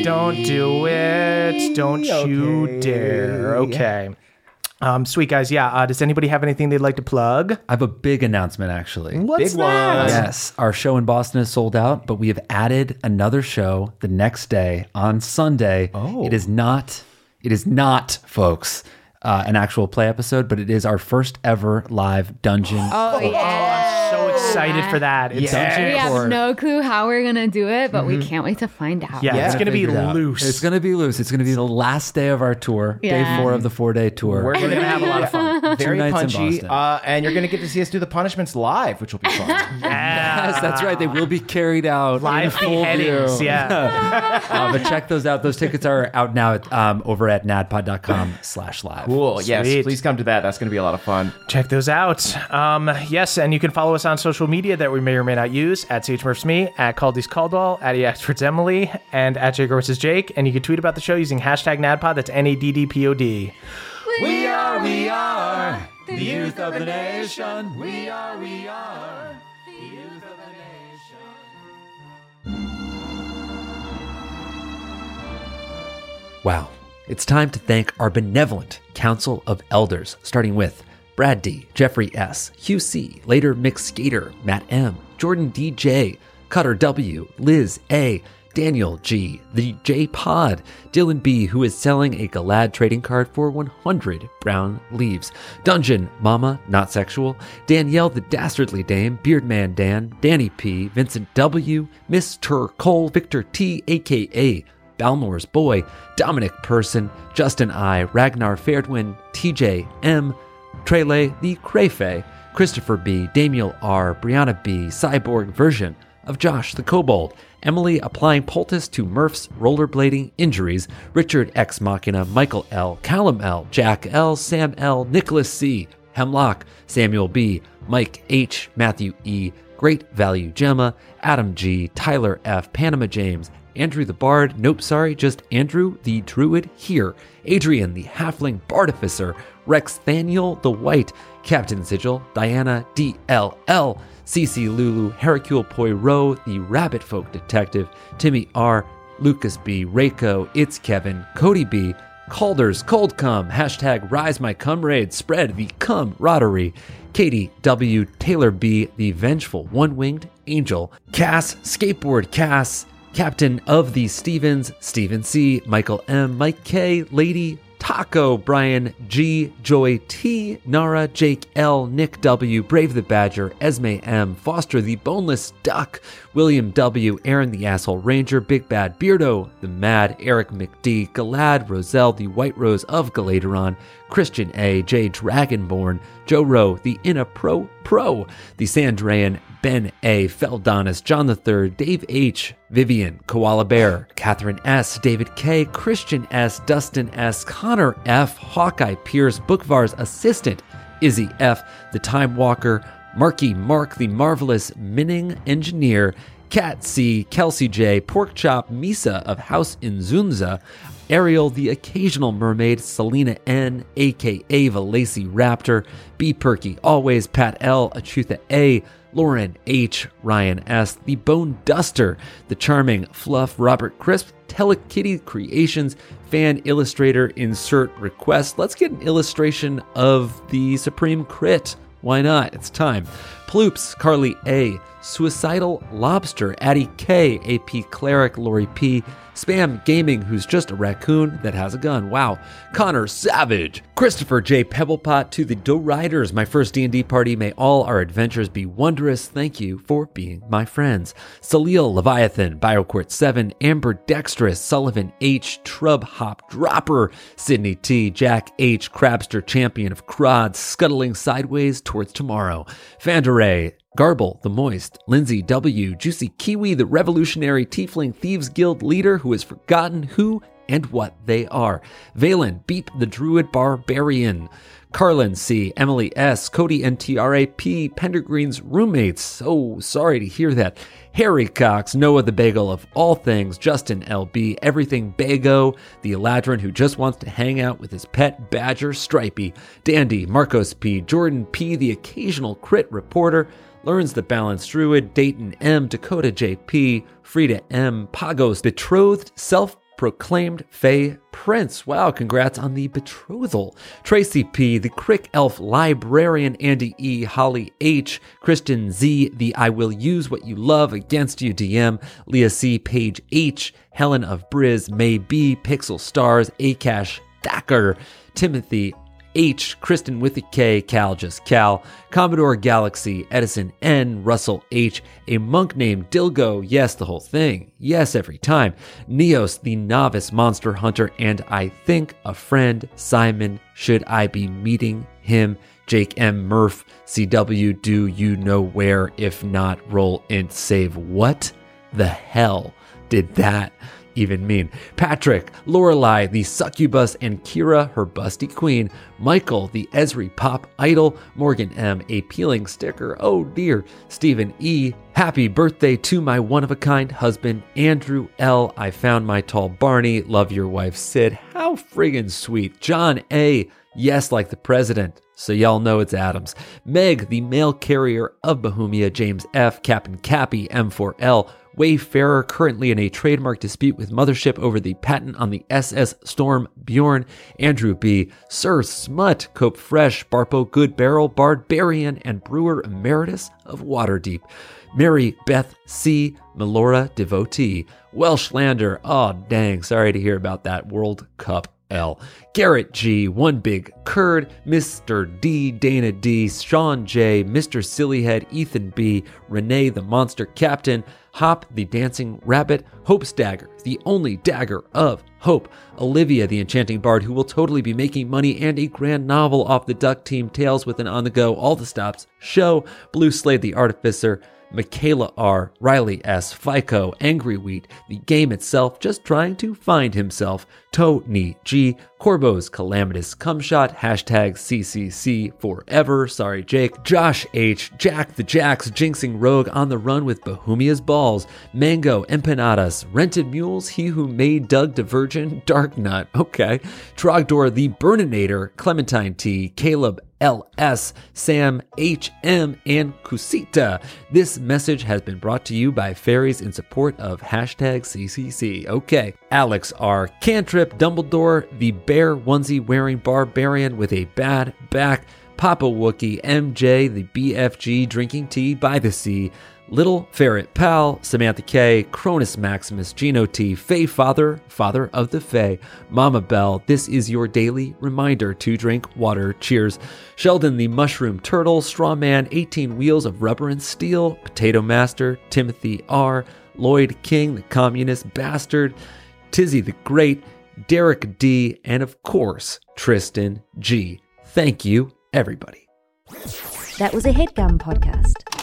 Speaker 2: Don't do it. Don't you dare. Okay. Um, sweet guys, yeah. Uh, does anybody have anything they'd like to plug?
Speaker 3: I have a big announcement actually.
Speaker 2: What's
Speaker 5: Big one.
Speaker 3: Yes, our show in Boston is sold out, but we have added another show the next day on Sunday. Oh. It is not, it is not, folks, uh, an actual play episode, but it is our first ever live dungeon.
Speaker 4: Oh, yeah.
Speaker 2: So excited for that. It's
Speaker 4: We
Speaker 2: yeah.
Speaker 4: have no clue how we're going to do it, but
Speaker 3: Mm-hmm.
Speaker 4: we can't wait to find out.
Speaker 2: Yeah, it's
Speaker 3: Gotta
Speaker 2: going to be
Speaker 3: figure it out.
Speaker 2: loose.
Speaker 3: It's gonna be loose. It's gonna be the last day of our tour,
Speaker 4: Yeah.
Speaker 3: day four of the four day tour.
Speaker 5: We're gonna have a lot of fun. Very
Speaker 3: nights in
Speaker 5: punchy,
Speaker 3: Boston.
Speaker 5: uh, and you're gonna get to see us do the punishments live, which will be fun.
Speaker 3: yes, that's right. They will be carried out in
Speaker 2: Live
Speaker 3: full
Speaker 2: beheadings.
Speaker 3: view.
Speaker 2: Yeah.
Speaker 3: Uh, but check those out. Those tickets are out now at, um, over at nadpod.com/live.
Speaker 5: cool.
Speaker 2: Sweet.
Speaker 5: Yes, please come to that. That's gonna be a lot of fun.
Speaker 2: Check those out. Um, yes, and you can follow us on social media that we may or may not use at chmurfsme, at Caldy's Caldwell, at E eXfordsEmily, and at Jake versus Jake. And you can tweet about the show using hashtag NADPOD. That's N A D D P O D.
Speaker 3: We are, we are the youth of the nation. We are, we are. Wow. It's time to thank our benevolent Council of Elders, starting with Brad D, Jeffrey S, Hugh C, later Mick Skater, Matt M, Jordan DJ, Cutter W, Liz A, Daniel G, the J Pod, Dylan B, who is selling a Galad trading card for 100 brown leaves, Dungeon, Mama, not sexual, Danielle the Dastardly Dame, Beardman Dan, Danny P, Vincent W, Mr. Cole, Victor T, aka Balmore's Boy, Dominic Person, Justin I, Ragnar Fairdwin, TJ M, Trele the Crayfe, Christopher B, Damiel R, Brianna B, Cyborg version of Josh the Kobold, Emily applying poultice to Murph's rollerblading injuries, Richard X Machina, Michael L, Callum L, Jack L, Sam L, Nicholas C, Hemlock, Samuel B, Mike H, Matthew E, Great Value Gemma, Adam G, Tyler F, Panama James, Andrew the Bard, nope, sorry, just Andrew the Druid here, Adrian the Halfling Bardificer, Rex Thaniel the White, Captain Sigil, Diana DLL, CC Lulu, Hercule Poirot, the Rabbit Folk Detective, Timmy R, Lucas B, Rayco, It's Kevin, Cody B, Calder's Cold Cum, hashtag Rise My Comrade, spread the camaraderie. Katie W. Taylor B., the vengeful one winged angel. Cass, skateboard Cass, captain of the Stevens, Steven C., Michael M., Mike K., Lady Taco, Brian G, Joy T, Nara, Jake L, Nick W, Brave the Badger, Esme M, Foster the Boneless Duck, William W, Aaron the Asshole Ranger, Big Bad Beardo, the Mad, Eric McD, Galad, Roselle, the White Rose of Galateron, Christian A, J Dragonborn, Joe Rowe, the Inna Pro Pro, the Sandrayan, Ben A, Feldonis, John III, Dave H, Vivian, Koala Bear, Catherine S, David K, Christian S, Dustin S, Connor F, Hawkeye Pierce, Bookvar's assistant, Izzy F, the Time Walker, Marky Mark, the marvelous Minning Engineer, Cat C, Kelsey J, Porkchop Misa of House in Zunza, Ariel, the occasional mermaid, Selena N, aka Valacy Raptor, B Perky, always Pat L, Achutha A, Lauren H, Ryan S, the Bone Duster, the charming Fluff, Robert Crisp, Telekitty Creations, fan illustrator, insert request. Let's get an illustration of the Supreme Crit. Why not? It's time. Ploops, Carly A, Suicidal Lobster, Addie K, AP Cleric, Lori P, Spam Gaming, who's just a raccoon that has a gun. Wow. Connor Savage, Christopher J. Pebblepot to the Do Riders, my first D&D party. May all our adventures be wondrous. Thank you for being my friends. Salil Leviathan, BioQuart 7, Amber Dexterous, Sullivan H, Trub Hop Dropper, Sydney T, Jack H, Crabster Champion of Crod, Scuttling Sideways Towards Tomorrow, Fanderay, Garble, the Moist, Lindsay W., Juicy Kiwi, the revolutionary Tiefling Thieves Guild leader who has forgotten who and what they are, Valen, Beep, the Druid Barbarian, Carlin C., Emily S., Cody NTRAP, Pendergreen's roommates. So sorry to hear that. Harry Cox, Noah the Bagel of all things, Justin LB, Everything Bago, the Eladrin who just wants to hang out with his pet badger Stripey, Dandy, Marcos P., Jordan P., the occasional crit reporter, Learns the Balanced Druid, Dayton M., Dakota JP, Frida M., Pagos, Betrothed, Self proclaimed Fey Prince. Wow, congrats on the betrothal. Tracy P., the Crick Elf Librarian, Andy E., Holly H., Kristen Z., the I Will Use What You Love Against You DM, Leah C., Page H., Helen of Briz, May B., Pixel Stars, Akash Thacker, Timothy H, Kristen with a K, Cal just Cal, Commodore Galaxy, Edison N, Russell H, a monk named Dilgo, yes, the whole thing, yes, every time, Neos, the novice monster hunter, and I think a friend, Simon, should I be meeting him? Jake M. Murph, CW, do you know where? If not, roll and save. What the hell did that? even mean. Patrick, Lorelei, the succubus, and Kira, her busty queen. Michael, the Esri pop idol. Morgan M, a peeling sticker. Oh dear. Stephen E, happy birthday to my one of a kind husband. Andrew L, I found my tall Barney. Love your wife, Sid. How friggin' sweet. John A, yes, like the president. So y'all know it's Adams. Meg, the mail carrier of Bohemia. James F, Captain Cappy, M4L. Wayfarer, currently in a trademark dispute with Mothership over the patent on the SS Storm Bjorn, Andrew B., Sir Smut, Cope Fresh, Barpo Good Barrel, Barbarian, and Brewer Emeritus of Waterdeep, Mary Beth C., Melora Devotee, Welshlander, oh dang, sorry to hear about that World Cup L. Garrett G, One Big Curd, Mr. D, Dana D, Sean J, Mr. Sillyhead, Ethan B, Renee the Monster Captain, Hop the Dancing Rabbit, Hope's Dagger, the only dagger of hope, Olivia the Enchanting Bard, who will totally be making money and a grand novel off the Duck Team Tales with an on the go, all the stops, show, Blue Slade the Artificer, Michaela R., Riley S., FICO, Angry Wheat, the game itself just trying to find himself, Tony G., Corbo's Calamitous Cumshot, hashtag CCC forever, sorry Jake, Josh H., Jack the Jacks, Jinxing Rogue on the run with Bohemia's Balls, Mango, Empanadas, Rented Mules, He Who Made Doug Divergent, Dark Nut, okay, Trogdor the Burninator, Clementine T., Caleb LS, Sam HM, and Kusita. This message has been brought to you by Fairies in support of hashtag CCC. Okay. Alex R. Cantrip, Dumbledore, the bear onesie wearing barbarian with a bad back, Papa Wookie, MJ, the BFG drinking tea by the sea, Little Ferret Pal, Samantha K, Cronus Maximus, Gino T, Fay Father, Father of the Fay, Mama Bell. This is your daily reminder to drink water. Cheers. Sheldon the Mushroom Turtle, Straw Man, 18 Wheels of Rubber and Steel, Potato Master, Timothy R, Lloyd King, the Communist Bastard, Tizzy the Great, Derek D, and of course, Tristan G. Thank you, everybody.
Speaker 12: That was a headgum podcast.